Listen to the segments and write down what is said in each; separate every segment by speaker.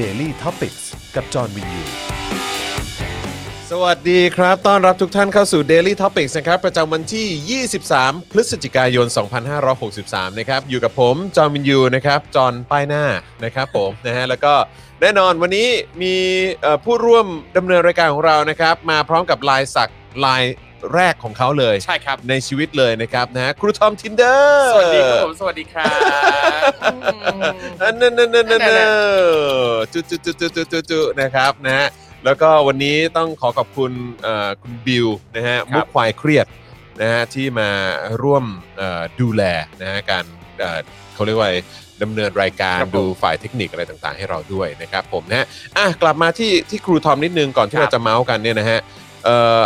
Speaker 1: Daily t o p i c กกับจอห์นวินยู
Speaker 2: สวัสดีครับ ต้อนรับทุกท่านเข้าสู่ Daily Topics นะครับ ประจำวันที่ 23 พฤศจิกายน 2563 นะครับ อยู่กับผม จอห์นวินยู นะครับ จอห์นป้ายหน้า นะครับผม นะฮะ แล้วก็แน่นอนวันนี้มีเอ่อผู้ร่วมดำเนินรายการของเรา นะครับ มาพร้อมกับลายสักลายแรกของเขาเลย
Speaker 3: ใช่ครับ
Speaker 2: ในชีวิตเลยนะครับ นะฮะ ครูทอมทินเดอร์
Speaker 3: สวัสดีครับผมสวัสดีครับ
Speaker 2: นั่นนั่นนั่นนั่นนั่น
Speaker 3: นั่นน่ะ
Speaker 2: จุจุจุจุจุจุจุนะครับนะฮะแล้วก็วันนี้ต้องขอขอบคุณเอ่อคุณบิวนะฮะมุกควายเครียดนะฮะที่มาร่วมเอ่อดูแลนะฮะการเอ่อเขาเรียกว่าดำเนินรายการ
Speaker 3: ครับผม
Speaker 2: ดูฝ่ายเทคนิคอะไรต่างๆ ให้เราด้วยนะครับผมนะฮะอ่ะกลับมาที่ที่ครูทอมนิดนึงก่อนที่
Speaker 3: ครับ
Speaker 2: เราจะเมาส์กันเนี่ยนะฮะเอ่อ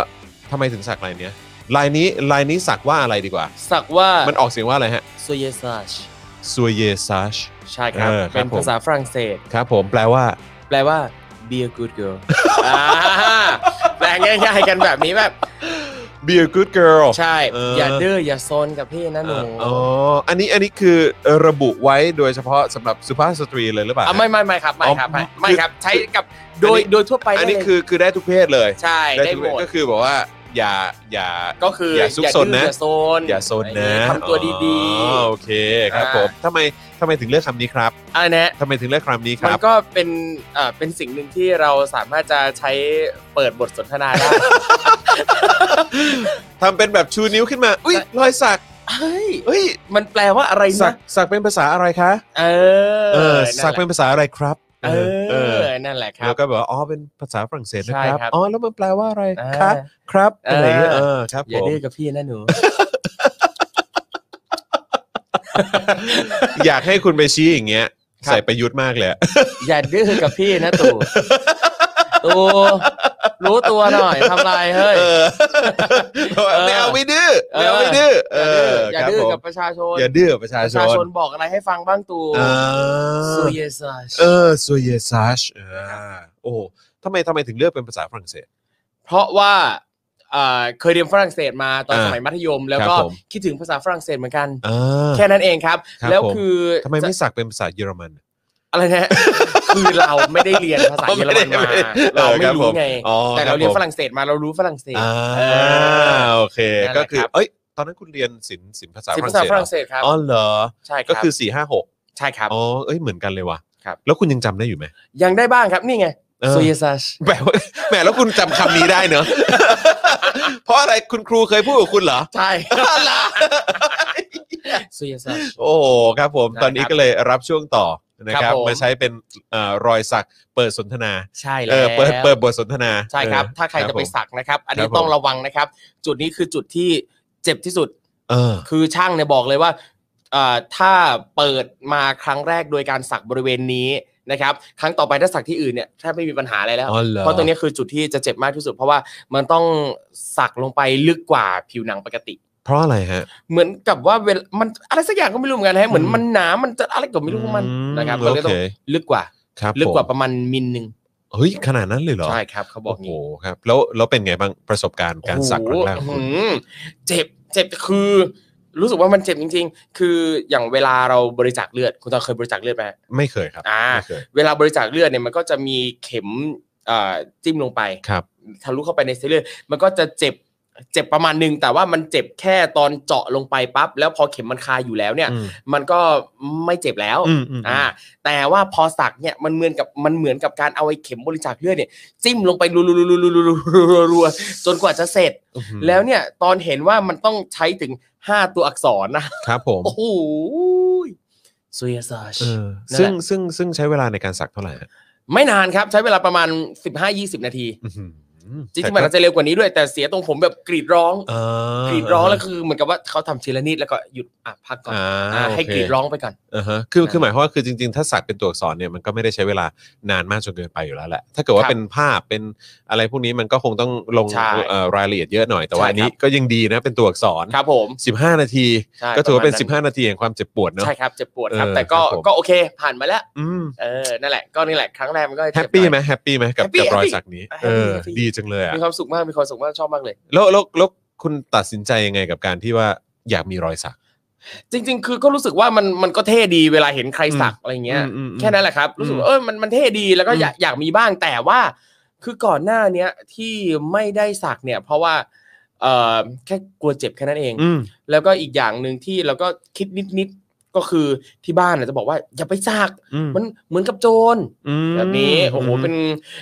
Speaker 2: ทำไมถึงสักลายเนี้ยลายนี้ลายนี้สักว่าอะไรดีกว่า
Speaker 3: สักว่า
Speaker 2: มันออกเสียงว่าอะไรฮะ
Speaker 3: โซเยซัช
Speaker 2: ซวยเยซาช
Speaker 3: ใช่ครับ
Speaker 2: เออครับ
Speaker 3: เป็นภาษาฝรั่งเศส
Speaker 2: ครับผมแปลว่า
Speaker 3: แปลว่า be a good girl อ่าแปลง่ายๆกันแบบนี้ แบบ
Speaker 2: be a good girl
Speaker 3: ใช่
Speaker 2: เอออ
Speaker 3: อย่าดื้ออย่าซนกับพี่นะหนู
Speaker 2: อ๋อ อันนี้อันนี้คือระบุไว้โดยเฉพาะสำหรับสุภาพสตรีเลยหรือเปล่า
Speaker 3: อ่ะไม่ไม่ไม่ครับไม่ครับ
Speaker 2: อ๋อ
Speaker 3: ไม่ไม่ครับใช้กับ
Speaker 2: อั
Speaker 3: โด
Speaker 2: นนี้
Speaker 3: ยโดยทั่วไป
Speaker 2: อันนี้
Speaker 3: ได้เลย
Speaker 2: คือคือได้ทุกเพศเลย
Speaker 3: ใช่ได้
Speaker 2: ทุก
Speaker 3: ห
Speaker 2: เพ
Speaker 3: ม
Speaker 2: ศ
Speaker 3: ด
Speaker 2: ก็คือบอกว่าอย่าอย่า
Speaker 3: ก็คืออย่
Speaker 2: าซุกซนนะ
Speaker 3: อย่าดื้ออย่าซน
Speaker 2: อย่าโซนนะ
Speaker 3: ทำตัวดี
Speaker 2: อ๋อโอเคครับผมทำไมทำไมถึงเลือกคำนี้ครับ
Speaker 3: ๆอ่านะ
Speaker 2: ทำไมถึงเลือกคำนี้ค
Speaker 3: มั
Speaker 2: รั
Speaker 3: น
Speaker 2: บ
Speaker 3: ก็เป็นเอ่อเป็นสิ่งหนึ่งที่เราสามารถจะใช้เปิดบทสนทนา ได้
Speaker 2: ทำเป็นแบบชูนิ้วขึ้นมา อุ้ยรอยสัก
Speaker 3: เฮ้ย
Speaker 2: เอ้ย
Speaker 3: มันแปลว่าอะไร
Speaker 2: สั
Speaker 3: นะ
Speaker 2: กสักเป็นภาษาอะไรคะ
Speaker 3: เออ
Speaker 2: เออ
Speaker 3: นั่นแหละ
Speaker 2: สักเป็นภาษาอะไรครับ
Speaker 3: เอ
Speaker 2: เออ
Speaker 3: อ นั่นแหละครั
Speaker 2: แล้
Speaker 3: บ
Speaker 2: วก็แบบว่าอ๋อเป็นภาษาฝรั่งเศสนะ
Speaker 3: ใช่
Speaker 2: ครับ
Speaker 3: ครับ
Speaker 2: อ๋อแล้วมันแปลว่าอะไร
Speaker 3: อ่า
Speaker 2: ครับครับอะไรอย่างเงี้ย
Speaker 3: เอ
Speaker 2: เอ
Speaker 3: อ
Speaker 2: อครับ
Speaker 3: อย่า
Speaker 2: ผม
Speaker 3: ดื้อกับพี่นะหนู
Speaker 2: อยากให้คุณไปชี้อย่างเงี้ย
Speaker 3: ครับ
Speaker 2: ใส่ประยุทธ์มากเลยอะ
Speaker 3: อย่าดื้อกับพี่นะตู่ ตู่รู้ตัวหน่อยทำลายเฮ้ย
Speaker 2: เออไม่เอาไม่ดื้อไม่เอาไม่ดื้อเออ
Speaker 3: อ
Speaker 2: อย่
Speaker 3: า
Speaker 2: ครับ
Speaker 3: ดื้อ
Speaker 2: ผม
Speaker 3: กับประชาชน
Speaker 2: อย่าดื้อกับประชา
Speaker 3: ประ
Speaker 2: ช
Speaker 3: ชาน ชนบอกอะไรให้ฟังบ้างตู่
Speaker 2: อ่า
Speaker 3: ซูเยซัช
Speaker 2: เออสวยเยซาชโอ้โหทำไมทำไมถึงเลือกเป็นภาษาฝรั่งเศส
Speaker 3: เพราะว่าเอ่อเคยเรียนฝรั่งเศสมาตอน
Speaker 2: อ่า
Speaker 3: สมัยมัธยม แล้ว
Speaker 2: ครับ
Speaker 3: ก็
Speaker 2: ผม
Speaker 3: คิดถึงภาษาฝรั่งเศสเหมือนกัน
Speaker 2: อ่า
Speaker 3: แค่นั้นเองครับ
Speaker 2: ครับ
Speaker 3: แล้ว
Speaker 2: ผม
Speaker 3: คือ
Speaker 2: ทำไมไม่
Speaker 3: จะ
Speaker 2: สักเป็นภาษาเยอรมัน
Speaker 3: อะไรนะ คือเราไม่ได้เรียนภาษาเยอรมันมา
Speaker 2: ไได้
Speaker 3: เรา
Speaker 2: ออ
Speaker 3: ไม่
Speaker 2: คบผ
Speaker 3: รู้ไง
Speaker 2: อ๋อ
Speaker 3: แต่เรา
Speaker 2: คบ
Speaker 3: เรียน
Speaker 2: ผม
Speaker 3: ฝรั่งเศสมาเรารู้ฝรั่งเศส
Speaker 2: อ่า
Speaker 3: เออ
Speaker 2: โอเค
Speaker 3: นั่นแหละ
Speaker 2: ก็คือ
Speaker 3: ครับ
Speaker 2: เอ้ยตอนนั้นคุณเรียนศิลป์ศิลป์ภาษา
Speaker 3: สิบ
Speaker 2: ฝรั่
Speaker 3: ภาง ษา
Speaker 2: เศส
Speaker 3: ฝ
Speaker 2: เหร
Speaker 3: รั่งเศสครับ
Speaker 2: อ๋อเหรอ
Speaker 3: ใช่ค
Speaker 2: ก็
Speaker 3: รับ
Speaker 2: คือสี่ห้าหก
Speaker 3: ใช่ครับ
Speaker 2: อ๋อ เอ้ย เหมือนกันเลยว่ะ
Speaker 3: ครับ
Speaker 2: แล้วคุณยังจำได้อยู่ไหม
Speaker 3: ยังได้บ้างครับนี่ไง
Speaker 2: เออ
Speaker 3: ซูเยซัช
Speaker 2: แปลว่าแหมแล้วคุณจำคำนี้ได้เนอะ เพราะอะไรคุณครูเคยพูดกับคุณเหรอ
Speaker 3: ใช่
Speaker 2: อะไร
Speaker 3: ซูเยซัช
Speaker 2: โอ้โหครับผม
Speaker 3: นะครับ
Speaker 2: ตอนนี้ก็เลยรับช่วงต่อนะครับ
Speaker 3: ครับผม
Speaker 2: มาใช้เป็นเอ่อรอยสักเปิดสนทนา
Speaker 3: ใช่แล้
Speaker 2: เออ
Speaker 3: ว
Speaker 2: เปิดเปิดบทสนทนา
Speaker 3: ใช่ครับ
Speaker 2: เออ
Speaker 3: ถ้าใครจะไป
Speaker 2: ผม
Speaker 3: สักนะครับ อัน
Speaker 2: ค
Speaker 3: นี้
Speaker 2: รับผม
Speaker 3: ต้องระวังนะครับ จุดนี้คือจุดที่เจ็บที่สุด
Speaker 2: เออ
Speaker 3: คือช่างเนี่ยบอกเลยว่าเอ่อถ้าเปิดมาครั้งแรกโดยการสักบริเวณนี้นะครับ ครั้งต่อไปถ้าสักที่อื่นเนี่ยแทบไม่มีปัญหาอะไรแล้ว
Speaker 2: อ๋อเหรอ
Speaker 3: เพราะตรงนี้คือจุดที่จะเจ็บมากที่สุด เพราะว่ามันต้องสักลงไปลึกกว่าผิวหนังปกติ
Speaker 2: เพราะอะไรฮะ
Speaker 3: เหมือนกับว่าเวลามันอะไรสักอย่างก็ไม่รู้เหมือนกันฮะเหมือน
Speaker 2: อืม
Speaker 3: มันหนามันจะอะไรก็ไม่รู้ของมัน
Speaker 2: อื
Speaker 3: นะครับมัน
Speaker 2: โอ
Speaker 3: ก็ต้อ
Speaker 2: เค
Speaker 3: งลึกกว่า
Speaker 2: ครับ
Speaker 3: ลึกกว่า
Speaker 2: ผม
Speaker 3: ประมาณมิลหนึ่ง
Speaker 2: เฮ้ย ขนาดนั้นเลยเหรอ
Speaker 3: ใช่ครับเขาบอก
Speaker 2: โอ้โห
Speaker 3: งี้
Speaker 2: ครับ แล้วแล้วเป็นไงบ้างประสบการณ์การสักครั้งแรกขอ
Speaker 3: โอ้
Speaker 2: ง
Speaker 3: โห
Speaker 2: คุณ
Speaker 3: อื้อหือเจ็บเจ็บคือรู้สึกว่ามันเจ็บจริง ๆ คืออย่างเวลาเราบริจาคเลือดคุณตาเคยบริจาคเลือดไหม
Speaker 2: ไม่เคยครับ
Speaker 3: อ่า
Speaker 2: ไม่เคย
Speaker 3: เวลาบริจาคเลือดเนี่ยมันก็จะมีเข็มเอ่อจิ้มลงไป
Speaker 2: ครับ
Speaker 3: ทะลุเข้าไปในเส้นเลือดมันก็จะเจ็บเจ็บประมาณหนึง แต่ว่ามันเจ็บแค่ตอนเจาะลงไปปั๊บแล้วพอเข็มมันคาอยู่แล้วเนี่ย
Speaker 2: อืม
Speaker 3: มันก็ไม่เจ็บแล้ว
Speaker 2: อืมอืม
Speaker 3: อ่าแต่ว่าพอสักเนี่ยมันเหมือนกับมันเหมือนกับการเอาไอ้เข็มบริจาคเลือดเนี่ยจิ้มลงไปรัวๆๆๆๆๆๆๆๆจนกว่าจะเสร็จ
Speaker 2: อื้อหือ
Speaker 3: แล้วเนี่ยตอนเห็นว่ามันต้องใช้ถึง 5 ตัวอักษรนะครับ
Speaker 2: ผม
Speaker 3: โอ้โหซุยซาช
Speaker 2: เออ
Speaker 3: นั่น
Speaker 2: ซึ่ง
Speaker 3: แหละ
Speaker 2: ซึ่งซึ่งใช้เวลาในการสักเท่าไหร่ฮะ
Speaker 3: ไม่นานครับ ใช้เวลาประมาณ 15-20 นาที
Speaker 2: อื้อหือ
Speaker 3: จริงๆมันอาจจะเร็วกว่านี้ด้วย แต่เสียตรงผมแบบกรีดร้อง
Speaker 2: อ่าก
Speaker 3: รีดร้องแล้วคือเหมือนกับว่าเขาทำทีละนิดแล้วก็หยุดอ่ะพักก่อน
Speaker 2: อ่า
Speaker 3: อ่ะให้
Speaker 2: โเค
Speaker 3: กรีดร้องไปก่อน
Speaker 2: อ่าฮะคือ
Speaker 3: นะ
Speaker 2: คือหมายความว่าคือจริงๆ ถ้าสักเป็นตัวอักษรเนี่ยมันก็ไม่ได้ใช้เวลานานมากจนเกินไปอยู่แล้วแหละ ถ้าเกิดว่า
Speaker 3: ครับ
Speaker 2: เป็นภาพเป็นอะไรพวกนี้มันก็คงต้องลง
Speaker 3: ใช่
Speaker 2: เอ่อรายละเอียดเยอะหน่อยแต่ว่า
Speaker 3: ใช่
Speaker 2: อันนี้
Speaker 3: ครับ
Speaker 2: ก็ยังดีนะเป็นตัวอักษร
Speaker 3: ครับผม
Speaker 2: 15 นาที
Speaker 3: ใช่
Speaker 2: ก็ถือว่าเป็น
Speaker 3: ประมาณนั้น
Speaker 2: 15 นาทีแห่งความเจ็บปวดเนอะ
Speaker 3: ใช่ครับเจ็บปวดครับ
Speaker 2: เออ
Speaker 3: แต่ก็
Speaker 2: ครับผม
Speaker 3: ก็โอเคผ่านมาแล้ว
Speaker 2: อืม
Speaker 3: เออนั่นแหละก็นี่แหละครั้งแรกมันก็
Speaker 2: แฮ
Speaker 3: เจ็
Speaker 2: ป
Speaker 3: บ
Speaker 2: ปี้ไหม
Speaker 3: น่อย
Speaker 2: แฮปปี้ไหมกับ
Speaker 3: Happy
Speaker 2: กับรอย
Speaker 3: Happy
Speaker 2: สักนี้
Speaker 3: Happy
Speaker 2: เออ
Speaker 3: Happy
Speaker 2: ดีจังเลยอะ
Speaker 3: มีความสุขมากมีความสุขมากชอบมากเลย
Speaker 2: แล้วแล้วแล้วคุณตัดสินใจยังไงกับการที่ว่าอยากมีรอยสัก
Speaker 3: จริง ๆ คือก็รู้สึกว่ามันมันก็เท่ดีเวลาเห็นใครสักอะไรเงี้ย
Speaker 2: อืมอืมอืม
Speaker 3: แค่นั้นแหละครับรู้สึกว่าเออมันมันเท่ดีแล้วก็อยากอยากมีบ้างแต่ว่า คือก่อนหน้าเนี้ยที่ไม่ได้สักเนี่ย เพราะว่าเออแค่กลัวเจ็บแค่นั้นเอง
Speaker 2: อืม
Speaker 3: แล้วก็อีกอย่างหนึ่งที่เราก็คิดนิดๆก็คือที่บ้านน่ะจะบอกว่าอย่าไปสัก
Speaker 2: อืม
Speaker 3: มันเหมือนกับโจร
Speaker 2: อืม
Speaker 3: แบบนี้โอ้โหเป็น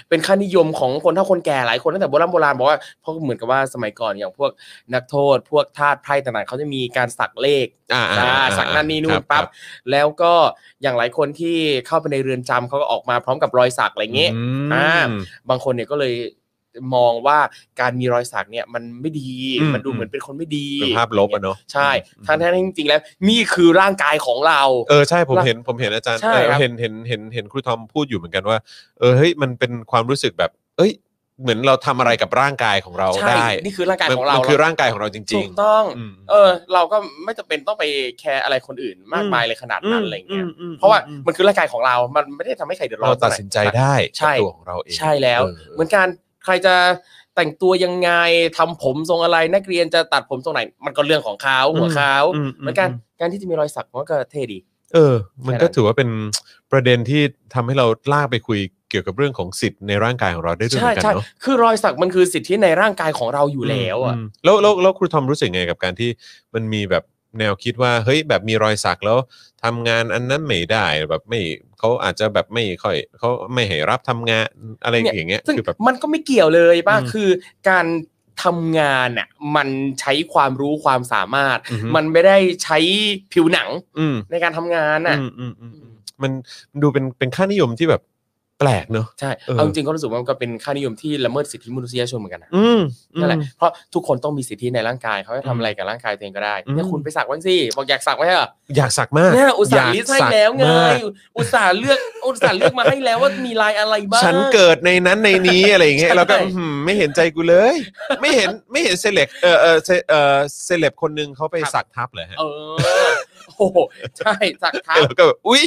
Speaker 3: เป็นค่านิยมของคนเฒ่าคนแก่หลายคนตั้งแต่โบราณโบราณบอกว่าเพราะเหมือนกับว่าสมัยก่อนอย่างพวกนักโทษ พวกทาสไพร่ต่างๆเขาจะมีการสักเลข
Speaker 2: อ่า
Speaker 3: อ่าสักนั่นนี่นู่นปั๊บแล้วก็อย่างหลายคนที่เข้าไปในเรือนจำเขาก็ออกมาพร้อมกับรอยสักอะไรเงี้ย อ่า บางคนเนี่ยก็เลยมองว่าการมีรอยสักเนี่ยมันไม่ดี
Speaker 2: อืม
Speaker 3: มันดูเหมือนเป็นคนไม่ดี
Speaker 2: เป็นภาพลบอะเนาะ
Speaker 3: ใช่
Speaker 2: อืม
Speaker 3: ทางแท้จริงๆแล้ว นี่คือร่างกายของเรา
Speaker 2: เออใช่ผม
Speaker 3: ละ
Speaker 2: เห็นผมเห็นอาจารย์
Speaker 3: ใช่
Speaker 2: เออ
Speaker 3: ครับ
Speaker 2: เห็นเห็นเห็นเห็นครูทอมพูดอยู่เหมือนกันว่าเออเฮ้ยมันเป็นความรู้สึกแบบ เอ้ย เหมือนเราทำอะไรกับร่างกายของเรา
Speaker 3: ใช่
Speaker 2: ได้
Speaker 3: นี่คือร่างกายของเรามั
Speaker 2: นคือร่างกายของเราจริ
Speaker 3: ถู
Speaker 2: ง
Speaker 3: กต้อง
Speaker 2: ๆม
Speaker 3: เออเราก็ไม่จำเป็นต้องไปแคร์อะไรคนอื่นมากมายเลยขนาดนั้นอะไรอย่างเงี้ย
Speaker 2: มอืม
Speaker 3: เพราะว่า
Speaker 2: อืม
Speaker 3: มันคือร่างกายของเรา มันไม่ได้ทำให้ใครเดือดร้อ
Speaker 2: เรา
Speaker 3: น
Speaker 2: ตัดสินใจ
Speaker 3: เท่าหร่
Speaker 2: ได้
Speaker 3: ใช่
Speaker 2: กับตัวของเราเอง
Speaker 3: ใช่แล้ว
Speaker 2: ออ
Speaker 3: เหมือนกันใครจะแต่งตัวยังไงทำผมทรงอะไรนักเรียนจะตัดผมทรงไหน มันก็เรื่องของเขาหัวเขาเหมือนกันการที่จะมีรอยสักมันก็เท่ดี
Speaker 2: เออ มันก็
Speaker 3: แค่นั้น
Speaker 2: ถือว่าเป็นประเด็นที่ทำให้เราลากไปคุยเกี่ยวกับเรื่องของสิทธิ์ในร่างกายของเราได้ด้วยเห
Speaker 3: ใช่
Speaker 2: มือนกัน
Speaker 3: ใช่
Speaker 2: เนาะ
Speaker 3: คือรอยสักมันคือสิทธิในร่างกายของเราอยู่แล้วอ่ะ
Speaker 2: มแล้วแล้วแล้วครูทอมรู้สึกไงกับการที่มันมีแบบแนวคิดว่าเฮ้ยแบบมีรอยสักแล้วทำงานอันนั้นไม่ได้แบบไม่เขาอาจจะแบบไม่ค่อยเขาไม่ให้รับทำงานอะไร
Speaker 3: เนี่ย
Speaker 2: อย่างเงี้ย
Speaker 3: ซึ่ง
Speaker 2: คือแบบ
Speaker 3: มันก็ไม่เกี่ยวเลยป่ะ
Speaker 2: อืม
Speaker 3: คือการทำงานอ่ะมันใช้ความรู้ความสามารถ
Speaker 2: อือฮึ
Speaker 3: มันไม่ได้ใช้ผิวหนัง
Speaker 2: อืม
Speaker 3: ในการทำงานน่ะ
Speaker 2: อืมอืมอืมมันมันดูเป็นเป็นค่านิยมที่แบบแปลกเนอะ
Speaker 3: ใช่
Speaker 2: เออ
Speaker 3: เอาจริงๆก็รู้สึกว่ามันก็เป็นค่านิยมที่ละเมิดสิทธิมนุษยชนเหมือนกันนะ
Speaker 2: อืม
Speaker 3: นั่นแหละเพราะทุกคนต้องมีสิทธิในร่างกายเขาจะ
Speaker 2: อืม
Speaker 3: ทำอะไรกับร่างกายตัวเองก็ได้
Speaker 2: อืม
Speaker 3: เนี่ยคุณไปสักบ้างสิบอกอยากสักไว้เหรอ
Speaker 2: อยากสักมาก
Speaker 3: เนี่ยอุตส่า
Speaker 2: ย
Speaker 3: ห์
Speaker 2: ก
Speaker 3: ลิสต์ให้
Speaker 2: สัก
Speaker 3: แล้วไง
Speaker 2: มาก
Speaker 3: อุตส่าห์เลือกอุตส่าห์เลือกมาให้แล้วว่ามีลายอะไรบ้าง
Speaker 2: ฉันเกิดในนั้นในนี้อะไรอย่างเงี้ย
Speaker 3: ใช่
Speaker 2: แล้วก็อื้อหือไม่เห็นใจกูเลย ไม่เห็นไม่เห็นเซเลบเออเออเซเออเซเลบคนหนึงเขาไปสักทับเหรอฮะ
Speaker 3: เออโอ้โหใช่สักทับ
Speaker 2: แล้วก็แบบอุ๊ย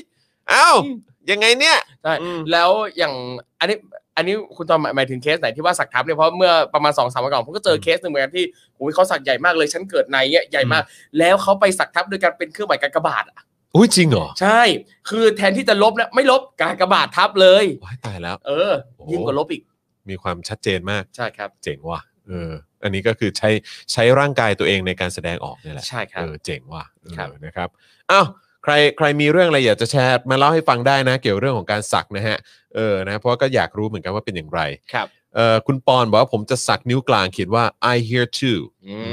Speaker 2: อ้าว
Speaker 3: อืม
Speaker 2: ยังไงเนี่ย
Speaker 3: ใช่
Speaker 2: อืม
Speaker 3: แล้วอย่างอันนี้อันนี้คุณจอมหมายหมายถึงเคสไหนที่ว่าสักทับเนี่ยเพราะเมื่อประมาณสองสามวันก่อนผมก็เจอเคสหนึ่งเหมือนกันที่โอ้ยเขาสักใหญ่มากเลยฉันเกิดในเนี่ยใหญ่มาก แล้วเขาไปสักทับโดยการเป็นเครื่องหมายกากบาทอะ
Speaker 2: อุ้ยจริงเหรอ
Speaker 3: ใช่ คือแทนที่จะลบนะไม่ลบกากบาททับเลย
Speaker 2: ว้ายตายแล้ว
Speaker 3: เออ
Speaker 2: โอ้
Speaker 3: ยิ่งกว่าลบอีก
Speaker 2: มีความชัดเจนมาก
Speaker 3: ใช่ครับ
Speaker 2: เจ๋งว่ะเออ อันนี้ก็คือใช้ใช้ร่างกายตัวเองในการแสดงออกเนี่ยแหละ
Speaker 3: ใช่ครับ
Speaker 2: เออเจ๋งว่ะเออ
Speaker 3: ครับ
Speaker 2: นะครับอ้าวใครใครมีเรื่องอะไรอยากจะแชร์มาเล่าให้ฟังได้นะ เกี่ยวเรื่องของการสักนะฮะเออนะเพราะก็อยากรู้เหมือนกันว่าเป็นอย่างไร
Speaker 3: ครับ
Speaker 2: เออคุณปอนบอกว่าผมจะสักนิ้วกลางเขียนว่า I hear too
Speaker 3: อืม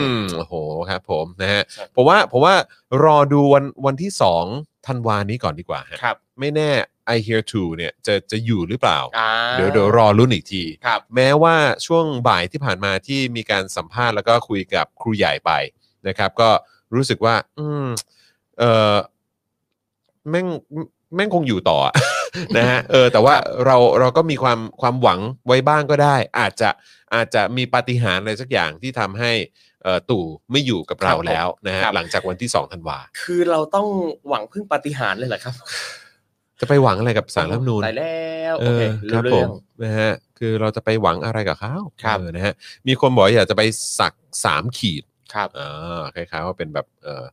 Speaker 2: อืมโอ้โหครับผมนะฮะ
Speaker 3: ครับ
Speaker 2: ผมว่าผมว่ารอดูวันวันที่2ธันวานี้ก่อนดีกว่าฮะ
Speaker 3: ครับ
Speaker 2: ไม่แน่ I hear too เนี่ยจะจะอยู่หรือเปล่า
Speaker 3: อ่า
Speaker 2: เดี๋ยวเดี๋ยวรอรุ่นอีกที
Speaker 3: ครับ
Speaker 2: แม้ว่าช่วงบ่ายที่ผ่านมาที่มีการสัมภาษณ์แล้วก็คุยกับครูใหญ่ไปนะครับ ก็รู้สึกว่า อืมเออแม่งแม่งคงอยู่ต่ออะ นะฮะเออ แต่ว่าเราเราก็มีความความหวังไว้บ้างก็ได้ อาจจะอาจจะมีปาฏิหาริย์อะไรสักอย่างที่ทำให้เอ่อตู่ไม่อยู่กับเราแล้วนะฮะหลังจากวันที่2ธันวา
Speaker 3: คือเราต้องหวังพึ่งปาฏิหาริย์เลยเหรอครับ
Speaker 2: จะไปหวังอะไรกับสารรัฐธรรมนูญ
Speaker 3: ตายแล้ว
Speaker 2: เอ
Speaker 3: โอเค
Speaker 2: อค
Speaker 3: เรื่
Speaker 2: รับผ
Speaker 3: อ
Speaker 2: ม
Speaker 3: ง
Speaker 2: นะฮะคือเราจะไปหวังอะไรกับเขา
Speaker 3: ครับ
Speaker 2: เออนะฮะมีคนบอกอยากจะไปสักสามขีด
Speaker 3: ครับ
Speaker 2: อ่าคล้ายๆว่าเป็นแบบเออ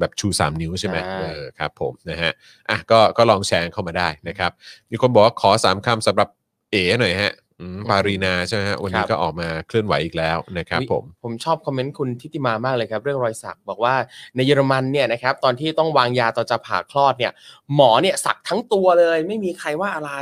Speaker 2: แบบชู 3 นิ้วใช่ไหม
Speaker 3: ใช่
Speaker 2: เออครับผมนะฮะอ่ะก็ก็ลองแชร์เข้ามาได้นะครับ มีคนบอกว่าขอ 3คำสำหรับเอ๋หน่อยฮะอืมปารีนาใช่ไหมฮะวันนี้ก็ออกมาเคลื่อนไหวอีกแล้วนะครับ
Speaker 3: อุ๊ย
Speaker 2: ผม
Speaker 3: ผมชอบคอมเมนต์คุณทิติมามากเลยครับ เรื่องรอยสักบอกว่าในเยอรมันเนี่ยนะครับตอนที่ต้องวางยาตอนจะผ่าคลอดเนี่ย หมอเนี่ยสักทั้งตัวเลย ไม่มีใครว่าอะไร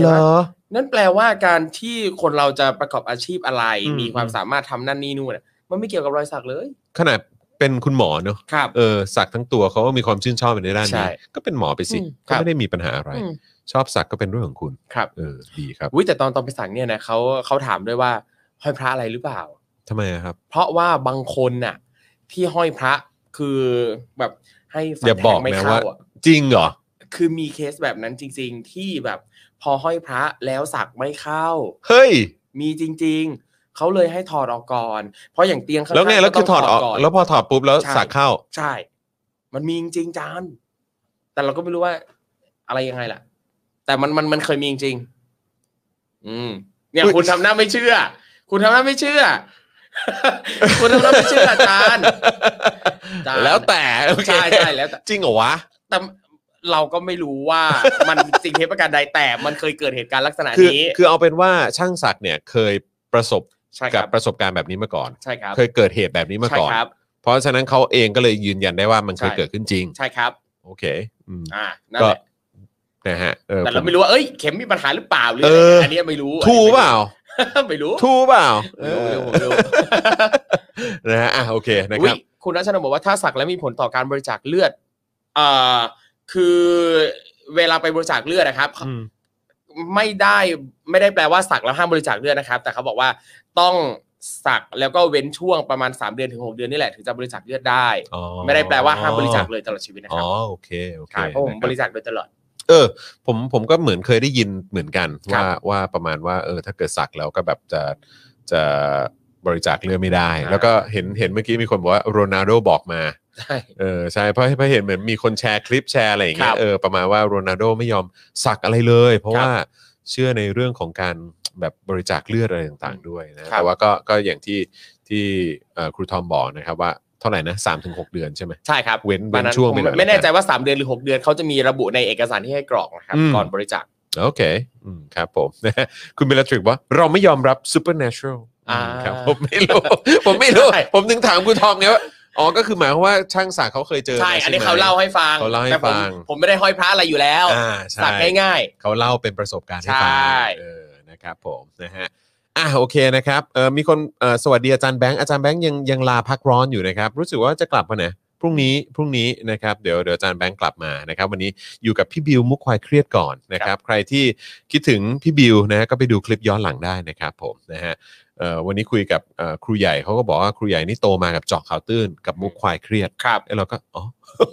Speaker 2: เหรอ
Speaker 3: นั่นแปลว่าการที่คนเราจะประกอบอาชีพอะไร
Speaker 2: อืม
Speaker 3: มีความสามารถทำนั่นนี่นู่นอะมันไม่เกี่ยวกับรอยสักเลย
Speaker 2: ขนาดเป็นคุณหมอเนอะ
Speaker 3: ครับ
Speaker 2: เออสักทั้งตัวเขาก็มีความชื่นชอบในด้าน
Speaker 3: ใช่
Speaker 2: นี้ก็เป็นหมอไปสิ
Speaker 3: อืม
Speaker 2: ก็
Speaker 3: ครับ
Speaker 2: ไม่ได้มีปัญหาอะไร
Speaker 3: อืม
Speaker 2: ชอบสักก็เป็นเรื่องของคุณ
Speaker 3: ครับ
Speaker 2: เออดีครับ
Speaker 3: วิแต่ตอนตอนไปสักเนี่ยนะเขาเขาถามด้วยว่าห้อยพระอะไรหรือเปล่า
Speaker 2: ทำไมอะครับ
Speaker 3: เพราะว่าบางคนน่ะ ที่ห้อยพระคือแบบให้ฝั
Speaker 2: อย่าบอก
Speaker 3: แทงไม่
Speaker 2: นะ
Speaker 3: เข้า
Speaker 2: ว่า
Speaker 3: อะ
Speaker 2: จริงเหรอ
Speaker 3: คือมีเคสแบบนั้นจริง ๆ ที่แบบพอห้อยพระแล้วสักไม่เข้า
Speaker 2: เฮ้ย
Speaker 3: มีจริง ๆ เขาเลยให้ถอดออกก่อน เพราะอย่างเตียงข้างๆ
Speaker 2: แล้วไงแล้วคือถอดออก
Speaker 3: ต้ง
Speaker 2: แล้วพอถอดปุ๊บแล้วสักเข้า
Speaker 3: ใช่ มันมีจริงๆจานแต่เราก็ไม่รู้ว่า อะไรยังไงล่ะ แต่มันมันมันเคยมีจริงๆอืม เนี่ย
Speaker 2: อุ๊ย
Speaker 3: คุณทำหน้าไม่เชื่อ คุณทำหน้าไม่เชื่อ คนทั้งนั้นไม่เชื่ออาจารย์อาจารย์
Speaker 2: แล้วแต่โอเค
Speaker 3: ใช่ใช่แล้วแต่
Speaker 2: จริงเหรอวะ
Speaker 3: แต่เราก็ไม่รู้ว่ามันจริงเท็จประการใดแต่มันเคยเกิดเหตุการณ์ลักษณะ
Speaker 2: คือ
Speaker 3: นี้
Speaker 2: คือเอาเป็นว่าช่างศักดิ์เนี่ยเคยประสบ
Speaker 3: ใช่ค
Speaker 2: กั
Speaker 3: รั
Speaker 2: บบ ประสบการณ์แบบนี้มาก่อน
Speaker 3: ใช่ครับ
Speaker 2: เคยเกิดเหตุแบบนี้มา
Speaker 3: ใช่
Speaker 2: ก่อน
Speaker 3: ครับ
Speaker 2: เพราะฉะนั้นเขาเองก็เลยยืนยันได้ว่ามันเคย
Speaker 3: ใช่
Speaker 2: เกิดขึ้นจริง
Speaker 3: ใช่ครับ
Speaker 2: โอเคอืม
Speaker 3: อ่านั่น
Speaker 2: ก็
Speaker 3: แหละ
Speaker 2: นะฮะออ
Speaker 3: แต่เรา
Speaker 2: ผ
Speaker 3: ไม่รู้ว่าเอ้ยเข็มมีปัญหาหรือเปล่าหรือ
Speaker 2: เอออั
Speaker 3: อันเนี้ยไม่รู้
Speaker 2: ถูกเปล่า
Speaker 3: ไม่รู้
Speaker 2: ถูกเปล่าเอ
Speaker 3: ไม่รู้ไม่
Speaker 2: อ
Speaker 3: รู้ไม่รู้
Speaker 2: นะฮะอ่ะโอเคนะค
Speaker 3: อุ๊
Speaker 2: รับ
Speaker 3: ยคุณรัชนนท์บอกว่าถ้าสักแล้วมีผลต่อการบริจาคเลือดเอ่อคือเวลาไปบริจาคเลือดนะครับ
Speaker 2: อืม
Speaker 3: ไม่ได้ไม่ได้แปลว่าสักแล้วห้ามบริจาคเลือดนะครับ แต่เขาบอกว่าต้องสักแล้วก็เว้นช่วงประมาณ 3 เดือนถึง 6 เดือนนี่แหละถึงจะบริจาคเลือดได้
Speaker 2: อ๋อ
Speaker 3: ไม่ได้แปลว่าห้ามบริจาคเลยตลอดชีวิตนะค
Speaker 2: อ๋
Speaker 3: รั
Speaker 2: อบ โอเคโอเค
Speaker 3: ครับเพราะผม
Speaker 2: นะค
Speaker 3: บ
Speaker 2: รับ
Speaker 3: ริจาคโดยตลอด
Speaker 2: เออผมผมก็เหมือนเคยได้ยินเหมือนกัน
Speaker 3: ครับ
Speaker 2: ว่าว่าประมาณว่าเออถ้าเกิดสักแล้วก็แบบจะจะบริจาคเลือดไม่ได้
Speaker 3: อ่า
Speaker 2: แล้วก็เห็นเห็นเมื่อกี้มีคนบอกว่าโรนัลโดบอกมา
Speaker 3: ใช่
Speaker 2: เออใช่เพราะเพราะเห็นเหมือนมีคนแชร์คลิปแชร์อะไรอย่างเงี้
Speaker 3: ค
Speaker 2: ย
Speaker 3: รับ
Speaker 2: เออประมาณว่าโรนัลโดไม่ยอมสักอะไรเลย เพราะ
Speaker 3: ครับ
Speaker 2: ว่าเชื่อในเรื่องของการแบบบริจาคเลือดอะไรต่างๆด้วยนะครับ แต่ว่าก็ก็อย่างที่ที่เอ่อครูทอมบอกนะครับว่าเท่าไหร่นะสามถึงหกเดือนใช่ไหม
Speaker 3: ใช่ครับ
Speaker 2: เว้นเว้น
Speaker 3: ประาณ
Speaker 2: ช่วงไปหน่อย
Speaker 3: ผมไม่แน่ใจว่า 3 เดือนหรือ 6 เดือนเขาจะมีระบุในเอกสารที่ให้กรอกนะครับ
Speaker 2: อืม
Speaker 3: ก่อนบริจาค
Speaker 2: โอเคอืมครับผม นะฮะคุณเบลทริกว่าเราไม่ยอมรับ supernatural
Speaker 3: อ่า
Speaker 2: อืมครับ ผมไม่รู้ ผมไม่รู้ ผมถึงถามคุณทอมไงว่า อ๋อ ก็คือหมายความว่าช่างศักดิ์เขาเคยเจอ
Speaker 3: ใช่
Speaker 2: มา
Speaker 3: อันนี้
Speaker 2: ไหม
Speaker 3: เขาเล่าให้ฟัง
Speaker 2: เขาเล่าให้
Speaker 3: แต่ผม
Speaker 2: ฟัง
Speaker 3: ผมไม่ได้ห้อยพระอะไรอยู่แล้ว
Speaker 2: อ่าใช่
Speaker 3: สักง่าย
Speaker 2: เขาเล่าเป็นประสบการณ์ให้ฟัง
Speaker 3: ใช่
Speaker 2: เออนะครับผมนะฮะอ่ะโอเคนะครับเออมีคนเออสวัสดีอาจารย์แบงค์อาจารย์แบงค์ยังยังลาพักร้อนอยู่นะครับ รู้สึกว่าจะกลับมาไหนพรุ่งนี้พรุ่งนี้นะครับเดี๋ยวเดี๋ยวอาจารย์แบงค์กลับมานะครับวันนี้อยู่กับพี่บิวมุกควายเครียดก่อนนะครับใครที่คิดถึงพี่บิวนะฮะก็ไปดูคลิปย้อนหลังได้นะครับผมนะฮะเอ่อวันนี้คุยกับเอ่อครูใหญ่เขาก็บอกว่าครูใหญ่นี่โตมากับเจอกข่าวตื้นกับมุกควายเครียด
Speaker 3: ๆ ครับ
Speaker 2: เอ้ยเราก็อ๋อ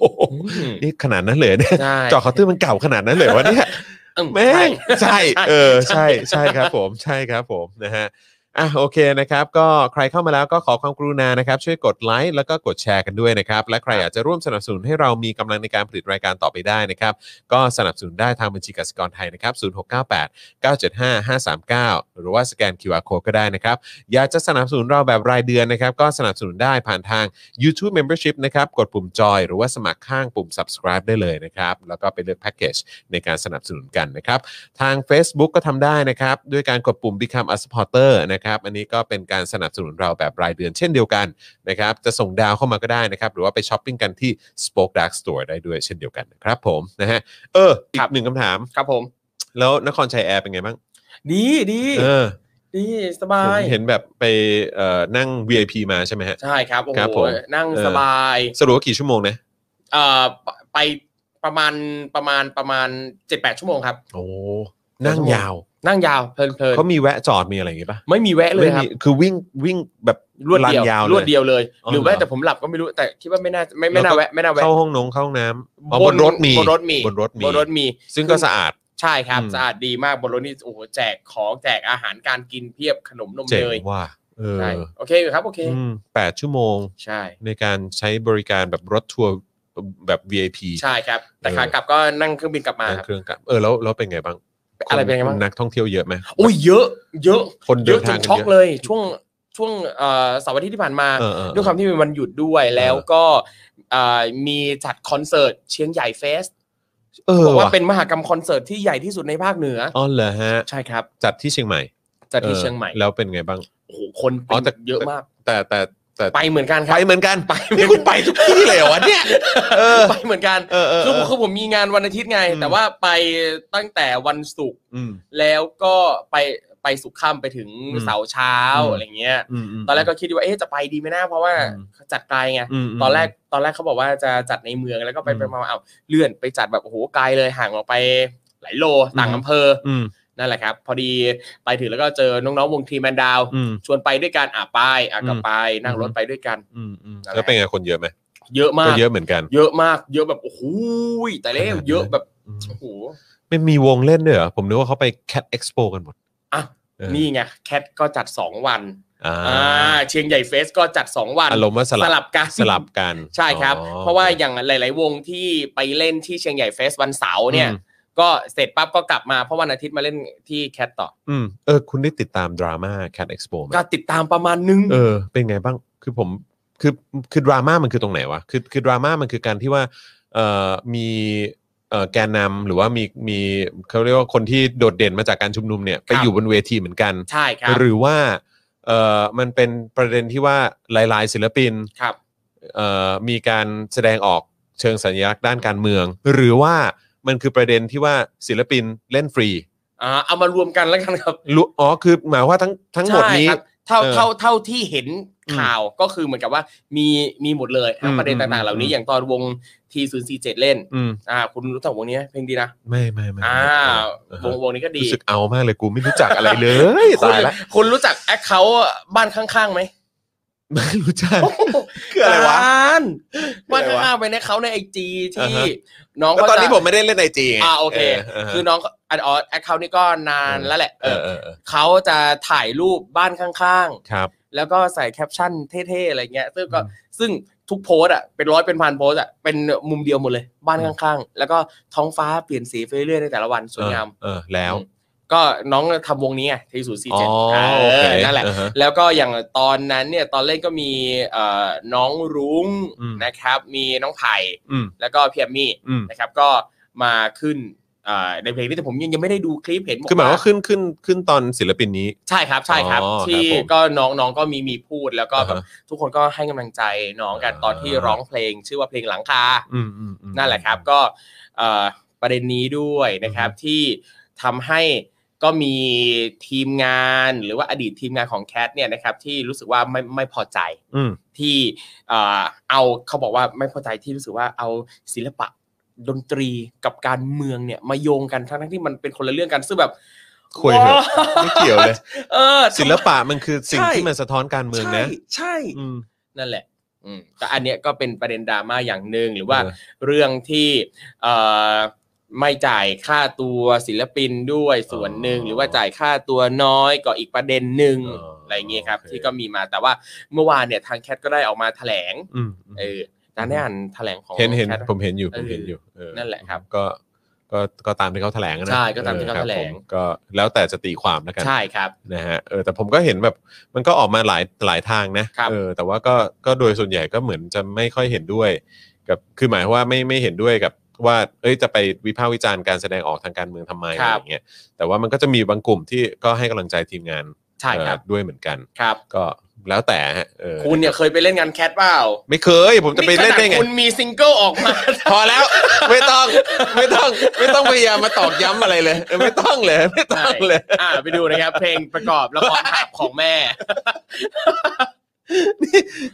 Speaker 3: อืม
Speaker 2: นี่ขนาดนั้นเลยเนี่ย
Speaker 3: ใช่
Speaker 2: จอข่าวตื้นมันเก่าขนาดนั้นเลยวะเนี่ย
Speaker 3: อื
Speaker 2: แม่
Speaker 3: ใช่
Speaker 2: ง ใช่ เออ ใช่ ใช่ครับผม ใช่ครับผม นะฮะ อ่ะ โอเคนะครับ ก็ใครเข้ามาแล้วก็ขอความกรุณานะครับ ช่วยกดไลค์แล้วก็กดแชร์กันด้วยนะครับ และใครอยากจะร่วมสนับสนุนให้เรามีกำลังในการผลิตรายการต่อไปได้นะครับ ก็สนับสนุนได้ทางบัญชีกสิกรไทยนะครับ 0698 975 539 หรือว่าสแกน QR Code ก็ได้นะครับ อยากจะสนับสนุนเราแบบรายเดือนนะครับ ก็สนับสนุนได้ผ่านทาง YouTube Membership นะครับ กดปุ่มจอยหรือว่าสมัครข้างปุ่ม subscribe ได้เลยนะครับ แล้วก็ไปเลือกแพ็กเกจในการสนับสนุนกันนะครับ ทาง Facebook ก็ทำได้นะครับ ด้วยการกดปุ่ม Become a supporter นะครับ อันนี้ก็เป็นการสนับสนุนเราแบบรายเดือนเช่นเดียวกันนะครับ จะส่งดาวเข้ามาก็ได้นะครับ หรือว่าไปช้อปปิ้งกันที่ Spoke Dark Store ได้ด้วยเช่นเดียวกันนะครับผมนะฮะเออ อี
Speaker 3: ครั
Speaker 2: ก
Speaker 3: บ
Speaker 2: หนึ่งคำถาม
Speaker 3: ครับผม
Speaker 2: แล้วนครชัยแอร์เป็นไงบ้าง
Speaker 3: ดีดี
Speaker 2: เออ
Speaker 3: ดีสบา
Speaker 2: เห็น
Speaker 3: ย
Speaker 2: เห็นแบบไปเอ่อนั่ง VIP มาใช่ไหมฮะ
Speaker 3: ใช่ครับโอ้
Speaker 2: ครับ
Speaker 3: โห
Speaker 2: ผม
Speaker 3: นั่ง
Speaker 2: เออ
Speaker 3: สบาย
Speaker 2: สรุปว่ากี่ชั่วโมงนะ
Speaker 3: เอ่อไปประมาณประมาณประมาณเจ็ดแปดชั่วโมงครับ
Speaker 2: โอ้ นั่งยาว
Speaker 3: นั่งยาวเพลินเพลิน
Speaker 2: เขามีแวะจอดมีอะไรอย่างงี้ปะ
Speaker 3: ไม่มีแวะเลย
Speaker 2: ไม่
Speaker 3: ครั
Speaker 2: มี
Speaker 3: บ
Speaker 2: คือวิ่งวิ่งแบบ
Speaker 3: รวดเดียวน
Speaker 2: ยาว
Speaker 3: รวด
Speaker 2: เล
Speaker 3: เดียวเลย
Speaker 2: อ๋อ
Speaker 3: หรือ
Speaker 2: เห
Speaker 3: แวะ
Speaker 2: รอ
Speaker 3: แต่ผมหลับก็ไม่รู้แต่คิดว่าไม่น่าไม่ไม่
Speaker 2: แล้ว
Speaker 3: น่า
Speaker 2: ก็
Speaker 3: แวะไม่น่าแวะ
Speaker 2: เข้าห้องนงเข้าห้องน้ำอ๋อบนรถมี
Speaker 3: บนรถมี
Speaker 2: บนรถมี
Speaker 3: บนรถมี
Speaker 2: ซึ่งก็สะอาด
Speaker 3: ใช่ครับ
Speaker 2: อืม
Speaker 3: สะอาดดีมากบนรถนี่โอ้โหแจกของแจกอาหารการกินเพียบขนมนม
Speaker 2: เจ๋ง
Speaker 3: เนย
Speaker 2: ว่ะเออ
Speaker 3: ใช่โอเคอยู่ครับโอเค
Speaker 2: อืมแปดชั่วโมง
Speaker 3: ใช่
Speaker 2: ในการใช้บริการแบบรถทัวร์แบบ VIP
Speaker 3: ใช่ครับ แต่ขากลับก็นั่งเครื่องบินกลับมา
Speaker 2: นั่ง
Speaker 3: ครับ
Speaker 2: เครื่องกลับเออแล้วแล้วเป็นไงบ้าง
Speaker 3: อะไรเป็นไงบ้าง
Speaker 2: นักท่องเที่ยวเยอะไหม
Speaker 3: อุ้ยเยอะ เยอะ
Speaker 2: คน
Speaker 3: เย
Speaker 2: เดิ
Speaker 3: อะ
Speaker 2: น
Speaker 3: จ
Speaker 2: ทาง
Speaker 3: น
Speaker 2: กัน
Speaker 3: ช็อก
Speaker 2: เยอะ
Speaker 3: เลย ช่วงช่วงเอ่อเสาร์อาทิตย์ที่ผ่านมา
Speaker 2: เออเออ
Speaker 3: ด้วยความที่เป็นวันหยุดด้วยแล้ว
Speaker 2: เออ
Speaker 3: ก็เอ่อมีจัดคอนเสิร์ตเชียงใหญ่เฟส
Speaker 2: เออ
Speaker 3: บอกว่า
Speaker 2: ว่ะ
Speaker 3: เป็นมหากรรมคอนเสิร์ตที่ใหญ่ที่สุดในภาคเหนืออ
Speaker 2: อ๋อเหรอฮะ
Speaker 3: ใช่ครับ
Speaker 2: จัดที่เชียงใหม่
Speaker 3: จัดที่เชียงใหม่
Speaker 2: ออแล้วเป็นไงบ้าง
Speaker 3: โอ้โหคน
Speaker 2: อ๋อแต่
Speaker 3: เยอะมาก
Speaker 2: แต่แต่แต่
Speaker 3: ไปเหมือนกันค
Speaker 2: ไป
Speaker 3: รับ
Speaker 2: เหมือนกัน
Speaker 3: ไป
Speaker 2: นี่คุณไปทุกที่เลยเหรอวะเนี่ยเออ
Speaker 3: ไปเหมือนกัน
Speaker 2: เออเออ
Speaker 3: คือผม
Speaker 2: เออ
Speaker 3: คือผมมีงานวันอาทิตย์ไง
Speaker 2: อืม
Speaker 3: แต่ว่าไปตั้งแต่วันศุกร์
Speaker 2: อืม
Speaker 3: แล้วก็ไปไปสุขค่ำไปถึง
Speaker 2: อืม
Speaker 3: เสาร์เช้า
Speaker 2: อืม
Speaker 3: อะไรเงี้ย
Speaker 2: อืมม
Speaker 3: ตอนแรกก็คิดอยู่ว่าเอ๊ะจะไปดีไหมนะเพราะว่า
Speaker 2: อืม
Speaker 3: จัดไกลไง
Speaker 2: มม
Speaker 3: ตอนแรกตอนแรกเขาบอกว่าจะจัดในเมืองแล้วก็ไป
Speaker 2: อืม
Speaker 3: ไปมาเอาเลื่อนไปจัดแบบโอ้โหไกลเลยห่างออกไปหลายโลต่าง
Speaker 2: อืม
Speaker 3: อำเภออ
Speaker 2: อืม
Speaker 3: นั่นแหละครับ พอดีไปถึงแล้วก็เจอน้องๆวงทีแมนดาว
Speaker 2: อืม
Speaker 3: ชวนไปด้วยกันอ่ะไปอ่ะกลับ
Speaker 2: อืม
Speaker 3: ไปนั่งรถ
Speaker 2: อืม
Speaker 3: ไปด้วยกัน
Speaker 2: อืมอืม
Speaker 3: นั่นแหละ
Speaker 2: แล้วเป็นไงคนเยอะไหม
Speaker 3: เยอะมา
Speaker 2: ก็
Speaker 3: ก
Speaker 2: เยอะเหมือนกัน
Speaker 3: เยอะมาก เยอะแบบโอ้โหแต่เล่
Speaker 2: ขนาดนั้น
Speaker 3: เยอะแบบ
Speaker 2: อืม
Speaker 3: โอ้โห
Speaker 2: ไม่มีวงเล่นด้วยเหรอ ผมนึกว่าเขาไป Cat Expo กันหมด
Speaker 3: อ่ะ
Speaker 2: เออ
Speaker 3: นี่ไงแคทก็จัด 2 วัน
Speaker 2: อ่า
Speaker 3: อ่าเชียงใหญ่เฟสก็จัด 2 วัน
Speaker 2: อารมณ์ว่าส
Speaker 3: ส
Speaker 2: ลั
Speaker 3: ลั
Speaker 2: บบ
Speaker 3: กัน
Speaker 2: สลับกัน
Speaker 3: ใช่ครับ
Speaker 2: อ๋อ
Speaker 3: เพราะว่า
Speaker 2: โอค
Speaker 3: อย่างหลาย ๆ วงที่ไปเล่นที่เชียงใหญ่เฟสวันเสาร์เนี่ย
Speaker 2: อืม
Speaker 3: ก็เสร็จปั๊บก็กลับมาเพราะวันอาทิตย์มาเล่นที่แคทต่อ
Speaker 2: อืมเออคุณได้ติดตามดราม่า Cat Expo ไหม
Speaker 3: ก็ติดตามประมาณนึง
Speaker 2: เออ เป็นไงบ้าง คือผมคือคือดราม่ามันคือตรงไหนวะคือคือดราม่ามันคือการที่ว่าเอ่อมีเอ่อแกนนำหรือว่ามีมีเขาเรียกว่าคนที่โดดเด่นมาจากการชุมนุมเนี่ย ไป
Speaker 3: ครับ
Speaker 2: อยู่บนเวทีเหมือนกัน
Speaker 3: ใช่ครับ
Speaker 2: หรือว่าเอ่อมันเป็นประเด็นที่ว่าหลายๆ ศิลปิน
Speaker 3: ครับ
Speaker 2: เอ่อมีการแสดงออกเชิงสัญลักษณ์ด้านการเมือง หรือว่ามันคือประเด็นที่ว่าศิลปินเล่นฟรี
Speaker 3: อ่าเอามารวมกันแล้วกันครับ
Speaker 2: รู้อ๋อคือหมายว่าทั้งทั้งหมดนี้
Speaker 3: ใช่ครับเท่า
Speaker 2: เออ
Speaker 3: เท่าเท่าที่เห็น
Speaker 2: อืม
Speaker 3: ข่าวก็คือเหมือนกับว่ามีมีหมดเลยอ่ะ
Speaker 2: อืม
Speaker 3: ประเด็น
Speaker 2: อื
Speaker 3: ต่าม งๆ เหล่า
Speaker 2: อื
Speaker 3: นี้
Speaker 2: ม
Speaker 3: อย่างตอนวงทีศูนย์สี่เจ็ดเล่น
Speaker 2: อืม
Speaker 3: อ่าคุณรู้จักวงนี้ไหมเพลงดีนะ
Speaker 2: ไม่ไม่ไม่
Speaker 3: อ่า
Speaker 2: ไม่
Speaker 3: วงวงนี้ก็ดี
Speaker 2: รู้สึกเอามากเลยกูไม่รู้จักอะไร เลย
Speaker 3: คุณ
Speaker 2: ตายละ
Speaker 3: คุณรู้จักแอคเคาท์บ้านข้างๆไหม
Speaker 2: ไม่รู้จักคืออะไรวะ
Speaker 3: การว่า
Speaker 2: คืออะไรวะ
Speaker 3: ข้างๆไปในเขาในไอจี
Speaker 2: อ่า
Speaker 3: ที่
Speaker 2: ฮะ
Speaker 3: น้อง
Speaker 2: แล้วต
Speaker 3: เขา
Speaker 2: อนนี้
Speaker 3: จะ
Speaker 2: ผมไม่ได้เล่นไอจีไง
Speaker 3: อ่าโอเค
Speaker 2: เอ
Speaker 3: คือ
Speaker 2: อ
Speaker 3: น้องเขาอันอ๋อแอคเคาท์นี่ก็นานแล้วแหละ
Speaker 2: เออเออเออ
Speaker 3: เขาจะถ่ายรูปบ้านข้าง
Speaker 2: ครับ
Speaker 3: ๆ แล้วก็ใส่แคปชั่นเท่ๆอะไรเงี้ย ซึ่งก็ซึ่งทุกโพสต์อ่ะเป็นร้อยเป็นพันโพสต์อ่ะเป็นมุมเดียวหมดเลยบ้านข้างๆ แล้วก็ท้องฟ้าเปลี่ยนสีไปเรื่อยๆในแต่ละวันสวยงาม
Speaker 2: เออเออแล้ว
Speaker 3: อืม ก็น้องทำวงนี้ไงทีศูนย์สี่
Speaker 2: อ๋อ
Speaker 3: เจ็ด
Speaker 2: โอเค
Speaker 3: นั่นแหละ
Speaker 2: อ่าฮะ
Speaker 3: แล้วก็อย่างตอนนั้นเนี่ยตอนเล่นก็มีเอ่อน้องรุ้ง
Speaker 2: อืม
Speaker 3: นะครับ มีน้องไผ่
Speaker 2: อืม
Speaker 3: แล้วก็พี่แอมมี่
Speaker 2: อืม
Speaker 3: นะครับก็มาขึ้นเอ่อในเพลงนี้แต่ผมยังยังไม่ได้ดูคลิปเห็นบก
Speaker 2: คือหมายว่าขึ้นขึ้นขึ้นตอนศิลปินนี้
Speaker 3: ใช่ครับใช่ครับ
Speaker 2: อ๋อครับ
Speaker 3: ที่
Speaker 2: ผม
Speaker 3: ก็น้องน้องก็มีมีพูดแล้วก็
Speaker 2: อ่า
Speaker 3: แบ
Speaker 2: ฮะ
Speaker 3: บทุกคนก็ให้กำลังใจน้องกัน
Speaker 2: อ่า
Speaker 3: ตอนที่ร้องเพลงชื่อว่าเพลงหลังคา
Speaker 2: อืมอืมอืม
Speaker 3: นั่นแหละครับก็เอ่อประเด็นนี้ด้วยนะครับที่ทำให้ก็มีทีมงานหรือว่าอดีตทีมงานของแคทเนี่ยนะครับที่รู้สึกว่าไม่ไม่พอใจ
Speaker 2: อืม
Speaker 3: ที่เอ่อเอาเขาบอกว่าไม่พอใจที่รู้สึกว่าเอาศิลปะดนตรีกับการเมืองเนี่ยมาโยงกันทั้งทั้งที่มันเป็นคนละเรื่องกันซึ่งแบบ
Speaker 2: คุยเถอะไม่เกี่ยวเลย
Speaker 3: เออ
Speaker 2: ศิลปะมันคือสิ่ง
Speaker 3: ใช่
Speaker 2: ที่มันสะท้อนการเมืองนะ
Speaker 3: ใช่ใช่
Speaker 2: อืม
Speaker 3: นั่นแหละอืมก็อันเนี้ยก็เป็นประเด็นดราม่าอย่างหนึ่งหรือว่า
Speaker 2: เออ
Speaker 3: เรื่องที่เอ่อไม่จ่ายค่าตัวศิลปินด้วยส่วนหนึ่ง
Speaker 2: อ๋อ
Speaker 3: หรือว่าจ่ายค่าตัวน้อยก็อีกประเด็นหนึ่ง
Speaker 2: อ๋ออ
Speaker 3: อะไรอย่างเงี้ยครับ
Speaker 2: โอเค
Speaker 3: ที่ก็มีมาแต่ว่าเมื่อวานเนี่ยทางแคทก็ได้ออกมาแถลง
Speaker 2: อืม
Speaker 3: เออจานได้อ่านแถลงของ
Speaker 2: เห็นเห็น
Speaker 3: แคทปะ
Speaker 2: ผมเห็นอยู่
Speaker 3: เออ
Speaker 2: ผมเห็นอยู่เออ
Speaker 3: นั่นแหละครับ
Speaker 2: ก็ก็ก็ตามที่เขาแถลงนะ
Speaker 3: ใช่ก็ตามที่เขา
Speaker 2: ออครับ
Speaker 3: แถลง
Speaker 2: ผมก็แล้วแต่จะตีความแล้วกัน
Speaker 3: ใช่ครับ
Speaker 2: นะฮะเออแต่ผมก็เห็นแบบมันก็ออกมาหลายหลายทางนะครับ เออแต่ว่าก็ก็โดยส่วนใหญ่ก็เหมือนจะไม่ค่อยเห็นด้วย กับคือหมายความว่าไม่ไม่เห็นด้วยกับว่าเอ้ยจะไปวิพากษ์วิจารณ์การแสดงออกทางการเมืองทำไมอะไรอย่างเงี้ยแต่ว่ามันก็จะมีบางกลุ่มที่ก็ให้กำลังใจทีมงาน
Speaker 3: ใช่ครับ
Speaker 2: เอ่อด้วยเหมือนกัน
Speaker 3: ครับ
Speaker 2: ก็แล้วแต่ฮะเออ
Speaker 3: คุณเนี่ยเคยไปเล่นงานแคทเปล่า
Speaker 2: ไม่เคย ผมจะไปเล่นได้ไง
Speaker 3: ขาคุณมีซิงเกิลออกมา
Speaker 2: พอแล้ว ไม่ต้องไม่ต้องไม่ต้องพยายามมาตอกย้ำอะไรเลยเออไม่ต้องเลย ไม่ต้องเลย
Speaker 3: อ่าไปดูนะครับ เพลงประกอบละครภาพของแม่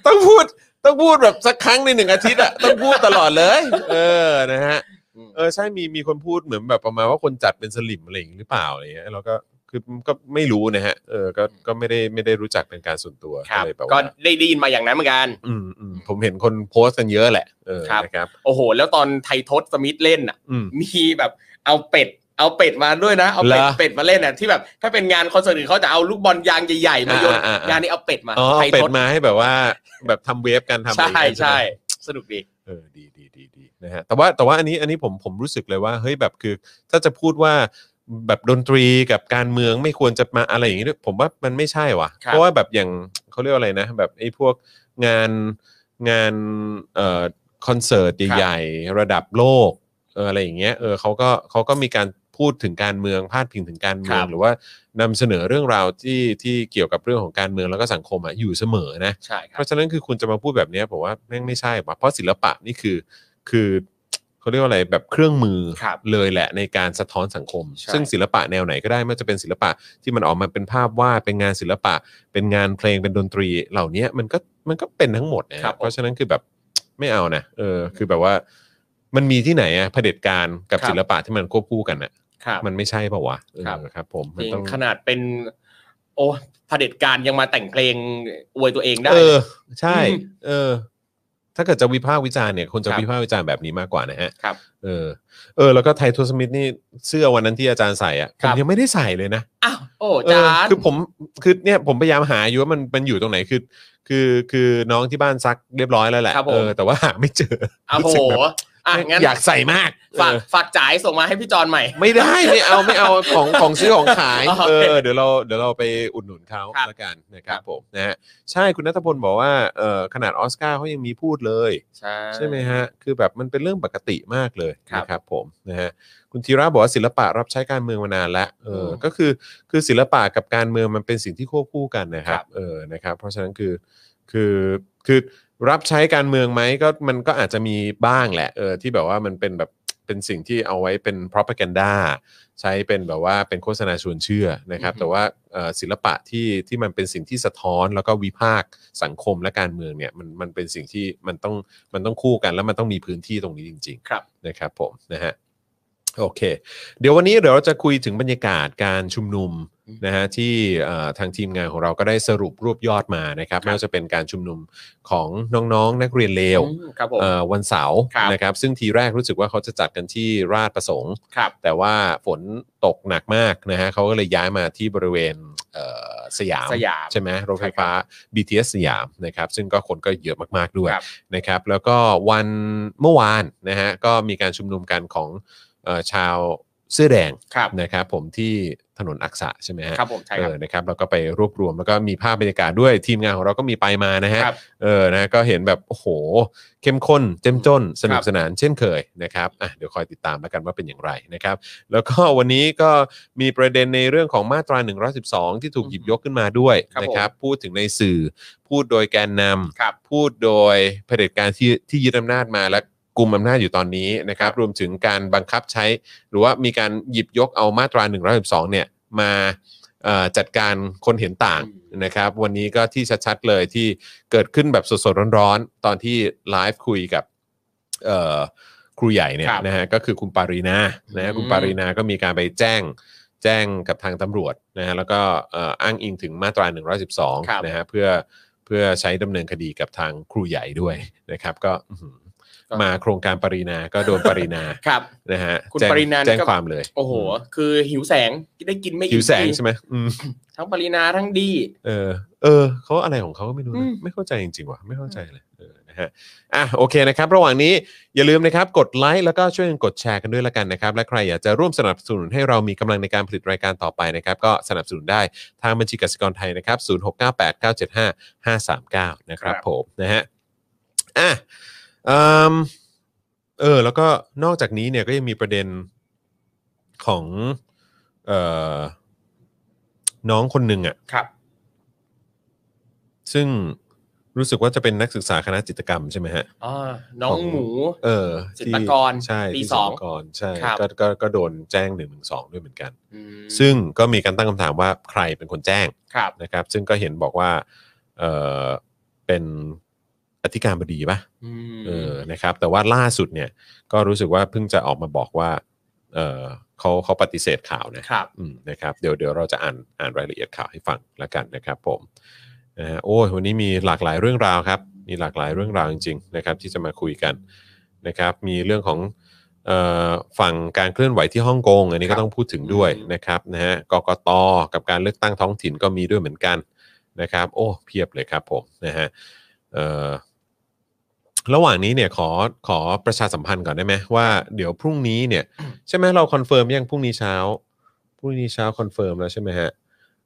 Speaker 2: ต้องพูดต้องพูดแบบสักครั้งในหนึ่งอาทิตย์อะต้องพูดตลอดเลย เออนะฮะเออใช่มีมีคนพูดเหมือนแบบประมาณว่าคนจัดเป็นสลิมอะไรอย่างนี้หรือเปล่าอะไรเงี้ยแล้วก็คือก็ไม่รู้นะฮะเออก็ก็ไม่ได้ไม่ได้รู้จักเป็นการส่วนตัว
Speaker 3: ครั
Speaker 2: ก็
Speaker 3: บ
Speaker 2: เลยแบบ
Speaker 3: ก็
Speaker 2: ว่า
Speaker 3: ได้ได้ยินมาอย่างนั้นเหมือนกัน
Speaker 2: อืมอืมผมเห็นคนโพสต์กันเยอะแหละเออ
Speaker 3: ครับ
Speaker 2: นะครับ
Speaker 3: โอ้โห แล้วตอนไททศสมิธเล่นอ่ะ
Speaker 2: อืม
Speaker 3: มีแบบเอาเป็ด เอาเป็ดมาด้วยนะ เอาเป็ด
Speaker 2: เหรอ
Speaker 3: เป็ดมาเล่นอ่ะที่แบบ ถ้าเป็นงานคอนเสิร์ตอื่นเขาจะเอาลูกบอลยางใหญ่ๆมาโยน
Speaker 2: อ่าๆๆ
Speaker 3: งานนี้เอาเป็ดมา
Speaker 2: อ๋อ
Speaker 3: ไท
Speaker 2: เอาเป็
Speaker 3: ท
Speaker 2: ด
Speaker 3: ศ
Speaker 2: มาให้แบบว่าแบบทำเวฟกันทำอะไรอ
Speaker 3: ใช่
Speaker 2: ย่างเงี้ย
Speaker 3: ใช่
Speaker 2: ไหม
Speaker 3: สนุกดี
Speaker 2: เออดีดีดีดีนะฮะแต่ว่าแต่ว่าอันนี้อันนี้ผมผมรู้สึกเลยว่าเฮ้ยแบบคือ ถ้าจะพูดว่าแบบดนตรีกับการเมืองไม่ควรจะมาอะไรอย่างนี้ด้วยผมว่ามันไม่ใช่ว่ะ
Speaker 3: ครับ
Speaker 2: เพราะว่าแบบอย่างเขาเรียกว่าอะไรนะ แบบไอ้พวกงานงานเอ่อคอนเสิร์ตใหญ่ๆระดับโลกเอออะไรอย่างเงี้ยเออเขาก็เขาก็มีการพูดถึงการเมืองพาดพิงถึงการเมืองหรือว่านำเสนอเรื่องราวที่ที่เกี่ยวกับเรื่องของการเมืองแล้วก็สังคมอ่ะอยู่เสมอนะ
Speaker 3: ใช่ค
Speaker 2: เพ
Speaker 3: รับ
Speaker 2: ราะฉะนั้นคือคุณจะมาพูดแบบเนี้ยผมว่าแม่งไม่ใช่ปะเพราะศิลปะนี่คือคือเขาเรียกว่าอะไรแบบเครื่องมือ
Speaker 3: ครับ
Speaker 2: เลยแหละในการสะท้อนสังคม
Speaker 3: ใช่
Speaker 2: ซึ่งศิลปะแนวไหนก็ได้ไม่ว่าจะเป็นศิลปะที่มันออกมาเป็นภาพวาดเป็นงานศิลปะ เป็นงานเพลงเป็นดนตรี เหล่านี้มันก็มันก็เป็นทั้งหมดนะฮะ
Speaker 3: ครับผม
Speaker 2: เพราะฉะนั้นคือแบบไม่เอานะเออคือแบบว่า มันมีที่ไหนอะเผด็จการกับ
Speaker 3: ครับ
Speaker 2: ศิลปะที่มันควบคู่กันอะ
Speaker 3: ครับ
Speaker 2: มันไม่ใช่เปล่าวะเออ
Speaker 3: ครับ
Speaker 2: ครับ ผม
Speaker 3: จ
Speaker 2: มัน
Speaker 3: ริง
Speaker 2: ต้อง
Speaker 3: ขนาดเป็น โอ้เผด็จการยังมาแต่งเพลงอวยตัวเองได้
Speaker 2: เอ
Speaker 3: เลย
Speaker 2: อ ใช่
Speaker 3: อืม
Speaker 2: เออ ถ้าเกิดจะวิพากษ์วิจารณ์เนี่ยคนจะ
Speaker 3: ครับ
Speaker 2: วิพากษ์วิจารณ์แบบนี้มากกว่านะฮะ
Speaker 3: ครับ
Speaker 2: เออเออแล้วก็ไททัวสมิธนี่เสื้อวันนั้นที่อาจารย์ใส่อะผ
Speaker 3: ครั
Speaker 2: ม
Speaker 3: บ
Speaker 2: ยังไม่ได้ใส่เลยนะ
Speaker 3: อ้าวโอ้
Speaker 2: เอ
Speaker 3: จา
Speaker 2: อน คือผมคือเนี่ยผมพยายามหาอยู่ว่ามันมันอยู่ตรงไหนคือคือคือน้องที่บ้านซักเรียบร้อยแล้วแหละ
Speaker 3: ครับผม
Speaker 2: เออแต่ว่าหาไม่เจอ
Speaker 3: อ้าว
Speaker 2: รู้
Speaker 3: โห
Speaker 2: สึกแบบ
Speaker 3: อ่ะงั้น
Speaker 2: อยากใส่มาก
Speaker 4: ฝากฝากจ่ายส่งมาให้พี่จอนใหม่
Speaker 2: ไม่ได้ไม่เอาไม่เอาของของซื้อของขาย
Speaker 4: โอเค
Speaker 2: เออเดี๋ยวเราเดี๋ยวเราไปอุดหนุนเขา
Speaker 4: ครับ
Speaker 2: ละกันนะครับ
Speaker 4: ครับ
Speaker 2: ผมนะฮะใช่คุณนัทพลบอกว่าเออขนาดออสการ์เขายังมีพูดเลย
Speaker 4: ใช่
Speaker 2: ใช่ไหมฮะ คือแบบมันเป็นเรื่องปกติมากเลย
Speaker 4: ครับ
Speaker 2: นะครับผมนะฮะ คุณธีระบอกว่าศิลปะรับใช้การเมืองมานานแล้วเอออ ก็คือคือศิลปะกับการเมืองมันเป็นสิ่งที่ควบคู่กันนะครับ เออ นะครับ เพราะฉะนั้นคือคือคือรับใช้การเมืองไหมก็มันก็อาจจะมีบ้างแหละ เออ ที่แบบว่ามันเป็นแบบเป็นสิ่งที่เอาไว้เป็น propaganda ใช้เป็นแบบว่าเป็นโฆษณาชวนเชื่อนะครับ
Speaker 4: อือฮึ
Speaker 2: แต่ว่าเอ่อศิลปะที่ที่มันเป็นสิ่งที่สะท้อนแล้วก็วิพากษ์สังคมและการเมืองเนี่ยมันมันเป็นสิ่งที่มันต้องมันต้องคู่กันแล้วมันต้องมีพื้นที่ตรงนี้จริง
Speaker 4: ครับ
Speaker 2: ๆ นะครับผมนะฮะโอเค เดี๋ยววันนี้เดี๋ยวเราจะคุยถึงบรรยากาศการชุมนุม
Speaker 4: อืม
Speaker 2: นะฮะที่เอ่อทางทีมงานของเราก็ได้สรุปรวบยอดมานะครับ
Speaker 4: ครับ
Speaker 2: ไม่ว่าจะเป็นการชุมนุมของน้องๆ นักเรียนเลว
Speaker 4: อืมครับผม
Speaker 2: เอ่อวันเสาร์
Speaker 4: ครับ
Speaker 2: นะครับ ซึ่งทีแรกรู้สึกว่าเขาจะจัดกันที่ราชประสงค์
Speaker 4: ครับ
Speaker 2: แต่ว่าฝนตกหนักมากนะฮะเขาก็เลยย้ายมาที่บริเวณเอ่อสยาม
Speaker 4: สยาม
Speaker 2: ใช่ไหมรถไฟฟ้า BTS สยามนะครับซึ่งก็คนก็เยอะมากๆด้วย
Speaker 4: ครับ
Speaker 2: นะครับแล้วก็วันเมื่อวานนะฮะก็มีการชุมนุมกันของเอ่อชาวเสื้อแดง
Speaker 4: ครับ
Speaker 2: นะครับผมที่ถนนอักษะใช่ไหมฮะ
Speaker 4: ครับผมใช่
Speaker 2: เอ
Speaker 4: ครับ
Speaker 2: อนะครับแล้วก็ไปรวบรวมแล้วก็มีภาพบรรยากาศด้วยทีมงานของเราก็มีไปมานะฮะ
Speaker 4: ครับ
Speaker 2: เออ นะ ก็เห็นแบบ โอ้โห เข้มข้น เจ้มจน สนุกสนานเช่นเคยนะครับ อ่ะ เดี๋ยวคอยติดตามแล้วกันว่าเป็นอย่างไรนะครับ แล้วก็วันนี้ก็มีประเด็นในเรื่องของมาตรา 112 ที่ถูกหยิบยกขึ้นมาด้วย
Speaker 4: ครับ
Speaker 2: นะครับ
Speaker 4: ผม
Speaker 2: พูดถึงในสื่อ พูดโดยแกนนำ
Speaker 4: ครับ
Speaker 2: พูดโดยเผด็จการที่ที่ยึดอำนาจมาและกลุ่มอำนาจอยู่ตอนนี้นะครับ รวมถึงการบังคับใช้ หรือว่ามีการหยิบยกเอามาตรา1นึเนี่ยมาเอ่อจัดการคนเห็นต่าง
Speaker 4: อืม
Speaker 2: นะครับ วันนี้ก็ที่ชัดๆเลยที่เกิดขึ้นแบบสดๆร้อนๆ ตอนที่ไลฟ์คุยกับเอ่อครูใหญ่เนี่ย
Speaker 4: ครับ
Speaker 2: นะฮะก็คือคุณปารีนานะฮะ
Speaker 4: อืม
Speaker 2: คุณปารีนาก็มีการไปแจ้ง แจ้งกับทางตำรวจนะฮะแล้วก็เอ่ออ้างอิงถึงมาตรา
Speaker 4: ครับ
Speaker 2: 112 นะฮะเพื่อเพื่อใช้ดำเนินคดีกับทางครูใหญ่ด้วย นะครับ ก็อื้อหือมาโครงการปรินาก็โดนปรินา
Speaker 4: ครับ
Speaker 2: นะฮะ
Speaker 4: คุณ
Speaker 2: แจ้ง
Speaker 4: ปรินานี่ก็
Speaker 2: แจ้งความเลย
Speaker 4: โอ้โห คือหิวแสงได้กินไม่
Speaker 2: หิวแสง
Speaker 4: อิ่ม
Speaker 2: ใช่ไหมอืม
Speaker 4: ทั้งปรินาทั้งดี
Speaker 2: เออเออเขาอะไรของเขาก็ไม่รู้
Speaker 4: อืม
Speaker 2: นะไม่เข้าใจจริงๆว่ะไม่เข้าใจเลยเออนะฮะอ่ะโอเคนะครับ ระหว่างนี้อย่าลืมนะครับกดไลค์แล้วก็ช่วยกันกดแชร์กันด้วยละกันนะครับ และใครอยากจะร่วมสนับสนุนให้เรามีกำลังในการผลิตรายการต่อไปนะครับ ก็สนับสนุนได้ทางบัญชีกสิกรไทยนะครับ0698975539นะครับ
Speaker 4: ครับ
Speaker 2: ผมนะฮะ อ่ะเอิ่มเออ แล้วก็นอกจากนี้เนี่ยก็ยังมีประเด็นของเอ่อน้องคนหนึ่งอะ่ะ
Speaker 4: ครับ
Speaker 2: ซึ่งรู้สึกว่าจะเป็นนักศึกษาคณะจิตรกรรมใช่ไหมฮะ
Speaker 4: อ่า น้องหมู
Speaker 2: เออ
Speaker 4: จิตรกร
Speaker 2: ที่ใช่
Speaker 4: ปี
Speaker 2: ที่
Speaker 4: สอง
Speaker 2: จิตรกรใช่
Speaker 4: ครับ
Speaker 2: ก็ก็ก็โดนแจ้งหนึ่งหนึ่งสองด้วยเหมือนกัน
Speaker 4: อืม
Speaker 2: ซึ่งก็มีการตั้งคำถามว่าใครเป็นคนแจ้ง
Speaker 4: ครับ
Speaker 2: นะครับ ซึ่งก็เห็นบอกว่าเออเป็นอธิการบดีปะ
Speaker 4: อืม
Speaker 2: เออ นะครับ แต่ว่าล่าสุดเนี่ย ก็รู้สึกว่าเพิ่งจะออกมาบอกว่า เออเขาเขาปฏิเสธข่าวนะครับ อืมนะครับ เดี๋ยวเดี๋ยวเราจะอ่านอ่านรายละเอียดข่าวให้ฟังแล้วกันนะครับผมนะฮะโอ้ยวันนี้มีหลากหลายเรื่องราวครับ มีหลากหลายเรื่องราวจริงๆนะครับ ที่จะมาคุยกันนะครับ มีเรื่องของเอ่อฝั่งการเคลื่อนไหวที่ฮ่องกง อันนี้
Speaker 4: ครั
Speaker 2: ก็
Speaker 4: บ
Speaker 2: ต้องพูดถึงด้วย
Speaker 4: อืม
Speaker 2: นะครับนะฮะกกตกับการเลือกตั้งท้องถิ่นก็มีด้วยเหมือนกันนะครับ โอ้เพียบเลยครับผมนะฮะเอ่อ ระหว่างนี้เนี่ยขอขอประชาสัมพันธ์ก่อนได้ไหมว่าเดี๋ยวพรุ่งนี้เนี่ย ใช่ไหมเราคอนเฟิร์มยังพรุ่งนี้เช้าพรุ่งนี้เช้าคอนเฟิร์มแล้วใช่ไหมฮะ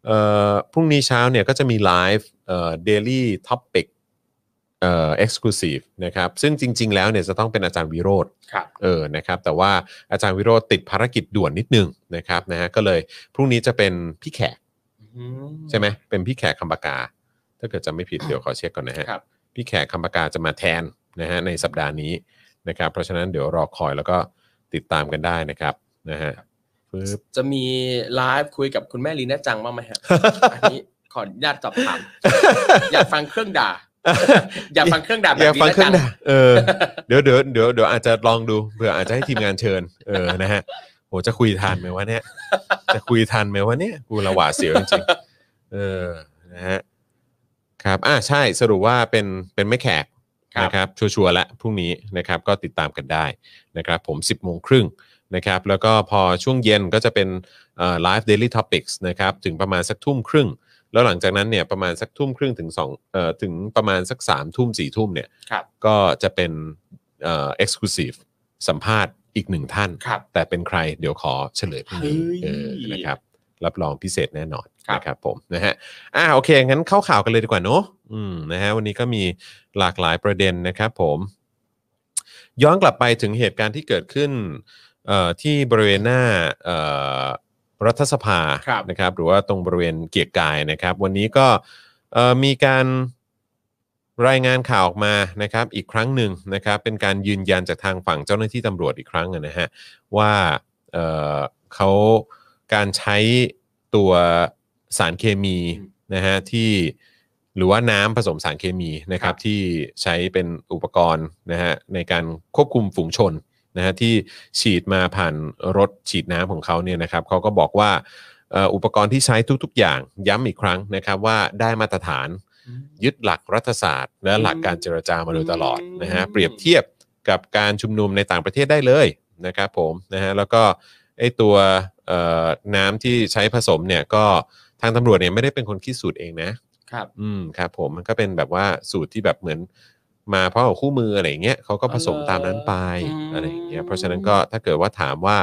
Speaker 2: เอ่อพรุ่งนี้เช้าเนี่ยก็จะมีไลฟ์เอ่อเดลี่ท็อปิกเอ่อเอ็กซ์คลูซีฟนะครับซึ่งจริง ๆ แล้วเนี่ยจะต้องเป็นอาจารย์วิโรธ
Speaker 4: ครับ
Speaker 2: เออ นะครับ แต่ว่าอาจารย์วิโรธติดภารกิจด่วนนิดนึงนะครับนะฮะ ก็เลยพรุ่งนี้จะเป็นพี่แขก
Speaker 4: อื
Speaker 2: ใช่ไหม เป็นพี่แขกคำปากา ถ้าเกิดจำไม่ผิดเดี๋ยวขอเช็คก่อนนะฮะ
Speaker 4: ครับ
Speaker 2: พี่แขกคำปากาจะมาแทนนะฮะในสัปดาห์นี้นะครับ เพราะฉะนั้นเดี๋ยวรอคอยแล้วก็ติดตามกันได้นะครับนะฮะปึ๊บ
Speaker 4: จะมีไลฟ์คุยกับคุณแม่ลีน่าจังบ้างไหม ฮะ อันนี้ขออนุญาตสอบถาม อยากฟังเครื่องด่า อยากฟังเครื่องด่าแบ
Speaker 2: อบ ยาก
Speaker 4: ลี
Speaker 2: ฟัง
Speaker 4: น่า
Speaker 2: เครื่
Speaker 4: จั
Speaker 2: อง งด่าเออ เดี๋ยวเดี๋ยวเดี๋ยวเดี๋ยวอาจจะลองดูเผื่ออาจจะให้ทีมงานเชิญ เออ นะฮะโหจะคุยทันไหมวะเนี่ย จะคุยทันไหมวะเนี่ย กูละหวาดเสียวจริงๆ เออ นะฮะ ครับ อ่าใช่ สรุปว่าเป็น เป็นไม่แขก
Speaker 4: ครับ
Speaker 2: นะครับ ชัวร์ๆละพรุ่งนี้นะครับ ก็ติดตามกันได้นะครับ ผม 10บโมงครึ่งนะครับ แล้วก็พอช่วงเย็นก็จะเป็นไลฟ์เดลี่ท็อปิกส์นะครับ ถึงประมาณสักทุ่มครึ่ง แล้วหลังจากนั้นเนี่ยประมาณสักทุ่มครึ่งถึงสองเอ่อถึงประมาณสัก3ามทุ่มสี่ทุ่มเนี่ย
Speaker 4: ครับ
Speaker 2: ก็จะเป็นเอ่อ็กซ์คลูซีฟสัมภาษณ์ อีกหนึ่งท่าน
Speaker 4: ครับ
Speaker 2: แต่เป็นใครเดี๋ยวขอเฉลยพรุ่งนี้
Speaker 4: เฮ้ย
Speaker 2: เออนะครับ รับรองพิเศษแน่นอน
Speaker 4: ครับ
Speaker 2: นะครับผมนะฮะอ่าโอเค งั้นเข้าข่าวกันเลยดีกว่าเนอะอืมนะฮะวันนี้ก็มีหลากหลายประเด็นนะครับผม ย้อนกลับไปถึงเหตุการณ์ที่เกิดขึ้นเอ่อที่บริเวณหน้าเอ่อรัฐสภา
Speaker 4: ครับ
Speaker 2: นะครับ หรือว่าตรงบริเวณเกียรติกายนะครับ วันนี้ก็เอ่อมีการรายงานข่าวออกมานะครับอีกครั้งหนึ่งนะครับ เป็นการยืนยันจากทางฝั่งเจ้าหน้าที่ตำรวจอีกครั้งนะฮะ ว่าเอ่อเขาการใช้ตัวสารเคมี
Speaker 4: อืม
Speaker 2: นะฮะที่หรือว่าน้ำผสมสารเคมีนะค
Speaker 4: ค
Speaker 2: รั
Speaker 4: รับ บ
Speaker 2: ที่ใช้เป็นอุปกรณ์นะฮะในการควบคุมฝูงชนนะฮะที่ฉีดมาผ่านรถฉีดน้ำของเขาเนี่ยนะครับเขาก็บอกว่าเอ่ออุปกรณ์ที่ใช้ทุกๆ อย่างย้ำอีกครั้งนะครับว่าได้มาตรฐาน ยึดหลักรัฐศาสตร์ และหลักการเจรจามาโดยตลอดนะฮะ
Speaker 4: อืม
Speaker 2: เปรียบเทียบกับการชุมนุมในต่างประเทศได้เลยนะครับผมนะฮะแล้วก็ไอตัวเอ่อน้ำที่ใช้ผสมเนี่ยก็ทางตำรวจเนี่ยไม่ได้เป็นคนคิดสูตรเองนะ
Speaker 4: ครับ
Speaker 2: อืมครับผมมันก็เป็นแบบว่าสูตรที่แบบเหมือนมาพร้อมกับคู่มืออะไรอย่างเงี้ยเขาก็ผสมตามนั้นไป
Speaker 4: อ๋ออ
Speaker 2: อะไรอย่างเงี้ย
Speaker 4: อืม
Speaker 2: เพราะฉะนั้นก็ถ้าเกิดว่าถามว่า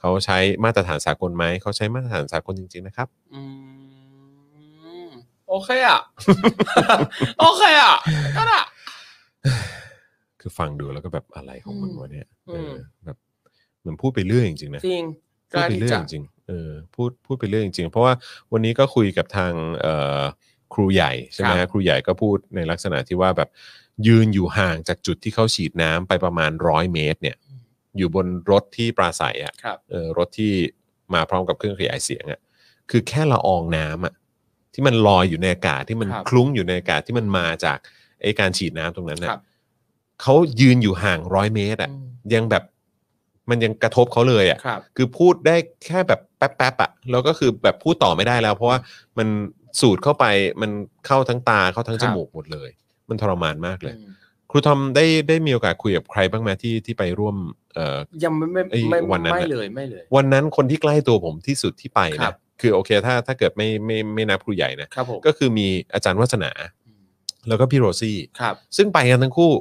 Speaker 2: เขาใช้มาตรฐานสากลไหมเขาใช้มาตรฐานสากลจริงๆนะครับ
Speaker 4: อืมโอเค อ่ะ โอเคอ่ะก็ได้
Speaker 2: คือฟังดูแล้วก็แบบอะไรของมึง
Speaker 4: อืม
Speaker 2: วะเนี่ยเอออ
Speaker 4: ม
Speaker 2: แบบเหมือนพูดไปเรื่อยจริงๆนะ
Speaker 4: จริง
Speaker 2: พูดไปเรื่อยจริงๆเออพูดพูดไปเรื่อยจริงๆเพราะว่าวันนี้ก็คุยกับทางเอ่อครูใหญ่ใช่ไหมฮะครูใหญ่ก็พูดในลักษณะที่ว่าแบบยืนอยู่ห่างจากจุดที่เขาฉีดน้ำไปประมาณร้อยเมตร เนี่ย อยู่บนรถที่ปราศัยอ่ะ
Speaker 4: ครับ
Speaker 2: เออรถที่มาพร้อมกับเครื่องขยายเสียงอ่ะคือแค่ละอองน้ำอ่ะที่มันลอยอยู่ในอากาศที่มัน
Speaker 4: ครับ
Speaker 2: คลุ้งอยู่ในอากาศที่มันมาจากไอการฉีดน้ำตรงนั้นน่ะ
Speaker 4: ครับ
Speaker 2: เขายืนอยู่ห่างร้อยเมตรอ่ะ
Speaker 4: อืม
Speaker 2: ยังแบบมันยังกระทบเขาเลยอะ่ะ
Speaker 4: ครับ
Speaker 2: คือพูดได้แค่แบบแป๊บๆอะ่ะ แล้วก็คือแบบพูดต่อไม่ได้แล้ว เพราะว่ามันสูดเข้าไปมันเข้าทั้งตาเข้าทั้งจมูกหมดเลย มันทรมานมากเลย
Speaker 4: อืม
Speaker 2: ครูทอมได้ได้มีโอกาสคุยกับใครบ้างไหมที่ที่ไปร่วมเอ่อ
Speaker 4: ยังไม่ไม่
Speaker 2: ไอ้
Speaker 4: ไม่
Speaker 2: วันนั้น
Speaker 4: ไม่
Speaker 2: น่ะ
Speaker 4: เลยไม่เลย
Speaker 2: วันนั้นคนที่ใกล้ตัวผมที่สุดที่ไป
Speaker 4: ครั
Speaker 2: นะ
Speaker 4: บ
Speaker 2: คือโอเคถ้าถ้าเกิดไม่ไม่ไม่นับครูใหญ่นะครับ
Speaker 4: ผม
Speaker 2: ก็คือมีอาจารย์วัฒนา
Speaker 4: อืม
Speaker 2: แล้วก็พี่โรซี่
Speaker 4: ครับ
Speaker 2: ซึ่งไปกันทั้งคู่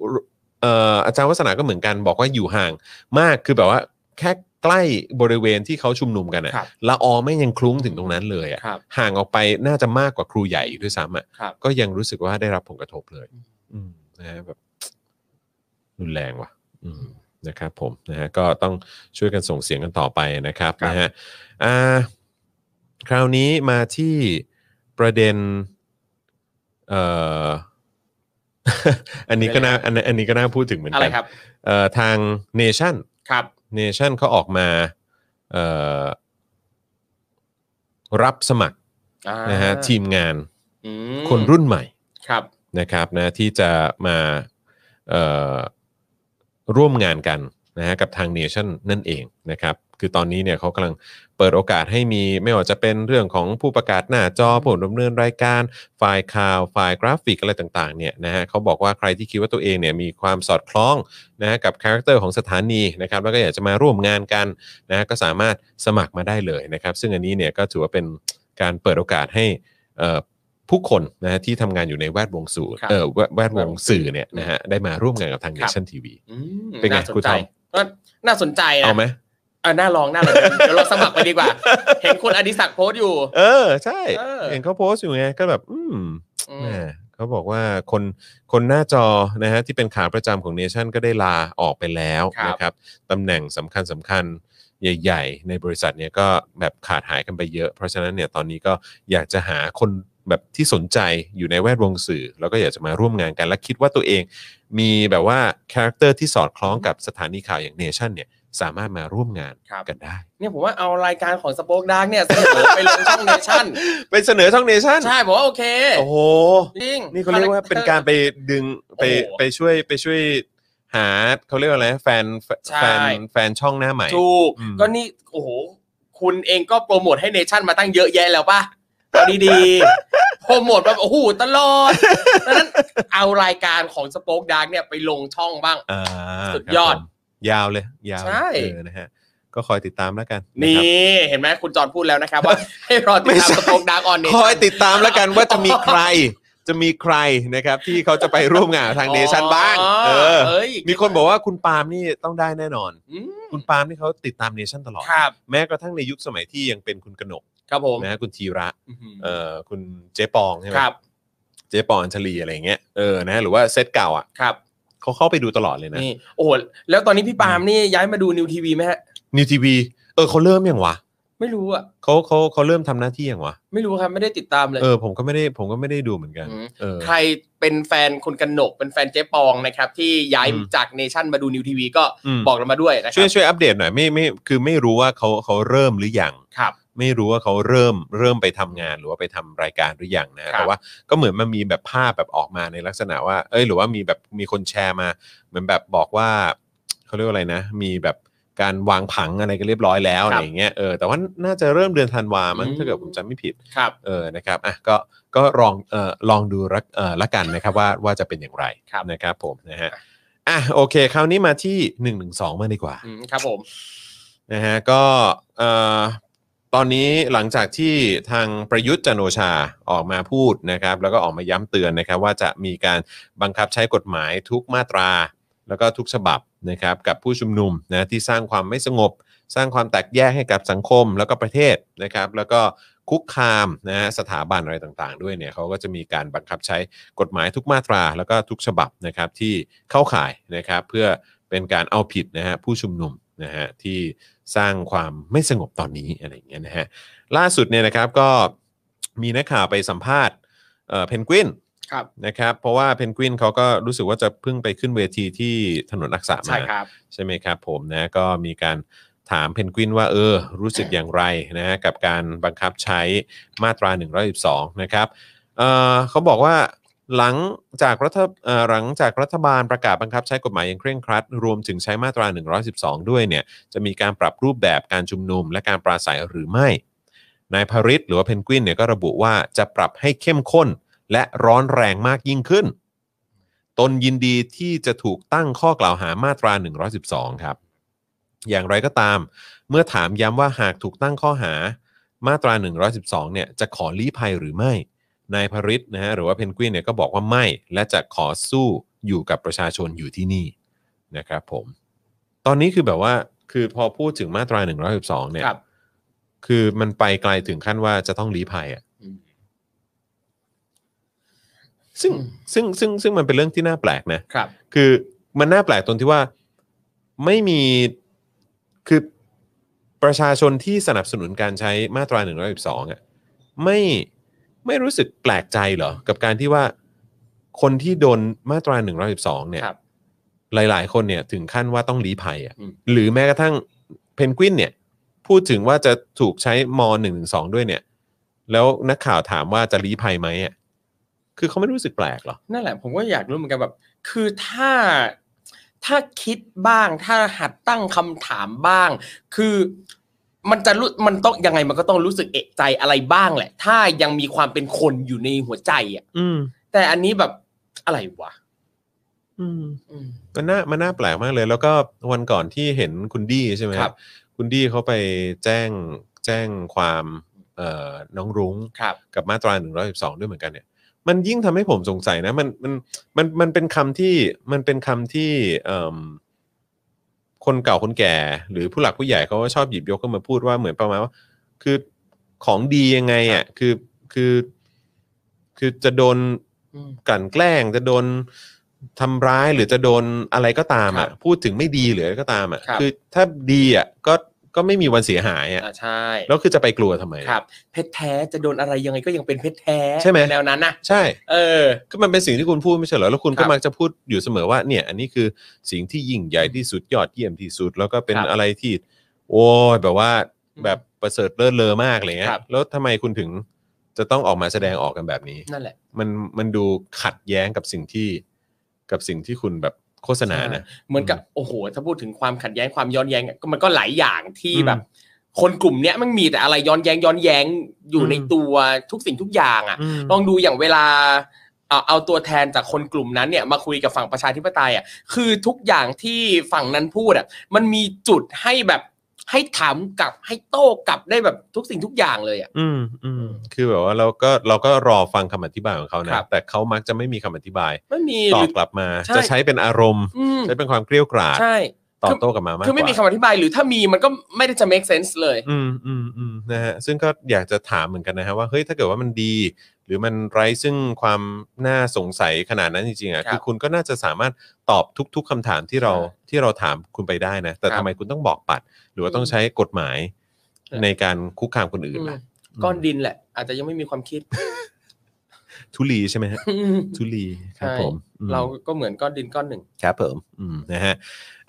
Speaker 2: เอ่ออาจารย์วัฒนาก็เหมือนกันบอกว่าอยู่ห่างมากคือแบบว่าแค่ใกล้บริเวณที่เขาชุมนุมกันอะ
Speaker 4: ครับ
Speaker 2: ละออไม่งยังคลุ้งถึงตรงนั้นเลยอะ
Speaker 4: ครับ
Speaker 2: ห่างออกไปน่าจะมากกว่าครูใหญ่อีกด้วยซ้ำอะ
Speaker 4: ครับ
Speaker 2: ก็ยังรู้สึกว่าได้รับผลกระทบเลย อืมนะฮะแบบรุนแรงว่ะ อืมนะครับผมนะฮะก็ต้องช่วยกันส่งเสียงกันต่อไปนะครับ
Speaker 4: ครับ
Speaker 2: นะฮะอ่าคราวนี้มาที่ประเด็นเอ่อ อันนี้ก็น่าอันอันนี้ก็น่าพูดถึงเหมือน
Speaker 4: อะไร
Speaker 2: กัน
Speaker 4: ครับ
Speaker 2: เอ่อทางเนชั่น
Speaker 4: ครับ
Speaker 2: เนชั่นเขาออกมาเอ่อรับสมัคร
Speaker 4: อ่า
Speaker 2: นะฮะทีมงาน
Speaker 4: อืม
Speaker 2: คนรุ่นใหม่
Speaker 4: ครับ
Speaker 2: นะครับนะที่จะมาเอ่อร่วมงานกันนะฮะกับทางเนชั่นนั่นเองนะครับคือตอนนี้เนี่ยเขากำลังเปิดโอกาสให้มีไม่ว่าจะเป็นเรื่องของผู้ประกาศหน้าจอผลดำเนินรายการฝ่ายข่าวฝ่ายกราฟิกอะไรต่างๆเนี่ยนะฮะเขาบอกว่าใครที่คิดว่าตัวเองเนี่ยมีความสอดคล้องนะฮะกับคาแรคเตอร์ของสถานีนะครับแล้วก็อยากจะมาร่วมงานกันนะฮะก็สามารถสมัครมาได้เลยนะครับซึ่งอันนี้เนี่ยก็ถือว่าเป็นการเปิดโอกาสให้ เอ่อผู้คนนะฮะที่ทำงานอยู่ในแวดวงสื่อ
Speaker 4: ครับ
Speaker 2: เอ่อแวแวดวงสื่อเนี่ย
Speaker 4: อืม
Speaker 2: นะฮะได้มาร่วมงานกับทาง
Speaker 4: ค
Speaker 2: เน
Speaker 4: รับ
Speaker 2: ชั่นทีวี
Speaker 4: อืม
Speaker 2: เป็นไง
Speaker 4: น่าสน
Speaker 2: ครู
Speaker 4: ใจ
Speaker 2: ทอม
Speaker 4: ก็น่าสนใจนะ
Speaker 2: เอาไหม
Speaker 4: อ่ะน่าลองน่าลองเดี๋ยวเราสมัครไปดี กว่า เห็นคุณอดิศักดิ์โพสต์อยู่
Speaker 2: เออ ใช่
Speaker 4: เออ
Speaker 2: เห็นเขาโพสต์อยู่ไงก็แบบ อืม
Speaker 4: อื
Speaker 2: แห
Speaker 4: ม
Speaker 2: มเขาบอกว่าคนคนหน้าจอนะฮะที่เป็นขาประจำของเนชั่นก็ได้ลาออกไปแล้ว
Speaker 4: ครับ
Speaker 2: นะครับตำแหน่งสำคัญสำคัญใหญ่ ๆ ในบริษัทเนี่ยก็แบบขาดหายกันไปเยอะ เพราะฉะนั้นเนี่ยตอนนี้ก็อยากจะหาคนแบบที่สนใจอยู่ในแวดวงสื่อ แล้วก็อยากจะมาร่วมงานกันและคิดว่าตัวเอง มีแบบว่าคาแรคเตอร์ที่สอดคล้องกับสถานีข่าวอย่างเนชั่นเนี่ยสามารถมาร่วมงาน
Speaker 4: ครับ
Speaker 2: กันได้
Speaker 4: เนี่ยผมว่าเอารายการของสปอคดังเนี่ยเสนอไปลงช่องเนชั่น
Speaker 2: ไปเสนอช่องเนชั่น
Speaker 4: ใช่ผมว่าโอเค
Speaker 2: โอ้โห
Speaker 4: จริง
Speaker 2: นี่เขาเรียกว่าเป็นการไปดึงไป
Speaker 4: โอ้โห
Speaker 2: ไปช่วยไปช่วยหาเขาเรียกว่าอะไรแฟน
Speaker 4: ใช่
Speaker 2: แฟนแฟนช่องหน้าใหม่
Speaker 4: ถูก
Speaker 2: อืม
Speaker 4: ก็นี่โอ้โห คุณเองก็โปรโมทให้เนชั่นมาตั้งเยอะแยะแล้วป่ะเอาดีๆ โปรโมทแบบโอ้โหตลอดดังนั้นเอารายการของสปอคดังเนี่ยไปลงช่องบ้าง
Speaker 2: อ่า
Speaker 4: สุดยอด
Speaker 2: ครับผมยาวเลย ยาวเลย
Speaker 4: ใช่
Speaker 2: เออนะฮะก็คอยติดตามแล้วกันะ
Speaker 4: นี่
Speaker 2: ครับ
Speaker 4: เห็นไหม คุณจอนพูดแล้วนะครับว่า ให้รอติดตาม
Speaker 2: ไม่ใช่
Speaker 4: สปอคดังออนเน
Speaker 2: ค
Speaker 4: ชั่
Speaker 2: อย
Speaker 4: น
Speaker 2: ติดตามแล้วกันว่าจะมีใคร จะมีใครนะครับที่เขาจะไปร่วมงานกับทางเนชั่นบ้าง
Speaker 3: อ๋อ
Speaker 2: เออ
Speaker 3: เอ้ย
Speaker 2: มีคนบอกว่าคุณปาล์มนี่ต้องได้แน่นอน
Speaker 3: อืม
Speaker 2: คุณปาล์มนี่เขาติดตามเนชั่นตลอด
Speaker 3: ครับ
Speaker 2: แม้กระทั่งในยุคสมัยที่ยังเป็นคุณกนก
Speaker 3: ครับผม
Speaker 2: นะฮะคุณธีระ
Speaker 3: ม
Speaker 2: เอ่อคุณเจ๊ปองใช่ไหม
Speaker 3: ครับ
Speaker 2: เจ๊ปองอัญชลีอะไรอย่างเงี้ยเออนะหรือว่าเซตเก่าอ่ะ
Speaker 3: ครับ
Speaker 2: เขาเข้าไปดูตลอดเลยนะ
Speaker 3: นี่โอ้โหแล้วตอนนี้พี่ปาล์มนี่ย้ายมาดูนิวทีวีไหมฮะ
Speaker 2: นิวทีวีเออเขาเริ่มยังวะ
Speaker 3: ไม่รู้อ่ะ
Speaker 2: เขาเขาเขาเริ่มทำหน้าที่ยังวะ
Speaker 3: ไม่รู้ครับไม่ได้ติดตามเลย
Speaker 2: เออผมก็ไม่ได้ผมก็ไม่ได้ดูเหมือนกัน
Speaker 3: ม
Speaker 2: เออ
Speaker 3: ใครเป็นแฟนคุณกันหนก เป็นแฟนเจ๊ปองนะครับ ที่ย้าย
Speaker 2: อืม
Speaker 3: จากเนชั่นมาดูนิวทีวีก็
Speaker 2: อืม
Speaker 3: บอกเรามาด้วยนะค
Speaker 2: ช่
Speaker 3: รั
Speaker 2: วยช่วยอัปเดตหน่อยไม่ไม่คือไม่รู้ว่าเขาเขาเริ่มหรือยัง
Speaker 3: ครับ
Speaker 2: ไม่รู้ว่าเขาเริ่มเริ่มไปทำงานหรือว่าไปทำรายการหรือยัง
Speaker 3: ครั
Speaker 2: นะ
Speaker 3: บ
Speaker 2: แต่ว่าก็เหมือนมันมีแบบภาพแบบออกมาในลักษณะว่า เอ้ยหรือว่ามีแบบมีคนแชร์มา เหมือนแบบบอกว่าเขาเรียกว่าอะไรนะ มีแบบการวางผังอะไรกันเรียบร้อยแล้ว
Speaker 3: ครับ
Speaker 2: อะไรอย่างเงี้ยเออแต่ว่าน่าจะเริ่มเดือนธันวามั้ง
Speaker 3: อืม
Speaker 2: ถ้าเกิดผมจำไม่ผิด
Speaker 3: ครับ
Speaker 2: เออนะครับอ่ะก็ก็ลองเออลองดูละเออละกันนะครับว่าว่าจะเป็นอย่างไร
Speaker 3: ครับ
Speaker 2: นะครับผมนะฮะอ่ะโอเค คราวนี้มาที่1นึมาดีกว่า
Speaker 3: อืมครับผม
Speaker 2: นะฮะก็เอ่อตอนนี้หลังจากที่ทางประยุทธ์จันทร์โอชาออกมาพูดนะครับ แล้วก็ออกมาย้ำเตือนนะครับ ว่าจะมีการบังคับใช้กฎหมายทุกมาตรา แล้วก็ทุกฉบับนะครับกับผู้ชุมนุมนะที่สร้างความไม่สงบ สร้างความแตกแยกให้กับสังคมแล้วก็ประเทศนะครับ แล้วก็คุกคามนะฮะสถาบันอะไรต่างๆ ด้วยเนี่ยเขาก็จะมีการบังคับใช้กฎหมายทุกมาตรา แล้วก็ทุกฉบับนะครับที่เข้าข่ายนะครับ เพื่อเป็นการเอาผิดนะฮะผู้ชุมนุมนะฮะที่สร้างความไม่สงบตอนนี้อะไรอย่างเงี้ยนะฮะล่าสุดเนี่ยนะครับก็มีนักข่าวไปสัมภาษณ์เอ่อเพนกวิน
Speaker 3: ครับ
Speaker 2: นะครับเพราะว่าเพนกวินเขาก็รู้สึกว่าจะเพิ่งไปขึ้นเวทีที่ถนนอักษะมา
Speaker 3: ใช่ครับ
Speaker 2: ใช่ไหมครับผมนะก็มีการถามเพนกวินว่าเออ รู้สึกอย่างไรนะฮะกับการบังคับใช้มาตรา 112 นะครับเอ่อเขาบอกว่าหลังจากรัฐเอ่อหลังจากรัฐบาลประกาศบังคับใช้กฎหมายอย่างเคร่งครัด รวมถึงใช้มาตรา 112 ด้วยเนี่ยจะมีการปรับรูปแบบการชุมนุมและการปราศัยหรือไม่นายพริษหรือว่าเพนกวินเนี่ยก็ระบุว่าจะปรับให้เข้มข้น และร้อนแรงมากยิ่งขึ้น ตนยินดีที่จะถูกตั้งข้อกล่าวหามาตรา 112 ครับ อย่างไรก็ตาม เมื่อถามย้ำว่าหากถูกตั้งข้อหามาตรา 112 เนี่ยจะขอลี้ภัยหรือไม่ นายพริษนะฮะหรือว่าเพนกวินเนี่ยก็บอกว่าไม่ และจะขอสู้อยู่กับประชาชนอยู่ที่นี่นะครับผม ตอนนี้คือแบบว่าคือพอพูดถึงมาตรา 112 เนี่ย
Speaker 3: ครับ
Speaker 2: คือมันไปไกลถึงขั้นว่าจะต้องลี้ภัยอ่ะ
Speaker 3: อืม
Speaker 2: ซึ่ง
Speaker 3: อืม
Speaker 2: ซึ่งซึ่งซึ่งมันเป็นเรื่องที่น่าแปลกนะ
Speaker 3: ครับ
Speaker 2: คือมันน่าแปลกตรงที่ว่าไม่มีคือประชาชนที่สนับสนุนการใช้มาตรา1นึอ่ะไม่ไม่รู้สึกแปลกใจเหรอ กับการที่ว่าคนที่โดนมาตรา1นึเนี่ย
Speaker 3: ครับ
Speaker 2: หลายๆ คนเนี่ยถึงขั้นว่าต้องลี้ภัยอ่ะ
Speaker 3: อืม
Speaker 2: หรือแม้กระทั่งเพนกวินเนี่ย พูดถึงว่าจะถูกใช้ม .112 ด้วยเนี่ย แล้วนักข่าวถามว่าจะลี้ภัยไหมอ่ะคือเขาไม่รู้สึกแปลกเหรอ
Speaker 3: นั่นแหละผมก็อยากรู้เหมือนกันแบบ คือถ้าถ้าคิดบ้าง ถ้าหัดตั้งคำถามบ้าง คือมันจะรู้มันต้องยังไงมันก็ต้องรู้สึกเอกใจอะไรบ้างแหละ ถ้ายังมีความเป็นคนอยู่ในหัวใจอ่ะ
Speaker 2: อืม
Speaker 3: แต่อันนี้แบบอะไรวะ
Speaker 2: อืม
Speaker 3: อืม
Speaker 2: มันน่ามันน่าแปลกมากเลย แล้วก็วันก่อนที่เห็นคุณดี้ใช่ไหม
Speaker 3: ครับ
Speaker 2: คุณดี้เขาไปแจ้งแจ้งความเอ่อน้องรุ้ง
Speaker 3: ครับ
Speaker 2: กับมาตรา1นึด้วยเหมือนกันเนี่ย มันยิ่งทำให้ผมสงสัยนะ มันมันมันมันเป็นคำที่มันเป็นคำที่เอิ่มคนเก่าคนแก่ หรือผู้หลักผู้ใหญ่เขาก็ชอบหยิบยกขึ้นมาพูดว่าเหมือนประมาณว่า คือของดียังไงอ่ะคือคือคือจะโดน
Speaker 3: อืม
Speaker 2: กลั่นแกล้งจะโดนทำร้ายหรือจะโดนอะไรก็ตาม
Speaker 3: ครั
Speaker 2: อ่ะ
Speaker 3: บ
Speaker 2: พูดถึงไม่ดีหรืออะไรก็ตามอ่ะ
Speaker 3: ครับ
Speaker 2: อถ้าดีอ่ะก็ก็ไม่มีวันเสียหายอ่ะ
Speaker 3: อ่าใช่
Speaker 2: แล้วคือจะไปกลัวทำไมอ่ะ
Speaker 3: ครับ เพชรแท้จะโดนอะไรยังไงก็ยังเป็นเพชรแท้
Speaker 2: ใช่ไหม
Speaker 3: แนวนั้นนะ
Speaker 2: ใช่
Speaker 3: เออ
Speaker 2: ก็มันเป็นสิ่งที่คุณพูดไม่ใช่เหรอแล้วคุณ
Speaker 3: ค
Speaker 2: ก็
Speaker 3: รับ
Speaker 2: มักจะพูดอยู่เสมอว่าเนี่ย อันนี้คือสิ่งที่ยิ่งใหญ่ที่สุดยอดเยี่ยมที่สุด แล้วก็เป็น
Speaker 3: ครับ
Speaker 2: อะไรที่ โอ้ยแบบว่าแบบประเสริฐเลิศเลอมากอะไรเงี้
Speaker 3: ครั
Speaker 2: ย
Speaker 3: บ
Speaker 2: แล้วทำไมคุณถึงจะต้องออกมาแสดงออกกันแบบนี้
Speaker 3: นั่นแหละ
Speaker 2: มันมันดูขัดแย้งกับสิ่งที่กับสิ่งที่คุณแบบโฆษณานะ
Speaker 3: เหมือนกับโอ้โห ถ้าพูดถึงความขัดแย้งความย้อนแย้งอะก็มันก็หลายอย่างที่
Speaker 2: อืม
Speaker 3: แบบ คนกลุ่มเนี้ยมันมีแต่อะไรย้อนแย้งย้อนแย้งอยู่
Speaker 2: อืม
Speaker 3: ในตัวทุกสิ่งทุกอย่างอ่ะ
Speaker 2: อืม
Speaker 3: ลองดูอย่างเวลาเอาเอาตัวแทนจากคนกลุ่มนั้นเนี่ยมาคุยกับฝั่งประชาธิปไตยอ่ะคือทุกอย่างที่ฝั่งนั้นพูดอ่ะมันมีจุดให้แบบ ให้ถามกลับให้โต้กลับได้แบบทุกสิ่งทุกอย่างเลยอ่ะ
Speaker 2: อืมอืมคือแบบว่าเราก็เราก็รอฟังคำอธิบายของเขานะ
Speaker 3: ครับ
Speaker 2: แต่เขามักจะไม่มีคำอธิบาย
Speaker 3: ไม่มี
Speaker 2: ต
Speaker 3: ห
Speaker 2: อบ
Speaker 3: รือ
Speaker 2: กลับมา
Speaker 3: ใช่
Speaker 2: จะใช้เป็นอารมณ์
Speaker 3: อืม
Speaker 2: ใช้เป็นความเกรี้ยวกราด
Speaker 3: ใช่
Speaker 2: ตอ
Speaker 3: คื
Speaker 2: บ
Speaker 3: อ
Speaker 2: โต้กลับมามากกว่า
Speaker 3: คือไม่มีคำอธิบายหรือถ้ามีมันก็ไม่ได้จะ make sense เลย
Speaker 2: อืมอืมอืมนะฮะซึ่งก็อยากจะถามเหมือนกันนะฮะว่าเฮ้ยถ้าเกิดว่ามันดี หรือมันไร้ซึ่งความน่าสงสัยขนาดนั้นจริงๆอ่ะ
Speaker 3: ครับ
Speaker 2: คือคุณก็น่าจะสามารถตอบทุก ๆคำถามที่เราที่เราถามคุณไปได้นะ แต่
Speaker 3: ครับ
Speaker 2: ทำไมคุณต้องบอกปัด หรือว่าต้องใช้กฎหมาย
Speaker 3: อืม
Speaker 2: ในการคุกคามคนอื่นล่ะ
Speaker 3: อืมก้อนดินแหละ อาจจะยังไม่มีความคิด
Speaker 2: ทุลีใช่ไหมฮะทุลีครับ
Speaker 3: ใช่
Speaker 2: ผมอืม
Speaker 3: เราก็เหมือนก้อนดินก้อนหนึ่ง
Speaker 2: ครับผมอืมนะฮะ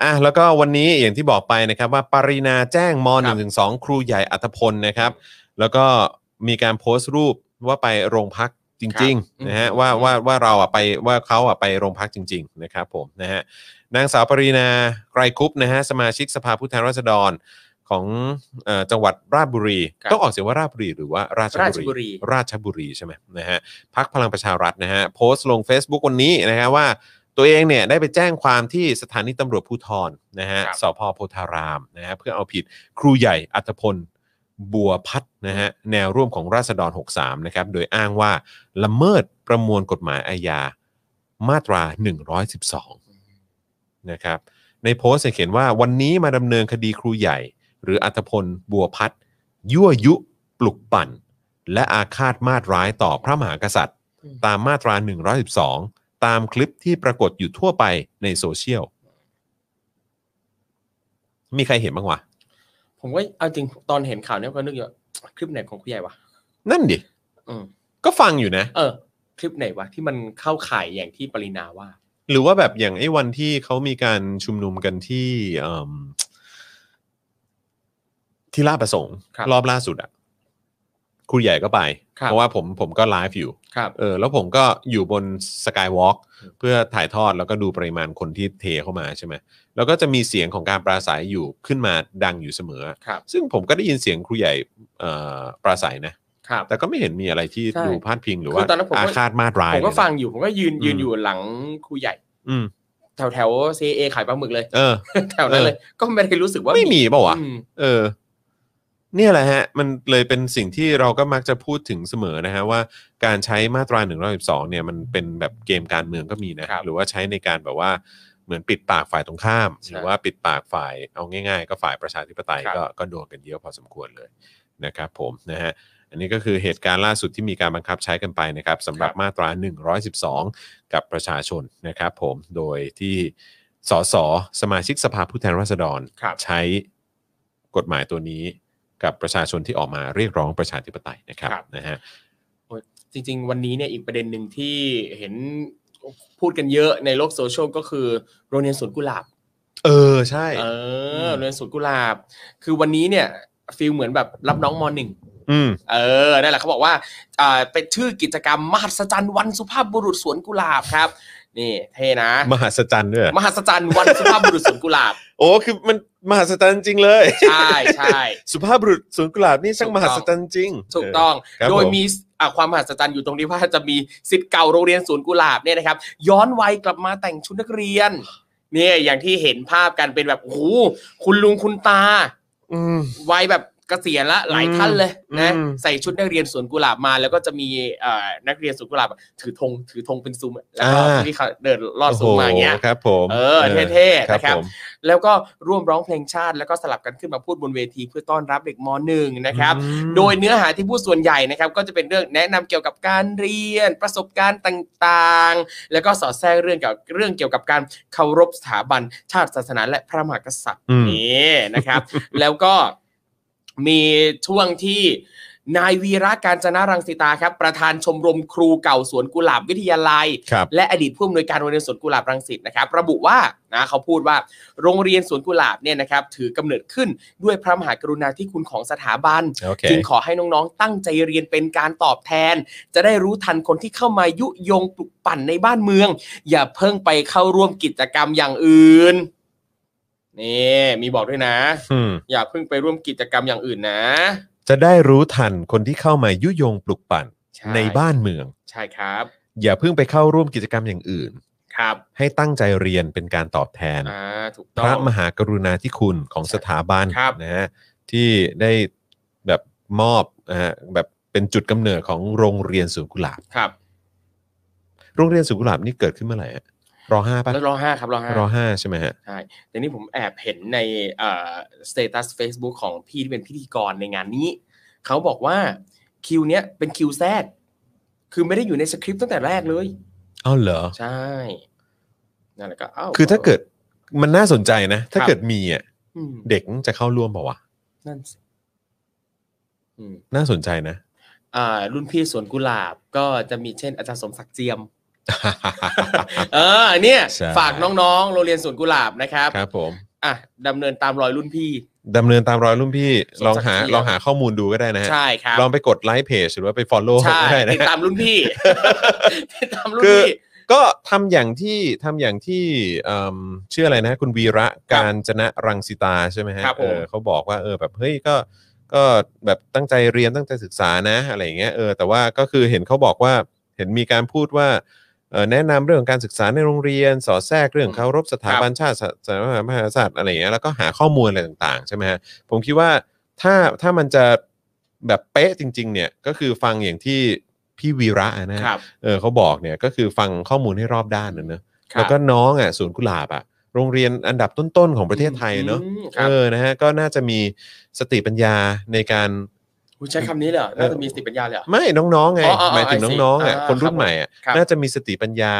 Speaker 2: อ่ะแล้วก็วันนี้อย่างที่บอกไปนะครับว่าปรินาแจ้งม1 1 2 ครูใหญ่อัธพลนะครับ แล้วก็มีการโพสต์รูปว่าไปโรงพักจริง
Speaker 3: ครับ
Speaker 2: ๆนะฮะ
Speaker 3: อืม
Speaker 2: ว่าว่าว่าเราอ่ะไปว่าเขาอ่ะไปโรงพักจริง ๆ นะครับผมนะฮะนางสาวปรินาไกรคุปต์นะฮะสมาชิกสภาผู้แทนราษฎรของเอ่อจังหวัดราชบุรี
Speaker 3: ครับ
Speaker 2: ต้องออกเสียงว่าราชบุรีหรือว่าราชบุ
Speaker 3: ราชบุรี
Speaker 2: ราชบุรีใช่ไหมนะฮะ พักพลังประชารัฐนะฮะโพสต์ลง Facebook วันนี้นะฮะว่าตัวเองเนี่ยได้ไปแจ้งความที่สถานีตำรวจภูธรนะฮะ
Speaker 3: ครับ
Speaker 2: สพโพธารามนะฮะเพื่อเอาผิดครูใหญ่อัตพลบัวพัฒน์นะฮะแนวร่วมของราษฎร 63 นะครับ โดยอ้างว่าละเมิดประมวลกฎหมายอาญามาตรา 112 นะครับ ในโพสต์เนี่ยเขียนว่าวันนี้มาดำเนินคดีครูใหญ่ หรืออัตพลบัวพัฒน์ยั่วยุปลุกปั่น และอาฆาตมาตร้ายต่อพระมหากษัตริย์
Speaker 3: อืม
Speaker 2: ตามมาตรา 112 ตามคลิปที่ปรากฏอยู่ทั่วไปในโซเชียล มีใครเห็นบ้างวะ
Speaker 3: ผมก็เอาจริงตอนเห็นข่าวเนี้ยก็นึกอยู่ว่าคลิปไหนของคุณใหญ่วะ
Speaker 2: นั่นดิ
Speaker 3: อืม
Speaker 2: ก็ฟังอยู่นะ
Speaker 3: เออ คลิปไหนวะที่มันเข้าข่ายอย่างที่ปรินาว่า
Speaker 2: หรือว่าแบบอย่างไอ้วันที่เขามีการชุมนุมกันที่เอิ่มที่ลาดประสงค์
Speaker 3: ครับ
Speaker 2: รอบล่าสุดอะครูใหญ่ก็ไป
Speaker 3: ครับ
Speaker 2: เพราะว่าผมผมก็ไลฟ์อยู่
Speaker 3: ครับ
Speaker 2: เออแล้วผมก็อยู่บนสกายวอล์ก
Speaker 3: อืม
Speaker 2: เพื่อถ่ายทอดแล้วก็ดูปริมาณคนที่เทเข้ามาใช่ไหมแล้วก็จะมีเสียงของการปราศัยอยู่ขึ้นมาดังอยู่เสมอ
Speaker 3: ครับ
Speaker 2: ซึ่งผมก็ได้ยินเสียงครูใหญ่เอ่อปราศัยนะ
Speaker 3: ครับ
Speaker 2: แต่ก็ไม่เห็นมีอะไรที่
Speaker 3: ใช่
Speaker 2: ดูพาดพิงหรือ
Speaker 3: คื
Speaker 2: ว่า
Speaker 3: อตอนนั้นผมก็
Speaker 2: อาฆาตมาดร้าย
Speaker 3: ผมก็
Speaker 2: เลยนะ
Speaker 3: ฟังอยู่ผมก็ยืน
Speaker 2: อืม
Speaker 3: ยืนอยู่หลังครูใหญ่
Speaker 2: อืม
Speaker 3: แถวแถวซเอขายปลาหมึกเลย
Speaker 2: เออ
Speaker 3: แถวนั้นเลย ก็ไม่ได้รู้สึกว่า
Speaker 2: ไม่มีเปล่าวะ
Speaker 3: อืม
Speaker 2: เออ เนี่ยแหละฮะ มันเลยเป็นสิ่งที่เราก็มักจะพูดถึงเสมอนะฮะว่าการใช้มาตรา1นึเนี่ยมันเป็นแบบเกมการเมืองก็มีนะครับ หรือว่าใช้ในการแบบว่าเหมือนปิดปากฝ่ายตรงข้าม
Speaker 3: ใช่
Speaker 2: หรือว่าปิดปากฝ่ายเอาง่าย ๆ ก็ฝ่ายประชาธิปไตย
Speaker 3: ครับ
Speaker 2: ก็ก็โดนกันเยอะพอสมควรเลยนะครับ ผมนะฮะอันนี้ก็คือเหตุการณ์ล่าสุดที่มีการบังคับใช้กันไปนะครับสำหรับมาตรา 112 กับประชาชนนะครับ ผมโดยที่สสสมาชิกสภาผู้แทนราษฎร
Speaker 3: ครับ
Speaker 2: ใช้กฎหมายตัวนี้กับประชาชนที่ออกมาเรียกร้องประชาธิปไตยนะครับ
Speaker 3: ครับ
Speaker 2: นะฮะ
Speaker 3: จริง ๆ วันนี้เนี่ยอีกประเด็นหนึ่งที่เห็นพูดกันเยอะในโลกโซเชียลก็คือโรงเรียนสวนกุหลาบ
Speaker 2: เออใช่
Speaker 3: เอ
Speaker 2: ม
Speaker 3: ออโรงเรียนสวนกุหลาบ คือวันนี้เนี่ยฟีลเหมือนแบบรับน้องมหนึ่ง
Speaker 2: อืม
Speaker 3: เออ นั่นแหละเขาบอกว่าอ่าเป็นชื่อกิจกรรมมหัศจรรย์วันสุภาพบุรุษสวนกุหลาบครับ นี่เท่นะ
Speaker 2: มหัศจรรย์ด้วย
Speaker 3: มหัศจรรย์วันสุภาพบุรุษสวนกุหลาบ
Speaker 2: โอ้คือมันมหัศจรรย์จริงเลย
Speaker 3: ใช่ใช่
Speaker 2: สุภาพบุรุษสวนกุหลาบนี่ช่าง
Speaker 3: ถู
Speaker 2: ม
Speaker 3: กต้อง
Speaker 2: หัศจรรย์จริง
Speaker 3: ถูกต้อง
Speaker 2: เครับ
Speaker 3: โดย
Speaker 2: ผ
Speaker 3: มีอ่ะความมหัศจรรย์อยู่ตรงที่ว่าจะมีสิทธิ์เก่าโรงเรียนสวนกุหลาบเนี่ยนะครับ ย้อนวัยกลับมาแต่งชุดนักเรียน เนี่ยอย่างที่เห็นภาพกันเป็นแบบโอ้โหคุณลุงคุณตา
Speaker 2: อืม
Speaker 3: วัยแบบเกษียณละหลายท่านเลยนะ
Speaker 2: อืม
Speaker 3: ใส่ชุดนักเรียนสวนกุหลาบมา แล้วก็จะมีเอ่อนักเรียนสวนกุหลาบถือธงถือธงเป็นซุ้มอะแล้วก็ที่เขาเดินลอดซุ้มมาอย่างเงี้ย
Speaker 2: โโหครับ ผม
Speaker 3: เออเท่ๆนะครับ
Speaker 2: ผม
Speaker 3: แล้วก็ร่วมร้องเพลงชาติ แล้วก็สลับกันขึ้นมาพูดบนเวทีเพื่อต้อนรับเด็กมหนึ่งนะครับ
Speaker 2: อืม
Speaker 3: โดยเนื้อหาที่พูดส่วนใหญ่นะครับ ก็จะเป็นเรื่องแนะนำเกี่ยวกับการเรียน ประสบการณ์ต่างๆ แล้วก็สอดแทรกเรื่องเกี่ยวกับเรื่องเกี่ยวกับการเคารพสถาบันชาติศาสนาและพระมหากษัตริย์
Speaker 2: อืม
Speaker 3: นี่นะครับ แล้วก็มีช่วงที่นายวีระการจนารังสิตาครับ ประธานชมรมครูเก่าสวนกุหลาบวิทยาลัย
Speaker 2: ครับ
Speaker 3: และอดีตผู้อำนวยการโรงเรียนสวนกุหลาบรังสิตนะครับ ระบุว่านะเขาพูดว่าโรงเรียนสวนกุหลาบเนี่ยนะครับ ถือกำเนิดขึ้นด้วยพระมหากรุณาธิคุณของสถาบัน
Speaker 2: โอเค
Speaker 3: จึงขอให้น้องๆ ตั้งใจเรียนเป็นการตอบแทน จะได้รู้ทันคนที่เข้ามายุยงปลุกปั่นในบ้านเมือง อย่าเพิ่งไปเข้าร่วมกิจกรรมอย่างอื่นนี่มีบอกด้วยนะ
Speaker 2: อืม
Speaker 3: อย่าเพิ่งไปร่วมกิจกรรมอย่างอื่นนะ
Speaker 2: จะได้รู้ทันคนที่เข้ามายุยงปลุกปั่นในบ้านเมือง
Speaker 3: ใช่ครับ
Speaker 2: อย่าเพิ่งไปเข้าร่วมกิจกรรมอย่างอื่น
Speaker 3: ครับ
Speaker 2: ให้ตั้งใจเรียนเป็นการตอบแทน
Speaker 3: อ่าถูก
Speaker 2: พ
Speaker 3: ต้อง
Speaker 2: ระมหากรุณาธิคุณของสถาบัน
Speaker 3: ครับ
Speaker 2: นะฮะที่ได้แบบมอบนะฮะแบบเป็นจุดกำเนิดของโรงเรียนสวนกุหลาบ
Speaker 3: ครับ
Speaker 2: โรงเรียนสวนกุหลาบนี่เกิดขึ้นเมื่อไหร่ฮะรอห้าป่ะ
Speaker 3: แล้วรอห้าครับรอห้าร
Speaker 2: อห้าใช่ไหมฮะ
Speaker 3: ใช่แต่นี่ผมแอบเห็นในเอ่อสเตตัส Facebook ของพี่ที่เป็นพิธีกรในงานนี้ เขาบอกว่าคิวเนี้ยเป็นคิวแทรกคือไม่ได้อยู่ในสคริปต์ตั้งแต่แรกเลย
Speaker 2: อ้าวเหรอ
Speaker 3: ใช่นั่นแหละก็เอ้า
Speaker 2: คือถ้าเกิดมันน่าสนใจนะ ถ้า
Speaker 3: ครับ
Speaker 2: เกิดมีอ่ะ
Speaker 3: อืม
Speaker 2: เด็กจะเข้าร่วมเปล่าวะ
Speaker 3: นั่นสิอืม
Speaker 2: น่าสนใจนะ
Speaker 3: อ่า รุ่นพี่สวนกุหลาบก็จะมีเช่นอาจารย์สมศักดิ์เจียม เออเนี่ย
Speaker 2: ใช่
Speaker 3: ฝากน้องๆโรงเรียนสวนกุหลาบนะครับ
Speaker 2: ครับผม
Speaker 3: อ่ะดำเนินตามรอยรุ่นพี่
Speaker 2: ดำเนินตามรอยรุ่นพี่
Speaker 3: สมศัก
Speaker 2: ลอง
Speaker 3: ดิ์
Speaker 2: หา
Speaker 3: เจียม
Speaker 2: ลองหาข้อมูลดูก็ได้นะฮะ
Speaker 3: ใช่ครับ
Speaker 2: ลองไปกดไลค์เพจหรือว่าไป follow
Speaker 3: ใช่
Speaker 2: ได้นะ
Speaker 3: ติดตามรุ่นพี่ ติดตามรุ่น
Speaker 2: คือ
Speaker 3: พี่
Speaker 2: ก็ทำอย่างที่ทำอย่างที่เอิ่มชื่ออะไรนะ คุณวีระการจนะรังสิตาใช่ไหมฮะ
Speaker 3: ครับผม
Speaker 2: เออเขาบอกว่าเออแบบเฮ้ยก็ก็แบบตั้งใจเรียนตั้งใจศึกษานะอะไรอย่างเงี้ยเออแต่ว่าก็คือเห็นเขาบอกว่าเห็นมีการพูดว่าเอ่อแนะนำเรื่องของการศึกษาในโรงเรียน สอดแทรกเรื่องเคารพสถาบันชาติสถาบันมหากษัตริย์อะไรอย่างเงี้ยแล้วก็หาข้อมูลอะไรต่างๆใช่ไหมฮะ ผมคิดว่าถ้าถ้ามันจะแบบเป๊ะจริง ๆ เนี่ยก็คือฟังอย่างที่พี่วีระนะฮะ
Speaker 3: ครับ
Speaker 2: เออเขาบอกเนี่ยก็คือฟังข้อมูลให้รอบด้านนะเนอะ
Speaker 3: ครับ
Speaker 2: แล้วก็น้องอ่ะสวนกุหลาบอ่ะโรงเรียนอันดับต้นๆของประเทศไทยเนอะ
Speaker 3: อืมค
Speaker 2: เอ
Speaker 3: รับ
Speaker 2: อนะฮะก็น่าจะมีสติปัญญาในการ
Speaker 3: คุณใช้คำนี้เลยเหรอน่าจะมีสติปัญญาเลยเหรอ
Speaker 2: ไม่น้องๆไง
Speaker 3: อ๋ออ๋ออ๋อ
Speaker 2: หมายถึง
Speaker 3: I see
Speaker 2: น้องๆอ่ะ
Speaker 3: อ่า
Speaker 2: คนรุ่นใหม่อ่ะ
Speaker 3: ครับ
Speaker 2: น่าจะมีสติปัญญา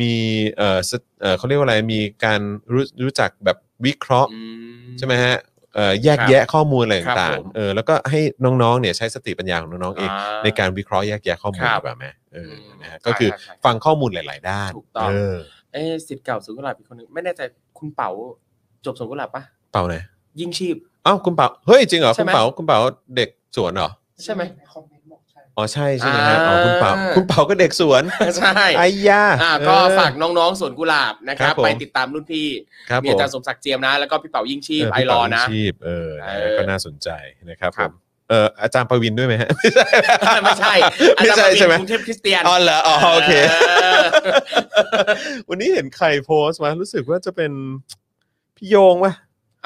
Speaker 2: มีเอ่อสเอ่อเขาเรียกว่าอะไรมีการรู้รู้จักแบบวิเคราะห์
Speaker 3: อืม
Speaker 2: ใช่ไหมฮะเอ่อแยก
Speaker 3: ครับ
Speaker 2: แยะข้อมูลอะไร
Speaker 3: ครับ
Speaker 2: ต่าง
Speaker 3: ผม
Speaker 2: ๆเออแล้วก็ให้น้องๆเนี่ยใช้สติปัญญาของน้องๆเอง
Speaker 3: อ่
Speaker 2: ในการวิเคราะห์แยกแยะข้อมูล
Speaker 3: ครับ
Speaker 2: ดีกว่าไหมเออ
Speaker 3: ม
Speaker 2: นะฮะ
Speaker 3: ใช่
Speaker 2: ก็คือ
Speaker 3: ใช่
Speaker 2: ฟังข้อมูลหลาย ๆ ด้าน
Speaker 3: ถูกต้อง
Speaker 2: เออ
Speaker 3: เอ๊ะสิทธิ์เก่าสวนกุหลาบอีกคนหนึ่งไม่แน่ใจคุณเป๋าจบสวนกุหลาบปะ
Speaker 2: เปล่าไหน
Speaker 3: ยิ่งชีพ
Speaker 2: อ้าวคุณเปาเฮ้ยจริงเหรอ
Speaker 3: ใช่
Speaker 2: คุณ
Speaker 3: ไหม
Speaker 2: เปาคุณเปาเด็กสวนเหรอ
Speaker 3: ใช่ไหม
Speaker 5: คอมเมนต์บอกใช่
Speaker 2: อ๋อใช่ใช่ไหมฮะอ๋อคุณเปา
Speaker 3: อ่า
Speaker 2: คุณเปาก็เด็กสวน
Speaker 3: ใช่
Speaker 2: ไอ้ย่า
Speaker 3: อ่าก็
Speaker 2: เออ
Speaker 3: ฝากน้องๆสวนกุหลาบนะค
Speaker 2: ครั
Speaker 3: รั
Speaker 2: บบ ผม
Speaker 3: ไปติดตามรุ่นพี่
Speaker 2: ครับ
Speaker 3: มีอาจารย์
Speaker 2: ผ
Speaker 3: สมศักดิ์เจียมนะ แล้วก็พี่เป๋ายิ่งชีพ
Speaker 2: เพี่
Speaker 3: ไอรอ
Speaker 2: เปา
Speaker 3: นะ
Speaker 2: ชีพเออนะฮะ
Speaker 3: เออ
Speaker 2: ก็น่าสนใจนะครับผ
Speaker 3: ครับ
Speaker 2: มเอออาจารย์ประวินด้วยไหมฮะ ไม่ใช่
Speaker 3: ไม่ใช่
Speaker 2: ไม่
Speaker 3: อาจารย์
Speaker 2: ใช่
Speaker 3: ประวิน
Speaker 2: ใช่ไหม
Speaker 3: กรุงเทพคริสเตียน
Speaker 2: อ๋อเหรออ๋อโอเค
Speaker 3: ออ
Speaker 2: วันนี้เห็นใครโพสต์มารู้สึกว่าจะเป็นพี่โยงป่ะ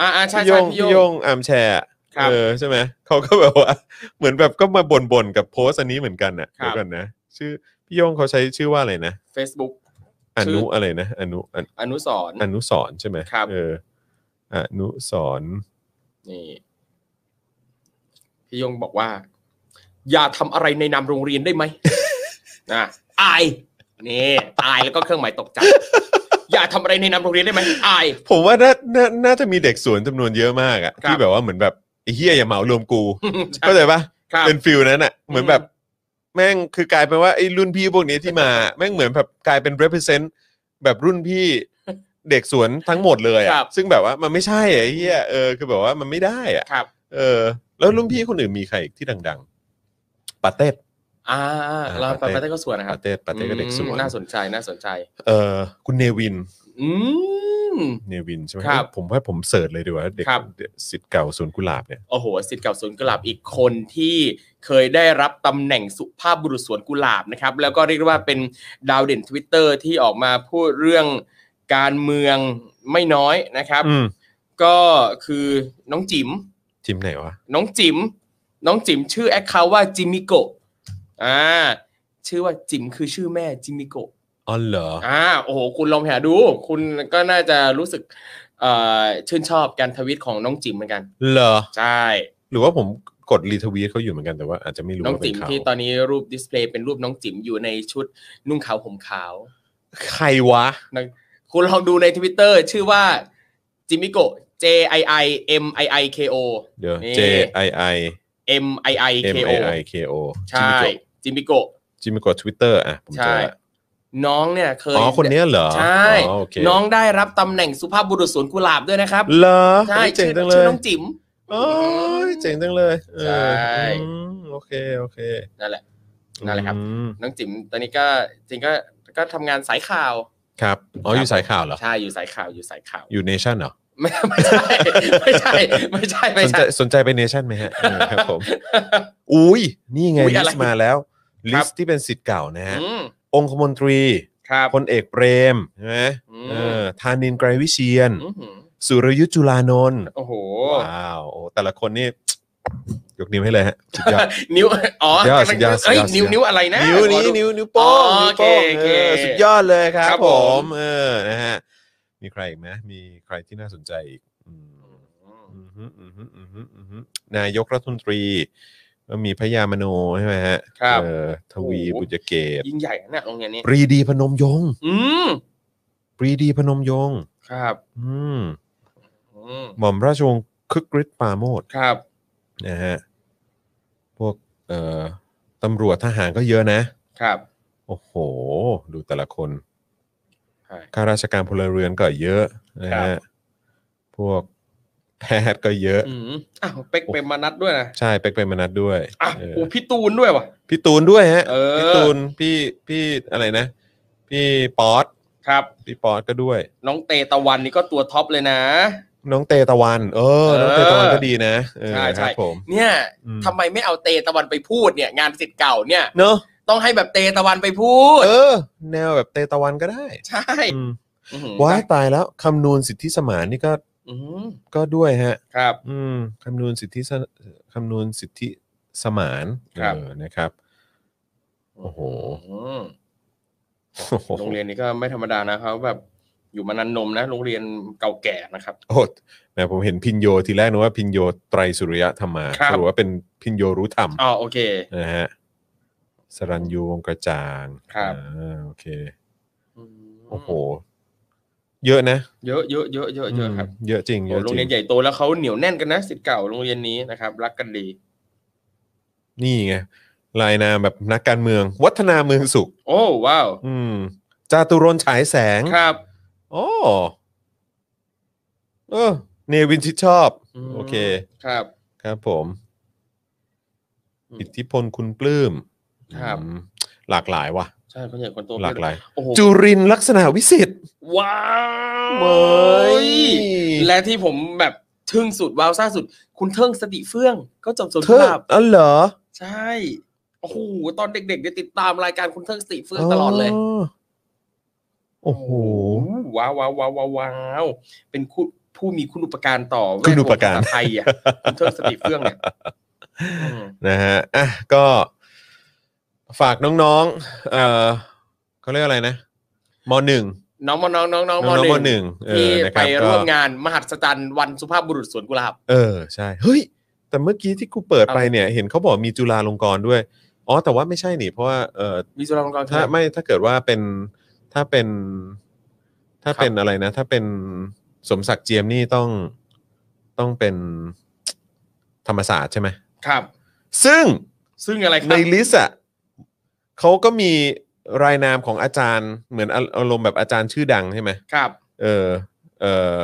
Speaker 3: อ่าอ่าใช่
Speaker 2: พี่โย
Speaker 3: ใช่
Speaker 2: ง
Speaker 3: พี่
Speaker 2: พี่
Speaker 3: โย
Speaker 2: โย
Speaker 3: ง
Speaker 2: งอามแชร์อะ
Speaker 3: ครับ
Speaker 2: เออใช่ไหมเขาก็แบบว่า เหมือนแบบก็มาบ่นๆกับโพสต์อันนี้เหมือนกันน่ะ
Speaker 3: ครับ
Speaker 2: เดี๋ยวก่อนนะ ชื่อพี่โยงเขาใช้ชื่อว่าอะไรนะ
Speaker 3: Facebook
Speaker 2: อ
Speaker 3: ชื่อ
Speaker 2: นุอะไรนะอนุอนุ
Speaker 3: อนุสรณ์
Speaker 2: อนุสรณ์ใช่ไหม
Speaker 3: ครับ
Speaker 2: เอออนุสรณ์
Speaker 3: นี่พี่โยงบอกว่า อย่าทำอะไรในนามโรงเรียนได้ไหม อ่ะอายนี่อายแล้วก็เครื่องหมายตกใจ อย่าทำอะไรในนามโรงเรียนได้ไหมอาย
Speaker 2: ผมว่าน่าน่าน่าจะมีเด็กสวนจำนวนเยอะมากอะ
Speaker 3: ครับ
Speaker 2: ที่แบบว่าเหมือนแบบไอ้เฮียอย่าเหมารวมกู
Speaker 3: ใช่
Speaker 2: เข้าใจปะ
Speaker 3: ครับ
Speaker 2: เป็นฟิลนั้นอะเหมือนแบบ แม่งคือกลายเป็นว่าไอ้รุ่นพี่พวกนี้ที่มา แม่งเหมือนแบบกลายเป็น represent แบบรุ่นพี่เด็กสวนทั้งหมดเลย
Speaker 3: ครั
Speaker 2: อะ
Speaker 3: บ
Speaker 2: ซึ่งแบบว่ามันไม่ใช่อะไอ้เหี้ยเออคือแบบว่ามันไม่ได้อะ
Speaker 3: ครับ
Speaker 2: เออ แล้วรุ่นพี่คนอื่นมีใครอีกที่ดังๆปาเต้
Speaker 3: อ่าเราไปประเทศก็สวยนะครั
Speaker 2: ปา
Speaker 3: บ
Speaker 2: เต้ปาเต้ก็เด็กสวน
Speaker 3: อืมน่าสนใจน่าสนใจ
Speaker 2: เออคุณเนวิน
Speaker 3: อืม
Speaker 2: เนวินใช่ไหม
Speaker 3: ครับ
Speaker 2: ผมว่าผมเสิร์ชเลยดีกว่าเด็ก
Speaker 3: ครับ
Speaker 2: เด็กสิทธิ์เก่าสวนกุหลาบเนี่ย
Speaker 3: โอ้โหสิทธิ์เก่าสวนกุหลาบอีกคนที่เคยได้รับตำแหน่งสุภาพบุรุษสวนกุหลาบนะครับ แล้วก็เรียกได้ว่าเป็นดาวเด่นทวิตเตอร์ที่ออกมาพูดเรื่องการเมืองไม่น้อยนะครับ
Speaker 2: อืม
Speaker 3: ก็คือน้องจิม๋ม
Speaker 2: ทีมไหนวะ
Speaker 3: น้องจิม๋มน้องจิ๋มชื่อแอคเคาท์ว่าจิมิโกะอ่าชื่อว่าจิ๋มคือชื่อแม่จิมิโกะ
Speaker 2: อ๋อเหรอ
Speaker 3: อ่าโอ้โหคุณลองไปหาดู คุณก็น่าจะรู้สึกเอ่อชื่นชอบการทวิตของน้องจิ๋มเหมือนกัน
Speaker 2: เหรอ
Speaker 3: ใช่
Speaker 2: หรือว่าผมกดรีทวีตเขาอยู่เหมือนกันแต่ว่าอาจจะไม่รู้
Speaker 3: น้อง
Speaker 2: ว่าเป็
Speaker 3: จิ๋ม
Speaker 2: นเขา
Speaker 3: ที่ตอนนี้รูปดิสเพลย์เป็นรูปน้องจิ๋มอยู่ในชุดนุ่งขาวห่มขาว
Speaker 2: ใครวะ
Speaker 3: นะคุณลองดูในทวิตเตอร์ชื่อว่าจิมิโก J I I M I I K O
Speaker 2: เดี๋ยว
Speaker 3: นี่
Speaker 2: J I I
Speaker 3: M I I K
Speaker 2: M
Speaker 3: O
Speaker 2: A I K O
Speaker 3: ใช่จิมิโกะ
Speaker 2: จิมิโกะทวิตเตอร์อ่ะ ผมเจ
Speaker 3: ใช่
Speaker 2: อละ
Speaker 3: น้องเนี่ยเคย
Speaker 2: อ๋อ คนเนี้ยเหรอ
Speaker 3: ใช่
Speaker 2: อ๋อโอเค
Speaker 3: น้องได้รับตำแหน่งสุภาพบุรุษสวนกุหลาบด้วยนะครับ
Speaker 2: เหรอ
Speaker 3: ใช่
Speaker 2: เฮ้ยเจ๋ง
Speaker 3: ชื่อ
Speaker 2: จังเล
Speaker 3: ชื่อย น้องจิ๋ม
Speaker 2: โอ้ยเจ๋งจังเลยเออ
Speaker 3: ใช่
Speaker 2: อืมโอเค โอเค
Speaker 3: นั่นแหละ นั่นแหละครับ
Speaker 2: อืม
Speaker 3: น้องจิ๋มตอนนี้ก็จริงก็ก็ทำงานสายข่าว
Speaker 2: ครับ อ๋อ
Speaker 3: ครับ
Speaker 2: อยู่สายข่าวเหรอ
Speaker 3: ใช่อยู่สายข่าวอยู่สายข่าว
Speaker 2: อยู่เนชั่นเหรอ
Speaker 3: ไม่ ไม่ใช่ไม่ใช่ไม่ใช่
Speaker 2: ส
Speaker 3: ไม่
Speaker 2: นใจ
Speaker 3: ใช่
Speaker 2: สนใจไปเนชั่นไหม ฮะเออครับผม อุ้ย นี่ไง
Speaker 3: อุ๊ย
Speaker 2: ลิ
Speaker 3: อะไร
Speaker 2: สต์มาแล้ว
Speaker 3: ค
Speaker 2: ลิ
Speaker 3: รับ
Speaker 2: สต์ที่เป็นสิทธิ์เก่านะฮะ
Speaker 3: อืม
Speaker 2: องคมนตรี
Speaker 3: ครับ
Speaker 2: พลเอกเปรมใช่ไหม
Speaker 3: อืม
Speaker 2: เออธานินทร์ไกรวิเชียน
Speaker 3: อื้อหือ
Speaker 2: สุรยุทธ์จุลานนท์
Speaker 3: โอ้โห
Speaker 2: ว้าวโอ้แต่ละคนนี่ ยกนิ้วให้เลยฮะสุดยอด
Speaker 3: นิ้ว อ๋อ
Speaker 2: สุดยอดสุดยอด
Speaker 3: เอ้ย
Speaker 2: สุดยอด
Speaker 3: นิ้วนิ้วอะไร นะ
Speaker 2: นิ้วนี้
Speaker 3: ขอดู
Speaker 2: นิ้วนิ้วโป้ง
Speaker 3: อ๋อ
Speaker 2: นิ้วโป้ง
Speaker 3: โอเคโอเค
Speaker 2: เออสุดยอดเลยครับ
Speaker 3: ครับ
Speaker 2: ผ
Speaker 3: ผม ม
Speaker 2: เออนะฮะมีใครอีกไหมมีใครที่น่าสนใจอีกอืมอืมฮึอืมฮึอืมฮึอืมฮึนายกรัฐมนตรีก็มีพระยามโนใช่ไหมฮะ
Speaker 3: ครับ
Speaker 2: เออทวีบุญเกต
Speaker 3: ยิ่งใหญ่นะโรงเรียนนี้
Speaker 2: ปรีดีพนมยงค์
Speaker 3: อืม
Speaker 2: ปรีดีพนมยงค์
Speaker 3: ครับ
Speaker 2: อืม
Speaker 3: อืม
Speaker 2: หม่อมราชวงศ์คึกฤทธิ์ปราโมด
Speaker 3: ครับ
Speaker 2: นะฮะพวกเอ่อตำรวจทหารก็เยอะนะ
Speaker 3: ครับ
Speaker 2: โอ้โห ดูแต่ละคน
Speaker 3: ใช่
Speaker 2: ข้าราชการพลเรือนก็เยอะนะ
Speaker 3: ครั
Speaker 2: ฮะ
Speaker 3: บ
Speaker 2: พวกแพทย์ก็เยอะ
Speaker 3: อืมอ้าวเป๊กเป็นมานัดด้วยนะ
Speaker 2: ใช่เป็กเป็นมนัดด้วย
Speaker 3: อ่ะ
Speaker 2: เออ
Speaker 3: อูพี่ตูนด้วยวะ
Speaker 2: พี่ตูนด้วยฮะ
Speaker 3: เออ
Speaker 2: พี่ตูน พี่ พี่อะไรนะ พี่ป๊อต
Speaker 3: ครับ
Speaker 2: พี่ป๊อตก็ด้วย
Speaker 3: น้องเตตะวันนี่ก็ตัวท็อปเลยนะ
Speaker 2: น้องเตตะวัน เออ น้องเตตะวันก็ดีนะเออ
Speaker 3: ใช่
Speaker 2: ค
Speaker 3: ใช่
Speaker 2: รับผม
Speaker 3: เนี่ย
Speaker 2: อืม
Speaker 3: ทำไมไม่เอาเตตะวันไปพูดเนี่ย งานสิทธิ์เก่าเนี่ย
Speaker 2: เนอะ
Speaker 3: ต้องให้แบบเตตะวันไปพูด
Speaker 2: เออ แนวแบบเตตะวันก็ได้
Speaker 3: ใช่
Speaker 2: อืม
Speaker 3: อื้อหือ
Speaker 2: ว้ายตายแล้วคำนูนสิทธิสมานนี่ก็
Speaker 3: อื้อหือ
Speaker 2: ก็ด้วยฮะ
Speaker 3: ครับ
Speaker 2: อืมคำนวณสิทธิสคำนวณสิทธิสมาน
Speaker 3: ครับ
Speaker 2: เออนะครับ โอ้โห
Speaker 3: อืมโรงเรียนนี้ก็ไม่ธรรมดานะเขาแบบอยู่มานานนมนะ โรงเรียนเก่าแก่นะครับ
Speaker 2: โอ้แหม่ผมเห็นพินโยทีแรกนึกว่าพินโยไตรสุริยะธรรมา
Speaker 3: ครับ
Speaker 2: สรุปว่าเป็นพินโยรู้ธรรม
Speaker 3: อ๋อโอเค
Speaker 2: นะฮะสรัญยูวงศ์กระจ่าง
Speaker 3: ครับ
Speaker 2: อ่าโอเค
Speaker 3: ม
Speaker 2: โอ้โห เยอะนะ
Speaker 3: เยอะเยอะเยอะเยอะเยอะครับ
Speaker 2: มเยอะจริงเย
Speaker 3: โอ้
Speaker 2: อะ
Speaker 3: โรง
Speaker 2: จริ
Speaker 3: เรียน
Speaker 2: ง
Speaker 3: ใหญ่โตแล้วเขาเหนียวแน่นกันนะสิทธิ์เก่าโรงเรียนนี้นะครับ รักกันดี
Speaker 2: นี่ไงลายนามแบบนักการเมือง วัฒนาเมืองสุข
Speaker 3: โอ้ว้าว
Speaker 2: อืมจาตุรนต์ฉายแสง
Speaker 3: ครับ
Speaker 2: โอ้เออเนวินชิดชอบ
Speaker 3: ม
Speaker 2: โอเค
Speaker 3: ครับ
Speaker 2: ครับผม
Speaker 3: อืม
Speaker 2: อิทธิพลคุณปลื้ม
Speaker 3: ครับ
Speaker 2: อืมหลากหลายว่ะ
Speaker 3: ใช่คนใหญ่คนโต
Speaker 2: หลากหลาย
Speaker 3: โอ้โห
Speaker 2: จุรินทร์ลักษณะวิสิทธิ์
Speaker 3: ว้าว
Speaker 2: เมย
Speaker 3: และที่ผมแบบทึ่งสุดว้าวซ่าสุด คุณเทิงสติเฟื่อง ก็จบสวน
Speaker 2: เธ
Speaker 3: กุ
Speaker 2: อ
Speaker 3: หลาบ
Speaker 2: อ๋อเหรอ
Speaker 3: ใช่โอ้โหตอนเด็กๆได้ติดตามรายการคุณเทิงสติเฟื่องตลอดเลย
Speaker 2: โอ้โห
Speaker 3: ว้าวว้าวว้าวว้าวว้าวเป็นคุณผู้มีคุณอุปการต่อ
Speaker 2: คุณอุปการ
Speaker 3: แวดวงภษไทยอ่ะคุณเทิงสติเฟื่อง เนี่ยอืม
Speaker 2: นะฮะอ่ะก็ฝากน้องๆ เอ่อเขาเรียกอะไรนะมหนึ่ง
Speaker 3: น้องมน้องน้องน้องม
Speaker 2: น้องๆมห
Speaker 3: ห
Speaker 2: นึ่
Speaker 3: นึ่
Speaker 2: ง
Speaker 3: ง
Speaker 2: เอ
Speaker 3: ที่
Speaker 2: อนะค
Speaker 3: ไป
Speaker 2: รับก็
Speaker 3: ร่วมงานมหัศจรรย์วันสุภาพบุรุษสวนกุหลาบ
Speaker 2: เออใช่ เฮ้ย แต่เมื่อกี้ที่กูเปิดไปเนี่ย เห็นเขาบอกมีจุฬาลงกรณ์ด้วย อ๋อ แต่ว่าไม่ใช่นี่ เพราะว่าเออ
Speaker 3: มีจุฬาลงกรณ์ใช่
Speaker 2: ถ้า
Speaker 3: ไหม
Speaker 2: ไม่ถ้าเกิดว่าเป็นถ้าเป็นถ้าเป็นอะไรนะ ถ้าเป็นสมศักดิ์เจียมนี่ต้องต้องเป็นธรรมศาสตร์ใช่ไหม
Speaker 3: ครับ
Speaker 2: ซึ่ง
Speaker 3: ซึ่งอะไรครั
Speaker 2: ใน
Speaker 3: บ
Speaker 2: ลิสต์อะเขาก็มีรายนามของอาจารย์เหมือนอารมณ์แบบอาจารย์ชื่อดังใช่ไหม
Speaker 3: ครับ
Speaker 2: เออเออ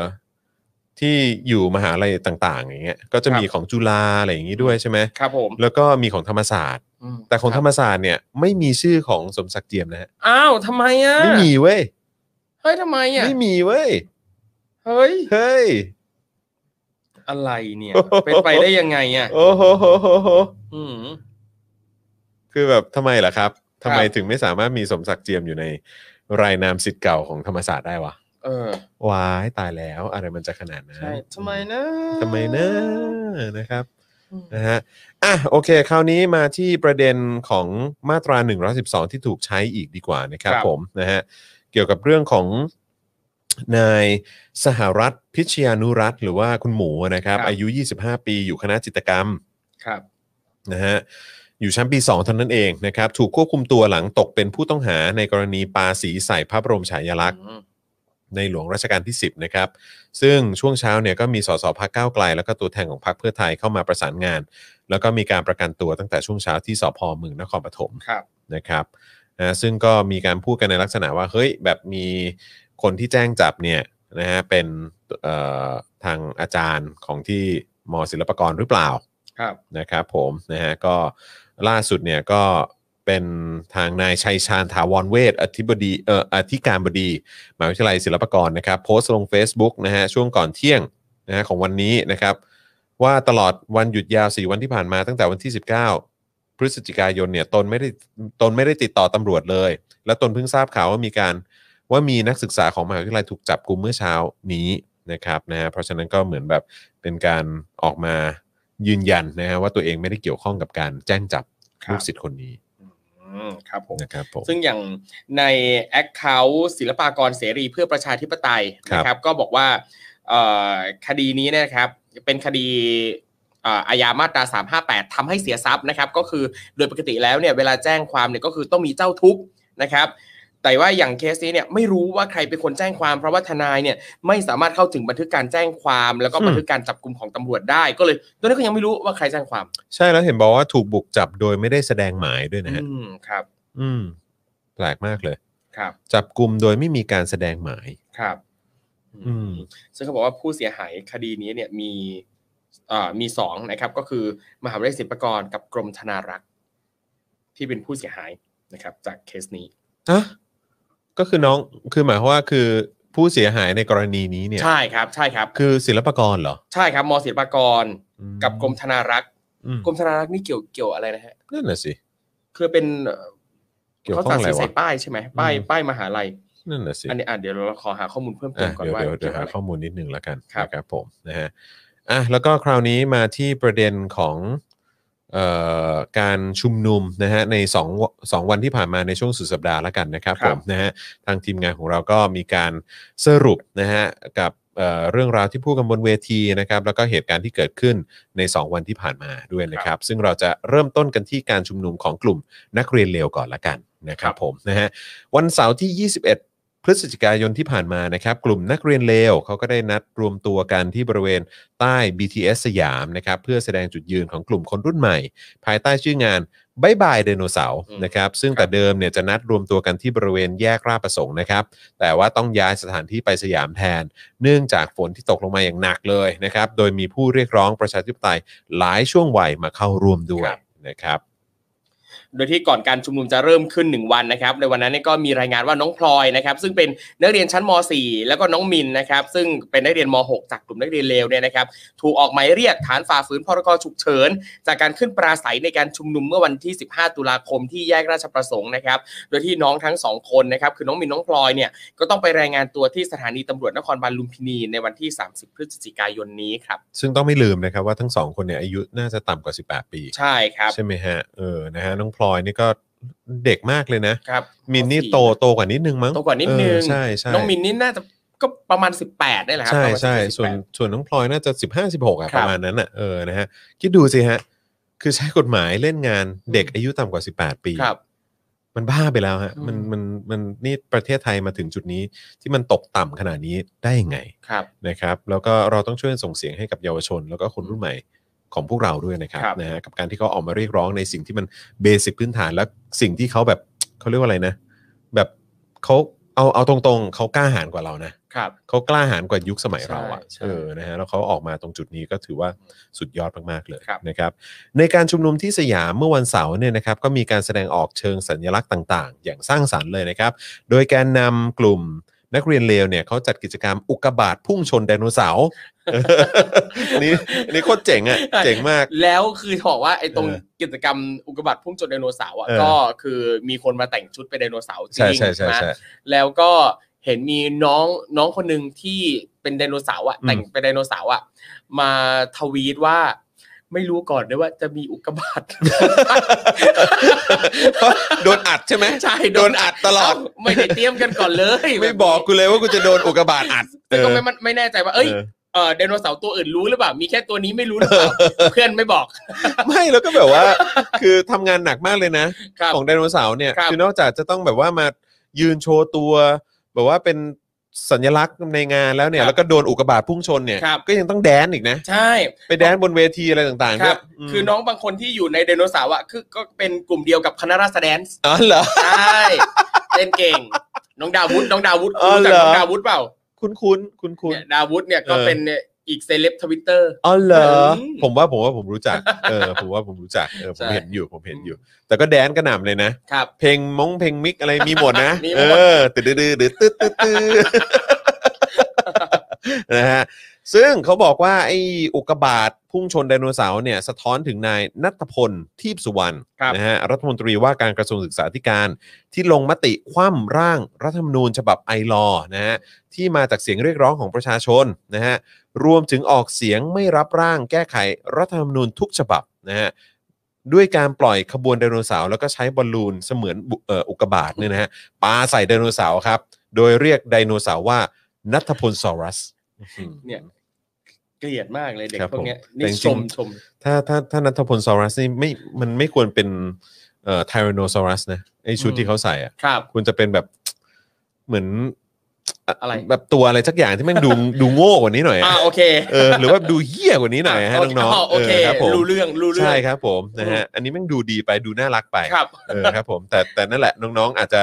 Speaker 2: ที่อยู่มหาลัยต่าง ๆ อย่างเงี้ยก็จะมี
Speaker 3: ครับ
Speaker 2: ของจุฬาอะไรอย่างงี้ด้วยใช่ไหม
Speaker 3: ครับผม
Speaker 2: แล้วก็มีของธรรมศาสตร์ แต่ของธรรมศาสตร์เนี่ยไม่มีชื่อของสมศักดิ์เจียมนะฮะ
Speaker 3: อ้าวทำไมอ่ะ
Speaker 2: ไม่มีเว้ย
Speaker 3: เฮ้ยทำไมอ่ะ
Speaker 2: ไม่มีเว้ย
Speaker 3: เฮ้ย
Speaker 2: เฮ้ย
Speaker 3: อะไรเนี่ย
Speaker 2: โอ้โห
Speaker 3: เป็นไปได้ยังไงอ่ะ
Speaker 2: โอ้โหโหโหโห
Speaker 3: อืม
Speaker 2: คือแบบทำไมล่ะครับทำไม
Speaker 3: ครับ
Speaker 2: ถึงไม่สามารถมีสมศักดิ์เจียมอยู่ในรายนามสิทธิ์เก่าของธรรมศาสตร์ได้วะ
Speaker 3: เออ
Speaker 2: ว้ายตายแล้วอะไรมันจะขนาดนั้น
Speaker 3: ใช่ทำไมนะ
Speaker 2: ทำไมนะนะครับนะฮะอ่ะโอเค คราวนี้มาที่ประเด็นของมาตรา 112 ที่ถูกใช้อีกดีกว่านะครับ
Speaker 3: ครับ
Speaker 2: ผมนะฮะเกี่ยวกับเรื่องของนายสหรัฐพิชยานุรัตน์หรือว่าคุณหมูนะครับ อายุ 25 ปีอยู่คณะจิตรกรรม
Speaker 3: ครับ
Speaker 2: นะฮะอยู่ชั้นปี 2 เท่านั้นเองนะครับ ถูกควบคุมตัวหลังตกเป็นผู้ต้องหาในกรณีปาสีใส่พระบรมฉายาลักษณ์ ในหลวงรัชกาลที่ 10 นะครับ ซึ่งช่วงเช้าเนี่ยก็มีสสพักก้าวไกล แล้วก็ตัวแทนของพักเพื่อไทยเข้ามาประสานงาน แล้วก็มีการประกันตัวตั้งแต่ช่วงเช้าที่สพเมืองนครปฐม
Speaker 3: ครับ
Speaker 2: นะครับนะซึ่งก็มีการพูดกันในลักษณะว่าเฮ้ยแบบมีคนที่แจ้งจับเนี่ยนะฮะเป็นเอ่อทางอาจารย์ของที่มศิลปากรหรือเปล่า
Speaker 3: ครับ
Speaker 2: นะครับผมนะฮะก็ล่าสุดเนี่ยก็เป็นทางนายชัยชาญถาวรเวทอธิบดีเอ่ออธิการบดีมหาวิทยาลัยศิลปากรนะครับโพสต์ลง Facebook นะฮะช่วงก่อนเที่ยงนะฮะของวันนี้นะครับว่าตลอดวันหยุดยาว 4 วันที่ผ่านมาตั้งแต่วันที่ 19 พฤศจิกายนเนี่ยตนไม่ได้ตนไม่ได้ติดต่อตำรวจเลย และตนเพิ่งทราบข่าวว่ามีการว่ามีนักศึกษาของมหาวิทยาลัยถูกจับกลุ่มเมื่อเช้านี้นะครับนะฮะเพราะฉะนั้นก็เหมือนแบบเป็นการออกมายืนยันนะฮะว่าตัวเองไม่ได้เกี่ยวข้องกับการแจ้งจับ
Speaker 3: ครับ
Speaker 2: ลูกศิษย์คนนี้
Speaker 3: อืมครับผม
Speaker 2: นะครับผม
Speaker 3: ซึ่งอย่างในแอคเคาท์ศิลปากรเสรีเพื่อประชาธิปไตยนะครับ ก็บอกว่าเอ่อคดีนี้เนยนะครับ เป็นคดีเอ่ออาญามาตรา 358ทำให้เสียทรัพย์นะครับ ก็คือโดยปกติแล้วเนี่ยเวลาแจ้งความเนี่ยก็คือต้องมีเจ้าทุกข์นะครับ แต่ว่าอย่างเคสนี้เนี่ยไม่รู้ว่าใครเป็นคนแจ้งความเพราะว่าทนายเนี่ยไม่สามารถเข้าถึงบันทึกการแจ้งความ แล้วก็
Speaker 2: อืม
Speaker 3: บันทึกการจับกลุ่มของตำรวจได้ก็เลยตอนนี้ก็ยังไม่รู้ว่าใครแจ้งความ
Speaker 2: ใช่แล้วเห็นบอกว่าถูกบุกจับโดยไม่ได้แสดงหมายด้วยนะฮะ
Speaker 3: อืมครับ
Speaker 2: อืมแปลกมากเลย
Speaker 3: ครับ
Speaker 2: จับกลุ่มโดยไม่มีการแสดงหมาย
Speaker 3: ครับ
Speaker 2: อื
Speaker 3: อื
Speaker 2: ม
Speaker 3: ม ซึ่งเขาบอกว่าผู้เสียหายคดีนี้เนี่ยมีเอ่อมีสองนะครับ ก็คือมหาวิทยาลัยศิลปากรกับกรมธนารักษ์ ที่เป็นผู้เสียหายนะครับ จากเคสนี้
Speaker 2: ฮะก็คือน้องคือหมายความว่าคือผู้เสียหายในกรณีนี้เนี่ย
Speaker 3: ใช่ครับ ใช่ครับ
Speaker 2: คือศิลปากรเหรอ
Speaker 3: ใช่ครับมศิลปากร
Speaker 2: อื
Speaker 3: กับกรมธนารักษ์
Speaker 2: อืม
Speaker 3: กรมธนารักษ์นี่เกี่ยวเกี่ยวอะไรนะฮะ
Speaker 2: นั่นน่ะสิ
Speaker 3: คือเป็น
Speaker 2: เกี่ยวข้องอะไรวะ
Speaker 3: ใส่ป้ายใช่ไหมป้าย
Speaker 2: อืม
Speaker 3: ป้ายมหาลัย
Speaker 2: นั่นน่ะสิ
Speaker 3: อันนี้อ่ะเดี๋ยวเราขอหาข้อมูลเพิ่มเติ
Speaker 2: อ่ะ
Speaker 3: มก่อน
Speaker 2: เดี๋ยว
Speaker 3: ว่า
Speaker 2: เดี๋ยวเดี๋ยว
Speaker 3: เกี่ยว
Speaker 2: หา
Speaker 3: อะไร
Speaker 2: ข้อมูลนิดนึงแล้วกัน
Speaker 3: ครับ
Speaker 2: นะครับผมนะฮะอ่ะแล้วก็คราวนี้มาที่ประเด็นของเอ่อการชุมนุมนะฮะในสองวสองวันที่ผ่านมาในช่วงสุดสัปดาห์แล้วกันนะครับ
Speaker 3: ครับ
Speaker 2: ผมนะฮะทางทีมงานของเราก็มีการสรุปนะฮะกับเอ่อเรื่องราวที่พูดกันบนเวทีนะครับแล้วก็เหตุการณ์ที่เกิดขึ้นใน 2 วันที่ผ่านมาด้วยนะครับซึ่งเราจะเริ่มต้นกันที่การชุมนุมของกลุ่มนักเรียนเลวก่อนละกันนะครับผมนะฮะ วันเสาร์ที่ 21 พฤศจิกายนที่ผ่านมานะครับ กลุ่มนักเรียนเลวเขาก็ได้นัดรวมตัวกันที่บริเวณใต้ BTS สยามนะครับ เพื่อแสดงจุดยืนของกลุ่มคนรุ่นใหม่ ภายใต้ชื่องานบายบายไดโนเสาร์
Speaker 3: อืม
Speaker 2: นะครับ ซึ่งแต่เดิมเนี่ยจะนัดรวมตัวกันที่บริเวณแยกราชประสงค์นะครับ แต่ว่าต้องย้ายสถานที่ไปสยามแทน เนื่องจากฝนที่ตกลงมาอย่างหนักเลยนะครับ โดยมีผู้เรียกร้องประชาธิปไตยหลายช่วงวัยมาเข้าร่วมด้วยนะครับ
Speaker 3: โดยที่ก่อนการชุมนุมจะเริ่มขึ้น 1 วันนะครับ ในวันนั้นเนยก็มีรายงานว่าน้องพลอยนะครับซึ่งเป็นนักเรียนชั้นม .4 แล้วก็น้องมินนะครับซึ่งเป็นนักเรียนม .6 จากกลุ่มนักเรียนเลวเนี่ยนะครับถูกออกหมายเรียกฐานฝ่าฝืนพรกฉุกเฉิน จากการขึ้นปราศัยในการชุมนุมเมื่อวันที่ 15 ตุลาคมที่แยกราชประสงค์นะครับโดยที่น้องทั้งสองคนนะครับคือน้องมินน้องพลอยเนี่ยก็ต้องไปรายงานตัวที่สถานีตำรวจนครบาลลุมพินีในวันที่ 30 พฤศจิกายนนี้ครับ
Speaker 2: ซึ่งต้องไม่ลืมนะครับว่าทั้งสองคนเนี่ยอายุน่าจะต่ำกว่า 18 ปี
Speaker 3: ใช่ครับ
Speaker 2: ใช่ไหมฮะ เออ นะฮะ น้องพลอยนี่ก็เด็กมากเลยนะ
Speaker 3: ครับ
Speaker 2: มินนี่โตโตกว่านิดนึงมั้ง
Speaker 3: โตกว่านิดนึ
Speaker 2: เอง อใช่ใช่
Speaker 3: น้องมินนี่น่าจะก็ประมาณ 18ได้แหละครั
Speaker 2: ใช่
Speaker 3: ประมาณ
Speaker 2: ใช่
Speaker 3: 17
Speaker 2: ส่วนส่วนน้องพลอยน่าจะ 15 16อ่ะ
Speaker 3: ค
Speaker 2: ป
Speaker 3: รับ
Speaker 2: ระมาณนั้นอ่ะ เออ นะฮะ คิดดูสิฮะ คือใช้กฎหมายเล่นงานเด็กอายุต่ำกว่า 18 ปี
Speaker 3: ครับ
Speaker 2: มันบ้าไปแล้วฮะ
Speaker 3: อืม
Speaker 2: มันมันมันนี่ประเทศไทยมาถึงจุดนี้ที่มันตกต่ำขนาดนี้ได้ยังไง
Speaker 3: ครับ
Speaker 2: นะครับแล้วก็เราต้องช่วยส่งเสียงให้กับเยาวชน แล้วก็คนรุ่นใหม่ของพวกเราด้วยนะครับ
Speaker 3: ครับ
Speaker 2: นะฮะกับการที่เขาออกมาเรียกร้องในสิ่งที่มันเบสิกพื้นฐานและสิ่งที่เขาแบบเขาเรียกว่าอะไรนะ แบบเขาเอาเอาตรงๆเขากล้าหาญกว่าเรานะครับ เขากล้าหาญกว่ายุคสมัยเราอะ
Speaker 3: ใช่ใช่
Speaker 2: เออนะฮะแล้วเขาออกมาตรงจุดนี้ก็ถือว่าสุดยอดมากๆเลย
Speaker 3: ครับ
Speaker 2: นะครับ ในการชุมนุมที่สยามเมื่อวันเสาร์เนี่ยนะครับก็มีการแสดงออกเชิงสัญลักษณ์ต่าง ๆ อย่างสร้างสรรค์เลยนะครับ โดยแกนนำกลุ่มนักเรียนเลวเนี่ยเขาจัดกิจกรรมอุกกาบาตพุ่งชนไดโนเสาร์ นี่นี่โคตรเจ๋งอ่ะเจ๋งมาก
Speaker 3: แล้วคือบอกว่าไอ้ตรง
Speaker 2: เออ
Speaker 3: กิจกรรมอุกกาบาตพุ่งจนไดโนเสาร์อ่ะ
Speaker 2: เออ
Speaker 3: ก็คือมีคนมาแต่งชุดเป็นไดโนเสาร์จริ
Speaker 2: ใช่
Speaker 3: ง
Speaker 2: ใช่ใช่
Speaker 3: นะ
Speaker 2: ใช่
Speaker 3: แล้วก็เห็นมีน้องน้องคนหนึ่งที่เป็นไดโนเสาร์อ่ะ
Speaker 2: อืม
Speaker 3: แต่งเป็นไดโนเสาร์อ่ะมาทวีตว่า ไม่รู้ก่อนด้วยว่าจะมีอุกกาบาต
Speaker 2: โดนอัดใช่ไหม
Speaker 3: ใช่
Speaker 2: โดนอัดตลอด
Speaker 3: ไม่ได้เตรียมกันก่อนเลย
Speaker 2: ไม่บอกกูเลยว่ากูจะโดนอุกกาบาตอัด
Speaker 3: แต่ก็ไม่มั่นไม่แน่ใจว่าเอ้ย
Speaker 2: เออ
Speaker 3: เออไดโนเสาร์ตัวอื่นรู้หรือเปล่ามีแค่ตัวนี้ไม่รู้หรือเปล่าเพื่อนไม่บอก
Speaker 2: ไม่แล้วก็แบบว่า คือทำงานหนักมากเลยนะ
Speaker 3: ครับ
Speaker 2: ของไดโนเสาร์เนี่ย
Speaker 3: ครับ
Speaker 2: คือนอกจากจะต้องแบบว่ามายืนโชว์ตัว แบบว่าเป็นสัญลักษณ์ในงานแล้วเนี่
Speaker 3: ค
Speaker 2: ย
Speaker 3: รับ
Speaker 2: แล้วก็โดนอุกกาบาตพุ่งชนเนี่ย
Speaker 3: ครับ
Speaker 2: ก็ยังต้องแดนอีกนะ
Speaker 3: ใช่
Speaker 2: ไปแดนบนเวทีอะไรต่างๆ
Speaker 3: ค
Speaker 2: ด้
Speaker 3: รั
Speaker 2: วย
Speaker 3: บ
Speaker 2: ม
Speaker 3: คือน้องบางคนที่อยู่ในไดโนเสาร์อ่ะคือก็เป็นกลุ่มเดียวกับคณะราษฎร
Speaker 2: อ๋อเหรอ
Speaker 3: ใช่ เต้นเก่ง น้องดาวุฒน้องดาวุฒ
Speaker 2: อ๋อ
Speaker 3: รู้จัก
Speaker 2: เหรอ
Speaker 3: น้องดาวุฒเปล่า
Speaker 2: คุ้นคุ้นคุ้นคุ้น
Speaker 3: เนี่ยดาวุฒเนี่ยก็เป็นอีกเซเลบทวิตเตอร์
Speaker 2: ๆอ๋อเหรอ
Speaker 3: อืม
Speaker 2: ผมว่าผมว่าผมรู้จักเออผมว่าผมรู้จักเออผม
Speaker 3: ใช่
Speaker 2: เห็นอยู่ผมเห็นอยู่ แต่ก็แดนกระหน่ำเลยนะ
Speaker 3: ครับ
Speaker 2: เพลงมงเพลง มิกอะไรมีหมดนะ
Speaker 3: มีห
Speaker 2: เอ
Speaker 3: มด
Speaker 2: อตืดดื้อดื้อตืดตืดตืด นะฮะซึ่งเขาบอกว่าไอ้อุกกาบาตพุ่งชนไดโนเสาร์เนี่ยสะท้อนถึงนายนัทพลทีพสุวรรณ
Speaker 3: ครับ
Speaker 2: นะฮะรัฐมนตรีว่าการกระทรวงศึกษาธิการ ที่ลงมติคว่ำร่างรัฐธรรมนูญฉบับไอลอนะฮะที่มาจากเสียงเรียกร้องของประชาชนนะฮะรวมถึงออกเสียงไม่รับร่างแก้ไขรัฐธรรมนูญทุกฉบับนะฮะด้วยการปล่อยขบวนไดโนเสาร์แล้วก็ใช้บอลลูนเสมือนบุเอ่ออุกกาบาตเนี่ยนะฮะปาใส่ไดโนเสาร์ครับ โดยเรียกไดโนเสาร์ว่านัทพลซอรัส
Speaker 3: เนี่ยเกลียดมากเลยเด็ก
Speaker 2: ครับ
Speaker 3: พวกเนี้ย
Speaker 2: ผม
Speaker 3: นี่
Speaker 2: แต่จริ
Speaker 3: ช
Speaker 2: ง
Speaker 3: มชม
Speaker 2: ถ้าถ้าถ้านัทพลซอรัสนี่ไม่มันไม่ควรเป็นเอ่อไทแรโนซอรัสนะไอชุดที่เขาใส่อ่ะ
Speaker 3: ครับ
Speaker 2: ควรจะเป็นแบบเหมือน
Speaker 3: อะไร
Speaker 2: แบบตัวอะไรสักอย่างที่แมันดู ดูโง่กว่านี้หน่อย
Speaker 3: อ่า
Speaker 2: อะ
Speaker 3: โอเค
Speaker 2: เออหรือว่าดูเหี้ยกว่านี้หน่อยฮะน้องๆ
Speaker 3: โอเค
Speaker 2: อครับผม
Speaker 3: รู้เรื่องรู้เรื่อง
Speaker 2: ใช่ครับผมนะฮะอันนี้แม่งดูดีไปดูน่ารักไป
Speaker 3: ครับ
Speaker 2: เออครับผมแต่แต่นั่นแหละน้องๆ อาจจะ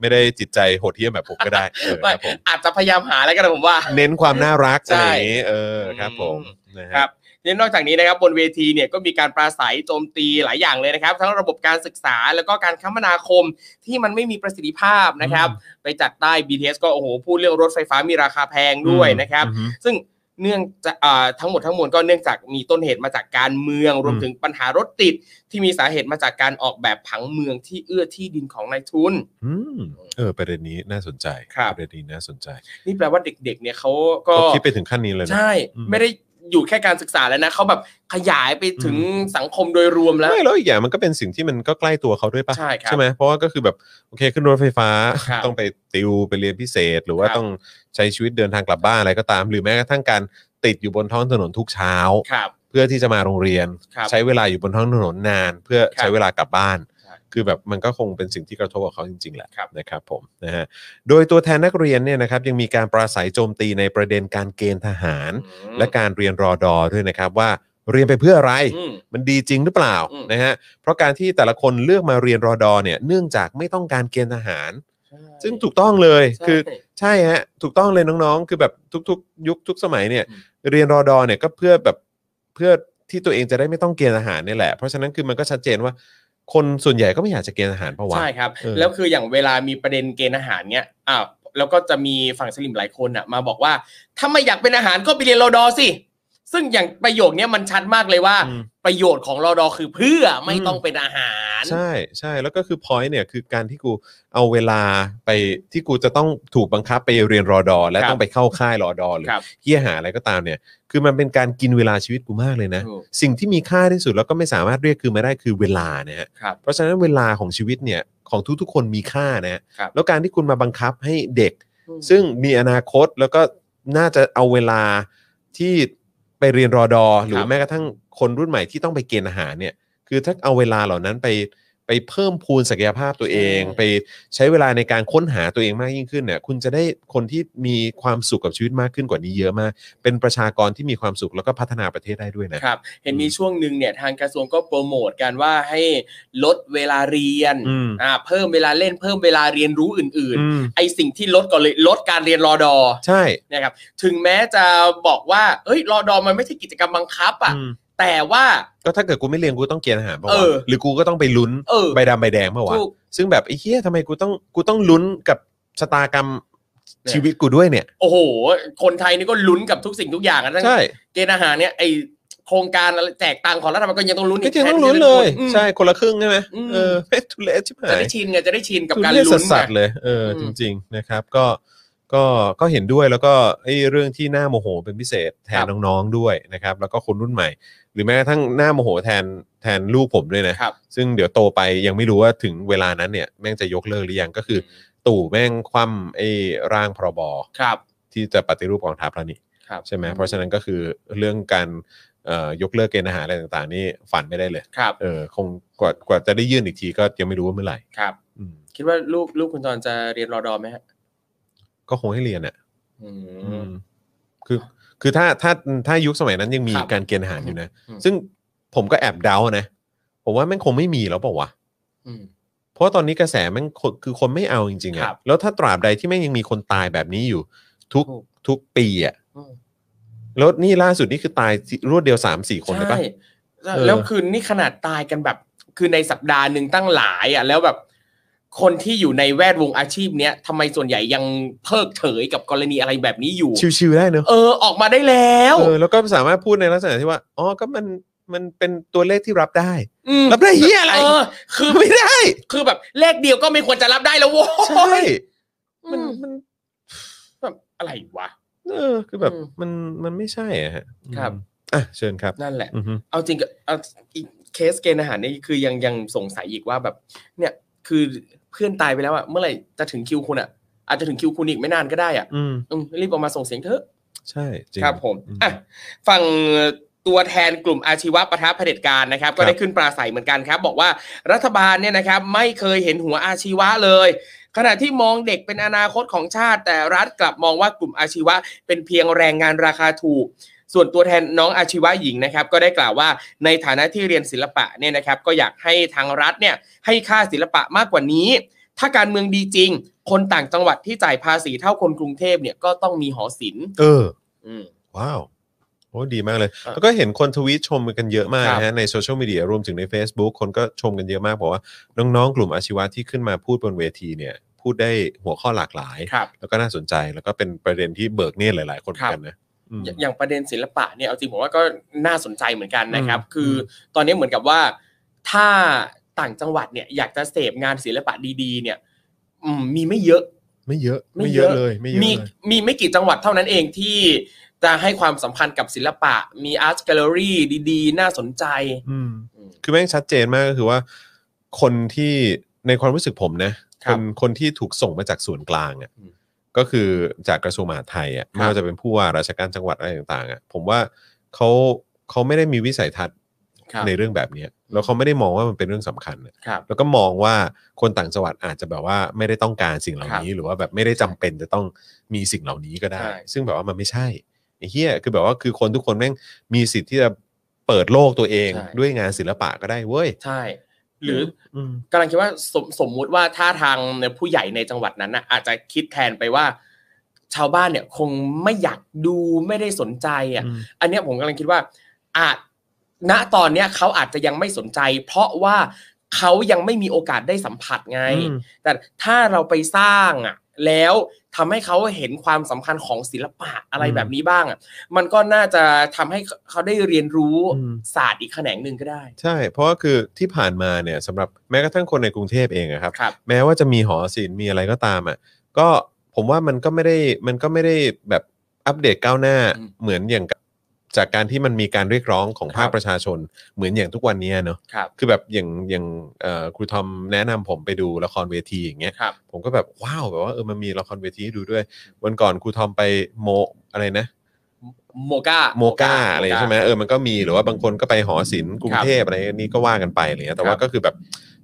Speaker 2: ไม่ได้จิตใจโหดเหี้ยมแบบผมก็ได้เออครับผม
Speaker 3: อาจจะพยายามหาอะไรกันนะผมว่า
Speaker 2: เน้นความน่ารักอะไรอย่างนี้เออ
Speaker 3: ใช่
Speaker 2: ครับผมนะฮะ
Speaker 3: ครับนี่นอกจากนี้นะครับบนเวทีเนี่ยก็มีการปราศัยโจมตีหลายอย่างเลยนะครับ ทั้งระบบการศึกษาแล้วก็การคมนาคมที่มันไม่มีประสิทธิภาพนะครับ ไปจัดใต้ BTS ก็โอ้โหพูดเรื่องรถไฟฟ้ามีราคาแพงด้วยนะครับ
Speaker 2: อืม
Speaker 3: ซึ่งเนื่องจะอ่าทั้งหมดทั้งมวลก็เนื่องจากมีต้นเหตุมาจากการเมืองรวม
Speaker 2: อืม
Speaker 3: ถึงปัญหารถติดที่มีสาเหตุมาจากการออกแบบผังเมืองที่เอื้อที่ดินของนายทุน
Speaker 2: อืมเออประเด็นนี้น่าสนใจ
Speaker 3: ครับ
Speaker 2: ประเด็นนี้น่าสนใจ
Speaker 3: นี่แปลว่าเด็กๆเนี่ยเขาก็
Speaker 2: เขาคิดไปถึงขั้นนี้เลยนะ
Speaker 3: ใช่
Speaker 2: อืม
Speaker 3: ไม่ได้อยู่แค่การศึกษาแล้วนะเขาแบบขยายไปถึง
Speaker 2: อืม
Speaker 3: สังคมโดยรวมแล้ว
Speaker 2: ไม่แล้วอีกอย่างมันก็เป็นสิ่งที่มันก็ใกล้ตัวเขาด้วยปะ
Speaker 3: ใช่ครับ
Speaker 2: ใช่ไหมเพราะว่าก็คือแบบโอเคขึ้นรถไฟฟ้า
Speaker 3: ครับ
Speaker 2: ต้องไปติวไปเรียนพิเศษ หรือว่า
Speaker 3: ครับ
Speaker 2: ต้องใช้ชีวิตเดินทางกลับบ้านอะไรก็ตาม หรือแม้กระทั่งการติดอยู่บนท้องถนนทุกเช้า
Speaker 3: ครับ
Speaker 2: เพื่อที่จะมาโรงเรียน
Speaker 3: ครับ
Speaker 2: ใช้เวลาอยู่บนท้องถนนนาน เพื่อ
Speaker 3: ครั
Speaker 2: ใช้
Speaker 3: บ
Speaker 2: เวลากลับบ้าน
Speaker 3: ใช่
Speaker 2: คือแบบมันก็คงเป็นสิ่งที่กระทบกับเขาจริงๆแหละ
Speaker 3: ครับ
Speaker 2: นะครับผมนะฮะโดยตัวแทนนักเรียนเนี่ยนะครับยังมีการปราศัยโจมตีในประเด็นการเกณฑ์ทหาร และการเรียนรอดอด้วยนะครับว่าเรียนไปเพื่ออะไร
Speaker 3: อืม
Speaker 2: มันดีจริงหรือเปล่า
Speaker 3: อืม
Speaker 2: นะฮะเพราะการที่แต่ละคนเลือกมาเรียนรอดอเนี่ยเนื่องจากไม่ต้องการเกณฑ์ทหาร
Speaker 3: ใช่
Speaker 2: ซึ่งถูกต้องเลย
Speaker 3: ใช่
Speaker 2: คือใช่ฮะถูกต้องเลยน้องๆ คือแบบทุกๆ ยุคทุกสมัยเนี่ย
Speaker 3: อืม
Speaker 2: เรียนรอดอเนี่ยก็เพื่อแบบเพื่อที่ตัวเองจะได้ไม่ต้องเกณฑ์ทหารเนี่ยแหละเพราะฉะนั้นคือมันก็ชัดเจนว่า คนส่วนใหญ่ก็ไม่อยากจะเกณฑ์ทหารเพราะว่า
Speaker 3: ใช่ครับ
Speaker 2: เออ
Speaker 3: แล้วคืออย่างเวลามีประเด็นเกณฑ์อาหารเนี่ยอ่าแล้วก็จะมีฝั่งสลิมหลายคนอ่ะมาบอกว่าถ้าไม่อยากเป็นอาหารก็ไปเรียนรอดอสิ ซึ่งอย่างประโยคเนี้ยมันชัดมากเลยว่า
Speaker 2: อืม
Speaker 3: ประโยชน์ของรอดอคือเพื่อไม่
Speaker 2: อืม
Speaker 3: ต้องเป็นอาหาร
Speaker 2: ใช่ใช่แล้วก็คือ point เนี่ยคือการที่กูเอาเวลาไปที่กูจะต้องถูกบังคับไปเรียนรอดอ และต้องไปเข้าค่ายรอดอหรือ
Speaker 3: ครับ
Speaker 2: เหี้ยหาอะไรก็ตามเนี่ย คือมันเป็นการกินเวลาชีวิตกูมากเลยนะ
Speaker 3: ถูก
Speaker 2: สิ่งที่มีค่าที่สุดแล้วก็ไม่สามารถเรียกคืนมาได้คือเวลานะฮะ
Speaker 3: ครับ
Speaker 2: เพราะฉะนั้นเวลาของชีวิตเนี่ยของทุกๆคนมีค่านะฮะ
Speaker 3: ครับ
Speaker 2: แล้วการที่คุณมาบังคับให้เด็ก ซึ่งมีอนาคตแล้วก็น่าจะเอาเวลาที่ไปเรียนรอดอ หรือแม้กระทั่งคนรุ่นใหม่ที่ต้องไปเกณฑ์อาหารเนี่ยคือถ้าเอาเวลาเหล่านั้นไปไปเพิ่มพูนศักยภาพตัวเอง
Speaker 3: ใช่
Speaker 2: ไปใช้เวลาในการค้นหาตัวเองมากยิ่งขึ้นเนี่ยคุณจะได้คนที่มีความสุขกับชีวิตมากขึ้นกว่านี้เยอะมาก เป็นประชากรที่มีความสุขแล้วก็พัฒนาประเทศได้ด้วยนะ
Speaker 3: ครับ เห็นมีช่วงหนึ่งเนี่ยทางกระทรวงก็โปรโมทกันว่าให้ลดเวลาเรียน
Speaker 2: อืม
Speaker 3: อ่าเพิ่มเวลาเล่นเพิ่มเวลาเรียนรู้อื่น
Speaker 2: อืม
Speaker 3: ๆ ไอสิ่งที่ลดก่อนเลยลดการเรียนรอดอ
Speaker 2: ใช่
Speaker 3: นะครับ ถึงแม้จะบอกว่าเอ้ยรอดอมันไม่ใช่กิจกรรมบังคับอ่ะ
Speaker 2: อืม
Speaker 3: แต่ว่า
Speaker 2: ก็ถ้าเกิดกูไม่เรียนกูต้องเกณฑ์อาหารเมื่อ
Speaker 3: เอ
Speaker 2: วะ
Speaker 3: อ
Speaker 2: หรือกูก็ต้องไปลุ้น
Speaker 3: เออ
Speaker 2: ใบดำใบแดงเมื่อวะ
Speaker 3: ถูก
Speaker 2: ซึ่งแบบไอ้เฮียทำไมกูต้องกูต้องลุ้นกับชะตากรรม
Speaker 3: เนี่ย
Speaker 2: ชีวิตกูด้วยเนี่ย
Speaker 3: โอ้โห คนไทยนี่ก็ลุ้นกับทุกสิ่งทุกอย่างนะทั้ง
Speaker 2: ใช่
Speaker 3: เกณฑ์อาหารเนี่ยไอโครงการอะไรแจกตังค์ของรัฐบาลก็ยังต้องลุ้น
Speaker 2: ก็
Speaker 3: อีก
Speaker 2: ยังต้อง
Speaker 3: แท
Speaker 2: ลุ้น
Speaker 3: ที่จะ
Speaker 2: เลย
Speaker 3: ได้อืม
Speaker 2: ใช่คนละครึ่งใช่ไหม
Speaker 3: อืม
Speaker 2: เออ เพ็ทุเลสใช่ไหม
Speaker 3: จะได้ชินไงจะได้ชินกับการ
Speaker 2: ทุเส
Speaker 3: ลุ้น
Speaker 2: สั
Speaker 3: ไง
Speaker 2: สๆเลยเอออ
Speaker 3: ม
Speaker 2: จริง ๆนะครับ ก็ก็ก็เห็นด้วยแล้วก็ไอ้เรื่องที่หน้าโมโหเป็นพิเศษแทน
Speaker 3: ครับ
Speaker 2: น้องๆด้วยนะครับ แล้วก็คนรุ่นใหม่ หรือแม้กระทั่งหน้าโมโหแทนแทนลูกผมด้วยนะครับ ซึ่งเดี๋ยวโตไปยังไม่รู้ว่าถึงเวลานั้นเนี่ยแม่งจะยกเลิกหรือยังก็คือ ตู่แม่งคว่ำไอ้ร่างพรบ
Speaker 3: ครับ
Speaker 2: ที่จะปฏิรูปกองทัพแล้วนี่
Speaker 3: ครับ
Speaker 2: ใช่ไหมเพราะฉะนั้นก็คือเรื่องการเอ่อยกเลิกเกณฑ์อาหารอะไรต่างๆ นี่ฝันไม่ได้เลย
Speaker 3: ครับ
Speaker 2: เออคงกว่ากว่าจะได้ยื่นอีกทีก็ยังไม่รู้ว่าเมื่อไหร่
Speaker 3: ครับ
Speaker 2: อืม
Speaker 3: คิดว่าลูกลูกคุณจรจะเรียนรอดอไหมฮะ
Speaker 2: ก็คงให้เรียนอ่ะ
Speaker 3: อื
Speaker 2: อื
Speaker 3: ม
Speaker 2: มคือคือถ้าถ้าถ้ายุคสมัยนั้นยังมี
Speaker 3: ครับ
Speaker 2: การเกณฑ์อาหารอยู่นะ
Speaker 3: อืม
Speaker 2: ซึ่งผมก็แอบเดานะ ผมว่าแม่งคงไม่มีแล้วเปล่าวะ
Speaker 3: อืม
Speaker 2: เพราะว่าตอนนี้กระแสแม่งคนคือคนไม่เอาจริงๆ
Speaker 3: ครั
Speaker 2: อะ
Speaker 3: บ
Speaker 2: แล้วถ้าตราบใดที่แม่งยังมีคนตายแบบนี้อยู่ ทุก
Speaker 3: ถูก
Speaker 2: ทุกปีอะ
Speaker 3: อืม
Speaker 2: แล้วนี่ล่าสุดนี่คือตายรวดเดียวสามสี่คนเลยปะ
Speaker 3: ใช่
Speaker 2: เออ
Speaker 3: แล้วคือนี่ขนาดตายกันแบบ คือในสัปดาห์หนึ่งตั้งหลายอ่ะ แล้วแบบ คนที่อยู่ในแวดวงอาชีพเนี้ยทำไมส่วนใหญ่ยังเพิกเฉยกับกรณีอะไรแบบนี้อยู่
Speaker 2: ชิวๆได้เนอะ
Speaker 3: เออออกมาได้แล้ว
Speaker 2: เออแล้วก็สามารถพูดในลักษณะที่ว่าอ๋อก็มันมันเป็นตัวเลขที่รับได้
Speaker 3: อืม
Speaker 2: รับได้เฮียอะไร
Speaker 3: เออ คือ
Speaker 2: ไม่ได้
Speaker 3: คือแบบเลขเดียวก็ไม่ควรจะรับได้แล้วโว้
Speaker 2: ใช่
Speaker 3: ย
Speaker 2: มัน
Speaker 3: อืม
Speaker 2: มัน
Speaker 3: แบบอะไรวะ
Speaker 2: เออคือแบบ
Speaker 3: อืม
Speaker 2: มันมันไม่ใช่อะฮะ
Speaker 3: ครับ
Speaker 2: อ่ะเชิญครับ
Speaker 3: นั่นแหละ
Speaker 2: อือฮึ
Speaker 3: เอาจริงก็เอาอีกเคสเกณฑ์อาหารนี่คือยังยังสงสัยอีกว่าแบบ เนี่ยคือเพื่อนตายไปแล้วอะเมื่อไหร่จะถึงคิวคุณอะอาจจะถึงคิวคุณอีกไม่นานก็ได้อะ
Speaker 2: อืม
Speaker 3: อืมรีบออกมาส่งเสียงเถอะ
Speaker 2: ใช่จริง
Speaker 3: ครับผม
Speaker 2: อืม
Speaker 3: อ่ะฝั่งตัวแทนกลุ่มอาชีวะประทับเผด็จการนะครับ
Speaker 2: ครั
Speaker 3: ก็
Speaker 2: บ
Speaker 3: ได้ขึ้นปราศัยเหมือนกันครับ บอกว่ารัฐบาลเนี่ยนะครับ ไม่เคยเห็นหัวอาชีวะเลย ขณะที่มองเด็กเป็นอนาคตของชาติ แต่รัฐกลับมองว่ากลุ่มอาชีวะ เป็นเพียงแรงงานราคาถูก ส่วนตัวแทนน้องอาชีวะหญิงนะครับ ก็ได้กล่าวว่าในฐานะที่เรียนศิลปะเนี่ยนะครับ ก็อยากให้ทางรัฐเนี่ยให้ค่าศิลปะมากกว่านี้ ถ้าการเมืองดีจริง คนต่างจังหวัดที่จ่ายภาษีเท่าคนกรุงเทพเนี่ยก็ต้องมีหอศิลป์
Speaker 2: เออ
Speaker 3: อืม
Speaker 2: ว้าวโอ้ดีมากเลย
Speaker 3: อ่ะ
Speaker 2: แล้วก็เห็นคนทวีตชมกันเยอะมาก
Speaker 3: ครับ
Speaker 2: นะฮะในโซเชียลมีเดียรวมถึงใน Facebook คนก็ชมกันเยอะมากบอกว่า น้องๆ กลุ่มอาชีวะที่ขึ้นมาพูดบนเวทีเนี่ย พูดได้หัวข้อหลากหลาย
Speaker 3: ครับ
Speaker 2: แล้วก็น่าสนใจแล้วก็เป็นประเด็นที่เบิกเนตรหลาย ๆ คนเหมือนกันนะอืม
Speaker 3: อย่าอย่างประเด็นศิลปะเนี่ยเอาจริงผมว่าก็น่าสนใจเหมือนกันนะครับ
Speaker 2: อืม
Speaker 3: คืออตอนนี้เหมือนกับว่าถ้าต่างจังหวัดเนี่ยอยากจะเสพงานศิลปะดีๆ เนี่ยอืมมีไม่เยอะ
Speaker 2: ไม่เยอะ
Speaker 3: ไม่
Speaker 2: ไม่เย
Speaker 3: เย
Speaker 2: อะ
Speaker 3: อะ
Speaker 2: เลยไม่เยอะ
Speaker 3: มี
Speaker 2: เลย
Speaker 3: มีไม่กี่จังหวัดเท่านั้นเองที่จะให้ความสำคัญกับศิลปะ มีอาร์ตแกลเลอรี่ดีๆ น่าสนใจ
Speaker 2: อืม คือแม่งชัดเจนมากก็คือว่า คนที่ในความรู้สึกผมนะ
Speaker 3: ครั
Speaker 2: ค
Speaker 3: บ
Speaker 2: นคนที่ถูกส่งมาจากส่วนกลางอะ่ะ
Speaker 3: อืม
Speaker 2: ก็คือจากกระทรวงมหาดไทยอะ่ะ
Speaker 3: ครับ
Speaker 2: ไม่ว่าจะเป็นผู้ว่าราชการจังหวัดอะไรต่างๆอะ่ะผมว่าเขาเขาไม่ได้มีวิสัยทัศน์
Speaker 3: ครับ
Speaker 2: ในเรื่องแบบเนี้ยแล้วเขาไม่ได้มองว่ามันเป็นเรื่องสำคัญอะ
Speaker 3: ครับ
Speaker 2: แล้วก็มองว่าคนต่างจังหวัดอาจจะแบบว่าไม่ได้ต้องการสิ่งเหล่านี้ หรือว่าแบบไม่ได้จำเป็นจะต้องมีสิ่งเหล่านี้ก็ได้
Speaker 3: ใช่
Speaker 2: ซึ่งแบบว่ามันไม่ใช่ไอ้เหี้ยคือแบบว่าคือคนทุกคนแม่งมีสิทธิ์ที่จะเปิดโลกตัวเองด้วยงานศิลปะก็ได้เว้ย
Speaker 3: ใช่ หรืออ
Speaker 2: อืม
Speaker 3: กำลังคิดว่าสมสมมุติว่าถ้าทางผู้ใหญ่ในจังหวัดนั้นนะอาจจะคิดแทนไปว่า ชาวบ้านเนี่ยคงไม่อยากดูไม่ได้สนใจอ่ะ
Speaker 2: อืม
Speaker 3: อันเนี้ยผมกำลังคิดว่า อาจณตอนเนี้ยเขาอาจจะยังไม่สนใจ เพราะว่าเขายังไม่มีโอกาสได้สัมผัสไง แต่ถ้าเราไปสร้างอ่ะแล้วทำให้เขาเห็นความสำคัญของศิลปะอะไร
Speaker 2: อืม
Speaker 3: แบบนี้บ้างอ่ะมันก็น่าจะทำให้เขาได้เรียนรู้
Speaker 2: อืม
Speaker 3: ศาสตร์อีกแขนงหนึ่งก็ได้
Speaker 2: ใช่ เพราะว่าคือที่ผ่านมาเนี่ยสำหรับแม้กระทั่งคนในกรุงเทพเองอะครับ
Speaker 3: ครับ
Speaker 2: แม้ว่าจะมีหอศิลป์มีอะไรก็ตามอ่ะก็ผมว่ามันก็ไม่ได้มันก็ไม่ได้แบบอัปเดตก้าวหน้า
Speaker 3: อืม
Speaker 2: เหมือนอย่างกับจากการที่มันมีการเรียกร้องของ
Speaker 3: ครับ
Speaker 2: ภาคประชาชน เหมือนอย่างทุกวันเนี้ยเนอะ
Speaker 3: ครับ
Speaker 2: คือแบบอย่างอย่างเอ่อครูทอมแนะนำผมไปดูละครเวทีอย่างเงี้ย
Speaker 3: ครับ
Speaker 2: ผมก็แบบว้าวแบบว่าเออมันมีละครเวทีให้ดูด้วย วันก่อนครูทอมไปโมอะไรนะ
Speaker 3: โมกา
Speaker 2: โมกาอะไรใช่ไหมเออมันก็มีหรือว่าบางคนก็ไปหอศิลป์กรุงเทพอะไรนี่ก็ว่ากันไปอะไรเงี้ยแต่ว่า
Speaker 3: ครับ
Speaker 2: ก็คือแบบ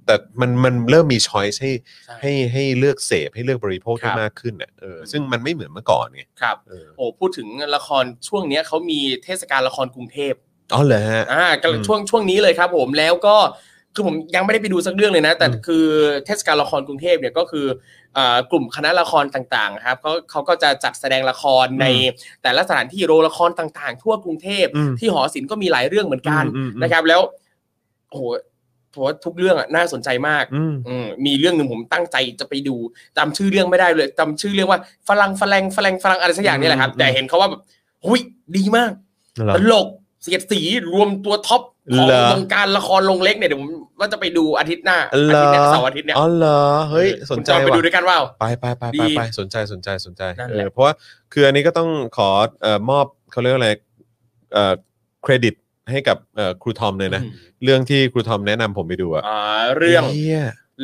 Speaker 2: แต่มันมันเริ่มมีช้อยให้
Speaker 3: ใช่
Speaker 2: ให้ให้เลือกเสพให้เลือกบริโภค
Speaker 3: ครั
Speaker 2: ที่
Speaker 3: บ
Speaker 2: มากขึ้นอ่ะเออซึ่งมันไม่เหมือนเมื่อก่อนไง
Speaker 3: ครับ
Speaker 2: เออ
Speaker 3: โอ้พูดถึงละครช่วงเนี้ยเขามีเทศกาลละครกรุงเทพ
Speaker 2: อ๋อเหรอฮะ
Speaker 3: อ่ากำลั
Speaker 2: อื
Speaker 3: ง
Speaker 2: ม
Speaker 3: ช่วงช่วงนี้เลยครับผมแล้วก็คือผมยังไม่ได้ไปดูสักเรื่องเลยนะ แต่
Speaker 2: อืม
Speaker 3: คือเทศกาลละครกรุงเทพเนี่ยก็คือเอ่อกลุ่มคณะละครต่างๆครับเขาเขาก็จะจัดแสดงละครในแต่ละสถานที่โรงละครต่างๆ ทั่วกรุงเทพ
Speaker 2: อืม
Speaker 3: ที่หอศิลป์ก็มีหลายเรื่องเหมือนกัน
Speaker 2: อืมอืม
Speaker 3: นะครับ แล้วโอ้โหผมว่าทุกเรื่องอะน่าสนใจมาก
Speaker 2: อืม
Speaker 3: อืมมีเรื่องหนึ่งผมตั้งใจจะไปดูจำชื่อเรื่องไม่ได้เลยจำชื่อเรื่องว่าฝรั่งฝรั่งฝรั่งฝรั่งอะไรสักอย่างนี่แหละครับ แต่เห็นเขาว่าแบบหุยดีมาก
Speaker 2: เหรอ
Speaker 3: ตลกเสียดสีรวมตัวท็อปของ
Speaker 2: เหรอ
Speaker 3: วงการละครลงเล็กเนี่ยเดี๋ยวผมว่าจะไปดูอาทิตย์หน้าอา
Speaker 2: เหรอ
Speaker 3: ทิตย์เนี้ยเสาร์อาทิตย์เนี้ย
Speaker 2: อ๋อเหรอเฮ้ย
Speaker 3: ออ
Speaker 2: สน
Speaker 3: คุณ
Speaker 2: ใจ
Speaker 3: อมไป
Speaker 2: ว่ะ
Speaker 3: ดูด้วยกันว่า
Speaker 2: ไปไปไป
Speaker 3: ดี
Speaker 2: ไปไปสนใจสนใจสนใจ
Speaker 3: นั่น
Speaker 2: เอ
Speaker 3: แหละ
Speaker 2: อเพราะว่าคืออันนี้ก็ต้องขอเอ่อมอบเขาเรียกว่าอะไรเอ่อเครดิตให้กับเอ่อครูทอมเลยนะ
Speaker 3: อืม
Speaker 2: เรื่องที่ครูทอมแนะนำผมไปดูอะ
Speaker 3: อ่าเรื่อง
Speaker 2: เหี้ย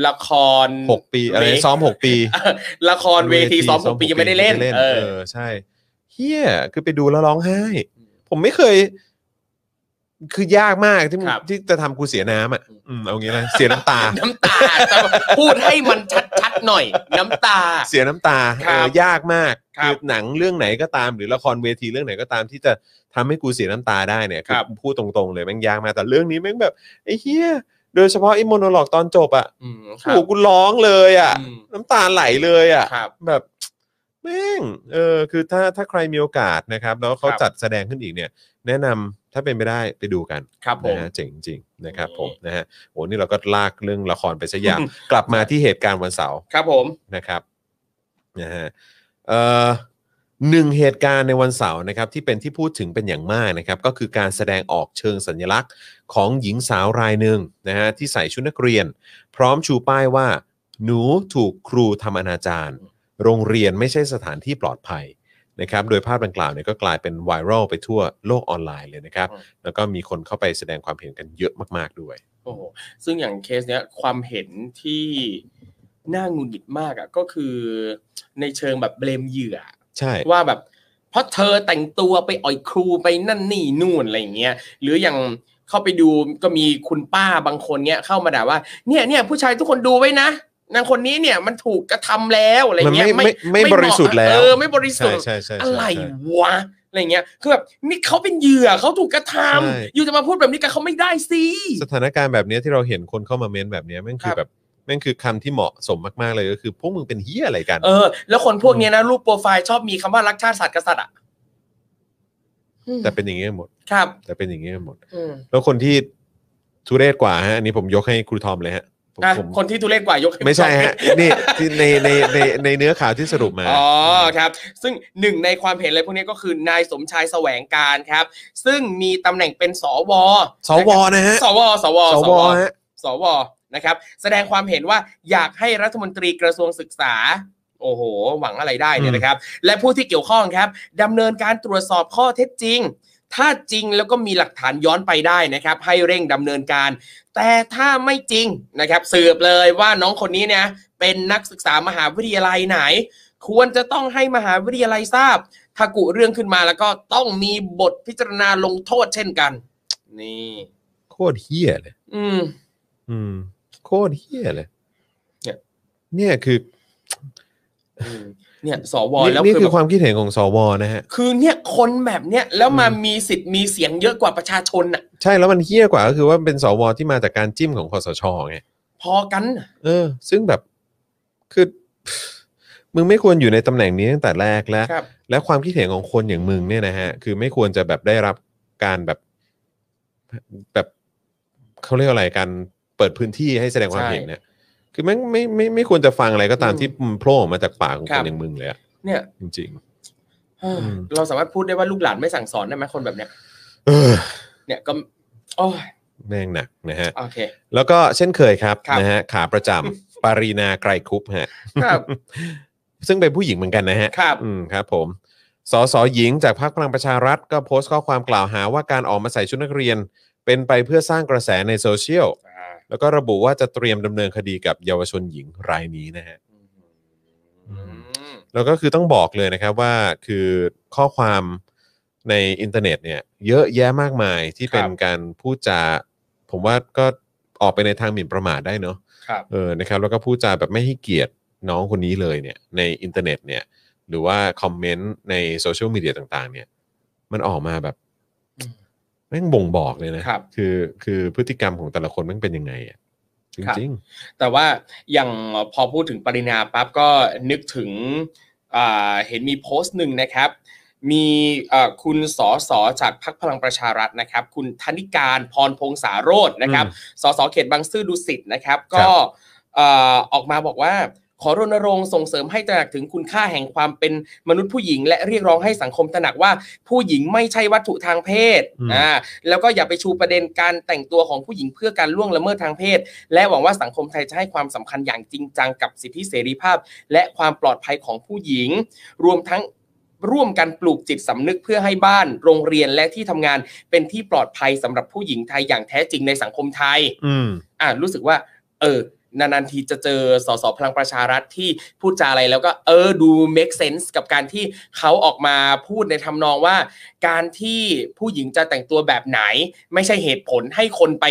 Speaker 3: ละคร
Speaker 2: หกปีอะไร
Speaker 3: เว
Speaker 2: ซ้อมหกปี
Speaker 3: ละครเวทีซ้อมผมปียังไม่ได้เล่น
Speaker 2: เอ
Speaker 3: เอ
Speaker 2: อ
Speaker 3: อ
Speaker 2: ใช่เฮียคือไปดูแล้วร้องไห้ ผมไม่เคย คือยากมากที่มึง
Speaker 3: ครับ
Speaker 2: ที่จะทำกูเสียน้ำอ่ะอืมเอางี้นะเสียน้ำ ตา
Speaker 3: น้ำตาแต่ว่าพูดให้มันชัดๆหน่อย น้ำตา
Speaker 2: เสียน้ำตา
Speaker 3: ครั
Speaker 2: เอบ อยากมาก
Speaker 3: ครับ
Speaker 2: หนังเรื่องไหนก็ตามหรือละครเวทีเรื่องไหนก็ตามที่จะทำให้กูเสียน้ำตาได้เนี่ย
Speaker 3: ครับ
Speaker 2: พูดตรงๆเลยแม่งยากมากแต่เรื่องนี้แม่งแบบไอ้เฮียโดยเฉพาะไอ้โมโนโลกตอนจบอะ
Speaker 3: อืมค
Speaker 2: โอ้
Speaker 3: รับ
Speaker 2: โหกูร้องเลยอะ
Speaker 3: อืม
Speaker 2: น้ำตาไหลเลยอะ
Speaker 3: ครับ
Speaker 2: แบบแม่งเออคือถ้าถ้าใครมีโอกาสนะครับ แล้วเขา
Speaker 3: ครับ
Speaker 2: จัดแสดงขึ้นอีกเนี่ย แนะนำ ถ้าเป็นไปได้ไปดูกัน
Speaker 3: ครับผม
Speaker 2: นะฮะเจ๋งจริงๆนะครับผมนะฮะโอ้นี่เราก็ลากเรื่องละครไปซะ ยาวกลับมาที่เหตุการณ์วันเสาร์
Speaker 3: ครับผม
Speaker 2: นะครับนะฮะเอ่อหนึ่งเหตุการณ์ในวันเสาร์นะครับที่เป็นที่พูดถึงเป็นอย่างมากนะครับก็คือการแสดงออกเชิงสัญลักษณ์ของหญิงสาวรายหนึ่งนะฮะที่ใส่ชุดนักเรียน พร้อมชูป้ายว่า หนูถูกครูทำอนาจารโรงเรียนไม่ใช่สถานที่ปลอดภัยนะครับโดยภาพดังกล่าวเนี่ยก็กลายเป็นไวรัลไปทั่วโลกออนไลน์เลยนะครับ
Speaker 3: อืม
Speaker 2: แล้วก็มีคนเข้าไปแสดงความเห็นกันเยอะมากๆด้วย
Speaker 3: โอ้โหซึ่งอย่างเคสเนี้ยความเห็นที่น่าหงุดหงิดมากอ่ะก็คือในเชิงแบบเบลมเหยื่อ
Speaker 2: ใช่
Speaker 3: ว่าแบบเพราะเธอแต่งตัวไปอ่อยครูไปนั่นนี่นู่นอะไรอย่างเงี้ยหรืออย่างเข้าไปดูก็มีคุณป้าบางคนเนี้ยเข้ามาด่าว่าเนี่ยเนี่ยผู้ชายทุกคนดูไว้นะนางคนนี้เนี่ยมันถูกกระทำแล้วอะไร
Speaker 2: มัน
Speaker 3: เงี้ย
Speaker 2: ไม่ไม่ไม่บ
Speaker 3: เหมาะ
Speaker 2: ริสุทธิ์แล้ว
Speaker 3: เออไม่บริสุทธิ์
Speaker 2: ใช่ใช่ใช่
Speaker 3: อะไร
Speaker 2: ใช่ใช่
Speaker 3: วะอะไรเงี้ยคือแบบนี่เขาเป็นเหยื่อเขาถูกกระท
Speaker 2: ใช่
Speaker 3: ำอยู่จะมาพูดแบบนี้กับเขาไม่ได้สิ
Speaker 2: สถานการณ์แบบเนี้ยที่เราเห็นคนเข้ามาเม้นแบบเนี้ยแม่งคือ
Speaker 3: ครับ
Speaker 2: แบบแม่งคือคำที่เหมาะสมมาก ๆ เลยก็คือ พวกมึงเป็นเฮียอะไรกัน
Speaker 3: เออ แล้วคนพวกเนี้ยนะรูปโปรไฟล์ชอบมีคำว่ารักชาติศาสตร์กษัตริย์อ่ะ
Speaker 2: แต่เป็นอย่างเงี้ยหมด
Speaker 3: ครับ
Speaker 2: แต่เป็นอย่างเงี้ยหมด
Speaker 3: อืม
Speaker 2: แล้วคนที่ทุเรศกว่าฮะอันนี้ผมยกให้ครูทอมเลยฮะผม
Speaker 3: อ่ะ
Speaker 2: ผม
Speaker 3: คนที่ทุเรศกว่ายกห้
Speaker 2: ไม่ใช่ฮะ นี่ที่ในในในในเนื้อข่าวที่สรุปมา
Speaker 3: อ๋อครับ ซึ่งหนึ่งในความเห็นอะไรพวกเนี้ยก็คือนายสมชายแสวงการครับ ซึ่งมีตำแหน่งเป็นสว
Speaker 2: สวนะฮะ
Speaker 3: สวสว
Speaker 2: สวฮะ
Speaker 3: สวนะครับ แสดงความเห็นว่าอยากให้รัฐมนตรีกระทรวงศึกษา โอ้โห หวังอะไรได้เนี่ยนะครับ และผู้ที่เกี่ยวข้องครับดำเนินการตรวจสอบข้อเท็จจริง ถ้าจริงแล้วก็มีหลักฐานย้อนไปได้นะครับ ให้เร่งดำเนินการ แต่ถ้าไม่จริงนะครับ สืบเลยว่าน้องคนนี้เนี่ยเป็นนักศึกษามหาวิทยาลัยไหน ควรจะต้องให้มหาวิทยาลัยทราบ ถ้ากุเรื่องขึ้นมาแล้วก็ต้องมีบทพิจารณาลงโทษเช่นกัน นี่
Speaker 2: โคตรเฮียเลย
Speaker 3: อืม
Speaker 2: อืม โคตรเฮียเลย
Speaker 3: เนี่ย
Speaker 2: เนี่ยคือ
Speaker 3: อืมเนี่ยสว
Speaker 2: นี่
Speaker 3: แล้ว
Speaker 2: นี่
Speaker 3: คือ
Speaker 2: คื
Speaker 3: แบ
Speaker 2: อบ ความคิดเห็นของสวนะฮะ
Speaker 3: คือเนี่ยคนแบบเนี้ยแล้วมา
Speaker 2: อืม
Speaker 3: มีสิทธิ์มีเสียงเยอะกว่าประชาชนน่ะ
Speaker 2: ใช่แล้วมันเฮี้ยกว่าก็คือว่าเป็นสวที่มาจากการจิ้มของคอสชไง
Speaker 3: พอกันน่ะ
Speaker 2: เออ ซึ่งแบบคือ มึงไม่ควรอยู่ในตำแหน่งนี้ตั้งแต่แรกและ
Speaker 3: ครับ
Speaker 2: และความคิดเห็นของคนอย่างมึงเนี่ยนะฮะ คือไม่ควรจะแบบได้รับการแบบ แบบเขาเรียกอะไรการเปิดพื้นที่ให้แสดงความเห็นเนี่ย คือแม่งไม่ไม่ไม่ไม่ควรจะฟังอะไรก็ตามที่มันโผล่ออกมาจากปากของคนอย่างมึงเลยอะ
Speaker 3: เนี่ย
Speaker 2: จริง
Speaker 3: เฮ้ย
Speaker 2: อืม
Speaker 3: เราสามารถพูดได้ว่าลูกหลานไม่สั่งสอนได้ไหมคนแบบเนี้ย
Speaker 2: ๆเออ
Speaker 3: เนี่ยก็โอ้ย
Speaker 2: แม่งหนักนะฮะ
Speaker 3: โอเค
Speaker 2: แล้วก็เช่นเคยครับ
Speaker 3: ครับ
Speaker 2: นะฮะขาประจำ ปารีนาไกรคุปฮะ
Speaker 3: ครับ
Speaker 2: ซึ่งเป็นผู้หญิงเหมือนกันนะฮะ
Speaker 3: ครับ
Speaker 2: อืมครับผมสสหญิงจากพรรคพลังประชารัฐก็โพสต์ข้อความกล่าวหาว่าการออกมาใส่ชุดนักเรียน เป็นไปเพื่อสร้างกระแสในโซเชียล แล้วก็ระบุว่าจะเตรียมดำเนินคดีกับเยาวชนหญิงรายนี้นะฮะ
Speaker 3: อืม
Speaker 2: แล้วก็คือต้องบอกเลยนะครับว่าคือข้อความในอินเทอร์เน็ตเนี่ยเยอะแยะมากมายที่เป็นการพูดจา ผมว่าก็ออกไปในทางหมิ่นประมาทได้เนาะ
Speaker 3: ครับ
Speaker 2: เออ นะครับ แล้วก็พูดจาแบบไม่ให้เกียรติน้องคนนี้เลยเนี่ยในอินเทอร์เน็ตเนี่ย หรือว่าคอมเมนต์ในโซเชียลมีเดียต่างๆ เนี่ย มันออกมาแบบ
Speaker 3: อืม
Speaker 2: แม่งบ่งบอกเลยนะครับ คือคือพฤติกรรมของแต่ละคนแม่งเป็นยังไงอ่ะจ
Speaker 3: ครับ
Speaker 2: ริง
Speaker 3: แต่ว่าอย่างพอพูดถึงปรินาปั๊บก็นึกถึงอ่าเห็นมีโพสต์หนึ่งนะครับ มีเอ่อคุณสอสอจากพักพลังประชารัฐนะครับ คุณธนิการพรพงษาโรจน์นะครับ
Speaker 2: อืม
Speaker 3: สอสอเขตบางซื่อดุสิตนะครับ ก็เอ่อออกมาบอกว่า ขอรณรงค์ส่งเสริมให้ตระหนักถึงคุณค่าแห่งความเป็นมนุษย์ผู้หญิง และเรียกร้องให้สังคมตระหนักว่าผู้หญิงไม่ใช่วัตถุทางเพศ
Speaker 2: อืม
Speaker 3: อ่าแล้วก็อย่าไปชูประเด็นการแต่งตัวของผู้หญิงเพื่อการล่วงละเมิดทางเพศ และหวังว่าสังคมไทยจะให้ความสำคัญอย่างจริงจังกับสิทธิเสรีภาพ และความปลอดภัยของผู้หญิง รวมทั้งร่วมกันปลูกจิตสำนึกเพื่อให้บ้าน โรงเรียนและที่ทำงานเป็นที่ปลอดภัยสำหรับผู้หญิงไทยอย่างแท้จริงในสังคมไทย
Speaker 2: ๆ อืม
Speaker 3: อ่ะรู้สึกว่า เออ นานๆทีจะเจอสสพลังประชารัฐที่พูดจาอะไรแล้วก็เออดู make sense กับการที่เขาออกมาพูดในทำนองว่า การที่ผู้หญิงจะแต่งตัวแบบไหน ไม่ใช่เหตุผลให้คนไป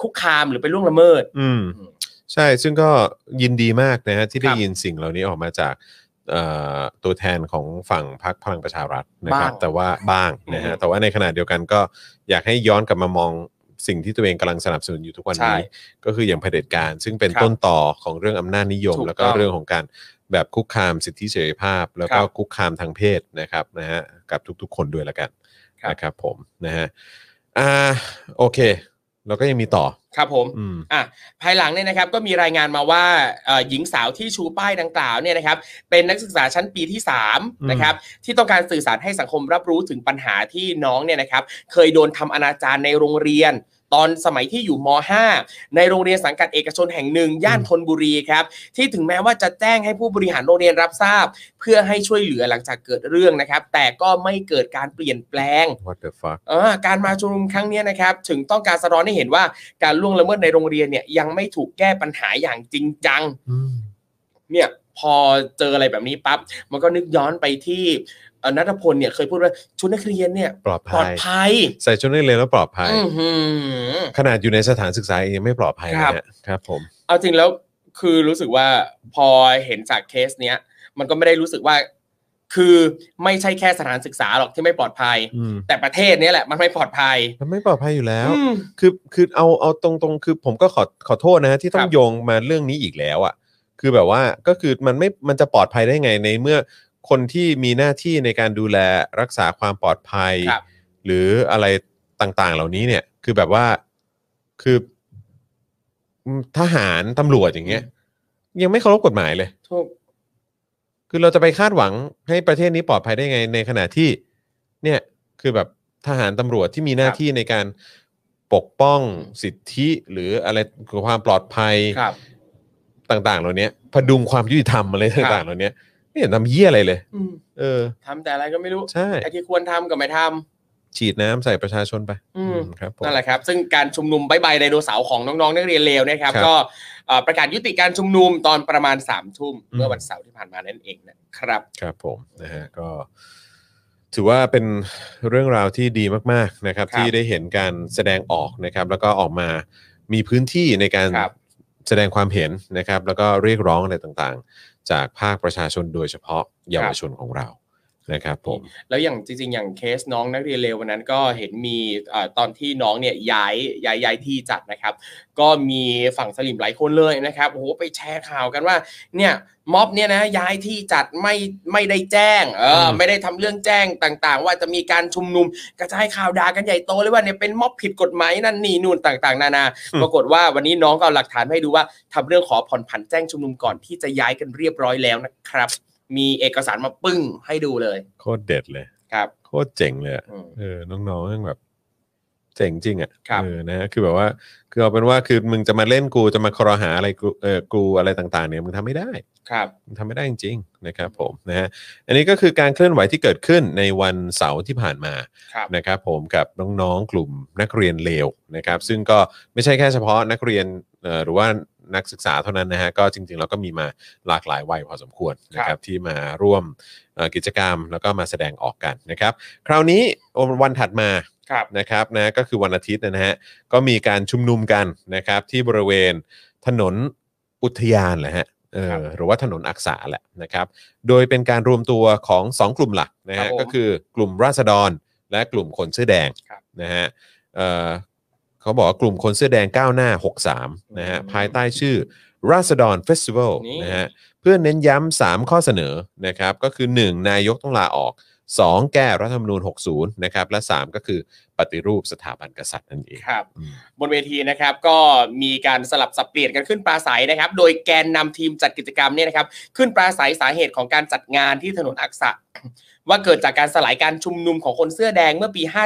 Speaker 3: คุกคามหรือไปล่วงละเมิด
Speaker 2: อืม
Speaker 3: อืม
Speaker 2: ใช่ ซึ่งก็ยินดีมากนะฮะที่ได้
Speaker 3: ครับ
Speaker 2: ยินสิ่งเหล่านี้ออกมาจากเอ่อตัวแทนของฝั่งพรรคพลังประชารัฐนะครับ แต่ว่าบ้างนะฮะ แต่ว่าในขณะเดียวกันก็อยากให้ย้อนกลับมามองสิ่งที่ตัวเองกำลังสนับสนุนอยู่ทุกวันนี้
Speaker 3: ใช่
Speaker 2: ก็คืออย่างเผด็จการ ซึ่งเป็น
Speaker 3: ครับ
Speaker 2: ต้นต่อของเรื่องอำนาจนิยม
Speaker 3: ถูก
Speaker 2: แล้วก็
Speaker 3: ต้อง
Speaker 2: เรื่องของการแบบคุกคามสิทธิเสรีภาพ แล้วก็
Speaker 3: ครับ
Speaker 2: คุกคามทางเพศนะครับนะฮะกับทุกๆ คนด้วยละกัน
Speaker 3: ครับ
Speaker 2: นะครับผมนะฮะ อ่าโอเค แล้วก็ยังมีต่อ
Speaker 3: ครับผม
Speaker 2: อืม
Speaker 3: อ่ะภายหลังเนี่ยนะครับก็มีรายงานมาว่าเอ่อหญิงสาวที่ชูป้ายดังกล่าวเนี่ยนะครับเป็นนักศึกษาชั้นปีที่
Speaker 2: อืม
Speaker 3: 3นะครับที่ต้องการสื่อสารให้สังคมรับรู้ถึงปัญหาที่น้องเนี่ยนะครับเคยโดนทำอนาจารในโรงเรียน ตอนสมัยที่อยู่ม .5 ในโรงเรียนสังกัดเอกชนแห่งหนึ่งย่านธนบุรีครับที่ถึงแม้ว่าจะแจ้งให้ผู้บริหารโรงเรียนรับทราบ เพื่อให้ช่วยเหลือหลังจากเกิดเรื่องนะครับแต่ก็ไม่เกิดการเปลี่ยนแปลง
Speaker 2: what the fuck
Speaker 3: เออการมาชุมนุมครั้งเนี้ยนะครับ ถึงต้องการสะท้อนให้เห็นว่าการล่วงละเมิดในโรงเรียนเนี่ยยังไม่ถูกแก้ปัญหาอย่างจริงจัง เนี่ยพอเจออะไรแบบนี้ปั๊บมันก็นึกย้อนไปที่เอ่อนัทพลเนี่ยเคยพูดว่าชุดนักเรียนเนี่ย
Speaker 2: ปลอด
Speaker 3: ปลอ
Speaker 2: ภั
Speaker 3: ด
Speaker 2: ย
Speaker 3: ภัย
Speaker 2: ใส่ชุดนักเรียนแล้วปลอดภัย
Speaker 3: อื้อหือ
Speaker 2: ขนาดอยู่ในสถานศึกษาเองยังไม่ปลอดภัยเลย
Speaker 3: ครับ
Speaker 2: ฮะครับผม
Speaker 3: เอาจริงแล้วคือรู้สึกว่าพอเห็นจากเคสเนี้ยมันก็ไม่ได้รู้สึกว่า คือไม่ใช่แค่สถานศึกษาหรอกที่ไม่ปลอดภัย
Speaker 2: อืม
Speaker 3: แต่ประเทศเนี้ยแหละมันไม่ปลอดภัย
Speaker 2: มันไม่ปลอดภัยอยู่แล้ว
Speaker 3: อืม
Speaker 2: คือคือเอาเอาตรงๆ คือผมก็ขอขอโทษนะฮะที่ต้อ
Speaker 3: ค
Speaker 2: ง
Speaker 3: รับ
Speaker 2: โยงมาเรื่องนี้อีกแล้วอะ่ะคือแบบว่าก็คือมันไม่มันจะปลอดภัยได้ไงในเมื่อคนที่มีหน้าที่ในการดูแลรักษาความปลอดภัย
Speaker 3: ครับ
Speaker 2: หรืออะไรต่างๆ เหล่านี้เนี่ย คือแบบว่าคืออืมทหารตำรวจอย่างเงี้ย ยังไม่เคารพกฎหมายเลย
Speaker 3: ถูก
Speaker 2: คือเราจะไปคาดหวังให้ประเทศนี้ปลอดภัยได้ไงในขณะที่ เนี่ยคือแบบทหารตำรวจที่มีหน้าที่ในการปกป้องสิทธิหรืออะไรความปลอดภัย
Speaker 3: ครับ
Speaker 2: ต่างๆ เหล่านี้พดุงความยุติธรรมอะไร
Speaker 3: ครั
Speaker 2: ต่างๆ
Speaker 3: บ
Speaker 2: เหล่านี้ไม่เห็นทำเยี่ยอะไรเลย
Speaker 3: อืม
Speaker 2: เออ
Speaker 3: ทำแต่อะไรก็ไม่รู้
Speaker 2: ใช่
Speaker 3: ไอ้ที่ควรทำกับไม่ทำ
Speaker 2: ฉีดน้ำใส่ประชาชนไป
Speaker 3: อืม
Speaker 2: อืมครับผม
Speaker 3: นั่นแหละครับ ซึ่งการชุมนุมบายบายไดโนเสาร์ของน้องๆนักเรียนเลวเนะครับ
Speaker 2: ครับ
Speaker 3: ก็เอ่อประกาศยุติการชุมนุมตอนประมาณ3ามทุ่ม
Speaker 2: อืม
Speaker 3: เมื่อวันเสาร์ที่ผ่านมานั่นเองนะครับ
Speaker 2: ครับผมนะฮะก็ ถือว่าเป็นเรื่องราวที่ดีมาก ๆนะครับ
Speaker 3: ครับ
Speaker 2: ที่ได้เห็นการแสดงออกนะครับ แล้วก็ออกมามีพื้นที่ในการ
Speaker 3: ครับ
Speaker 2: แสดงความเห็นนะครับ แล้วก็เรียกร้องอะไรต่างๆ จากภาคประชาชนโดยเฉพาะเยาวชนของเรานะครับ ผม
Speaker 3: แล้วอย่างจริงๆ อย่างเคสน้องนักเรียนเลววันนั้นก็เห็นมีเอ่อตอนที่น้องเนี่ยย้ายย้ายย้ายที่จัดนะครับ ก็มีฝั่งสลิมหลายคนเลยนะครับโอ้โหไปแชร์ข่าวกันว่า เนี่ยม็อบเนี่ยนะย้ายที่จัดไม่ไม่ได้แจ้งเออ
Speaker 2: อืม
Speaker 3: ไม่ได้ทำเรื่องแจ้งต่างๆ ว่าจะมีการชุมนุมกระจายข่าวด่ากันใหญ่โตเลยว่าเนี่ยเป็นม็อบผิดกฎหมายนั่นนี่นู่นต่างๆ นานา ปรากฏว่าวันนี้น้องก็เอาหลักฐานให้ดูว่าทำเรื่องขอผ่อนผันแจ้งชุมนุมก่อนที่จะย้ายกันเรียบร้อยแล้วนะครับ มีเอกสารมาปึ้งให้ดูเลย
Speaker 2: โคตรเด็ดเลย
Speaker 3: ครับ
Speaker 2: โคตรเจ๋งเลยอะ
Speaker 3: อืม
Speaker 2: เออน้องๆแม่งแบบเจ๋งจริงอ่ะ
Speaker 3: ครับ
Speaker 2: เออนะฮะคือแบบว่าคือเอาเป็นว่าคือมึงจะมาเล่นกูจะมาครหาอะไรกูเออกูอะไรต่าง ๆ เนี่ยมึงทำไม่ได้
Speaker 3: ครับ
Speaker 2: ทำไม่ได้จริงๆนะครับผมนะฮะอันนี้ก็คือการเคลื่อนไหวที่เกิดขึ้นในวันเสาร์ที่ผ่านมา
Speaker 3: ครับ
Speaker 2: นะครับผมกับน้องๆกลุ่มนักเรียนเลวนะครับ ซึ่งก็ไม่ใช่แค่เฉพาะนักเรียนเอ่อหรือว่านักศึกษาเท่านั้นนะฮะก็จริงๆเราก็มีมาหลากหลายวัยพอสมควรนะครับที่มาร่วมเอ่อกิจกรรมแล้วก็มาแสดงออกกันนะครับ คราวนี้วันถัดมา
Speaker 3: ครับ
Speaker 2: นะครับนะก็คือวันอาทิตย์นะฮะก็มีการชุมนุมกันนะครับที่บริเวณถนนอุทยานแหละฮะเออ
Speaker 3: ครับ
Speaker 2: หรือว่าถนนอักษาแหละนะครับ โดยเป็นการรวมตัวของ 2 กลุ่มหลักนะ
Speaker 3: ครั
Speaker 2: ฮะ
Speaker 3: บผม
Speaker 2: ก็คือกลุ่มราษฎรและกลุ่มคนเสื้อแดง
Speaker 3: ครับ
Speaker 2: นะฮะเอ่อเขาบอกว่ากลุ่มคนเสื้อแดงก้าวหน้า 63นะฮะ
Speaker 3: อืม
Speaker 2: ภายใต้ชื่อราษฎรเฟสติวัล
Speaker 3: นี่
Speaker 2: นะฮะเพื่อเน้นย้ำสามข้อเสนอนะครับก็คือ 1 นายกต้องลาออก 2 แก้รัฐธรรมนูญ 60 นะครับ และ 3 ก็คือปฏิรูปสถาบันกษัตริย์นั่นเอง
Speaker 3: ครับ
Speaker 2: อืม
Speaker 3: บนเวทีนะครับก็มีการสลับสับเปลี่ยนกันขึ้นปราศัยนะครับ โดยแกนนำทีมจัดกิจกรรมเนี่ยนะครับ ขึ้นปราศัยสาเหตุของการจัดงานที่ถนนอักษะ ว่าเกิดจากการสลายการชุมนุมของคนเสื้อแดงเมื่อปี 57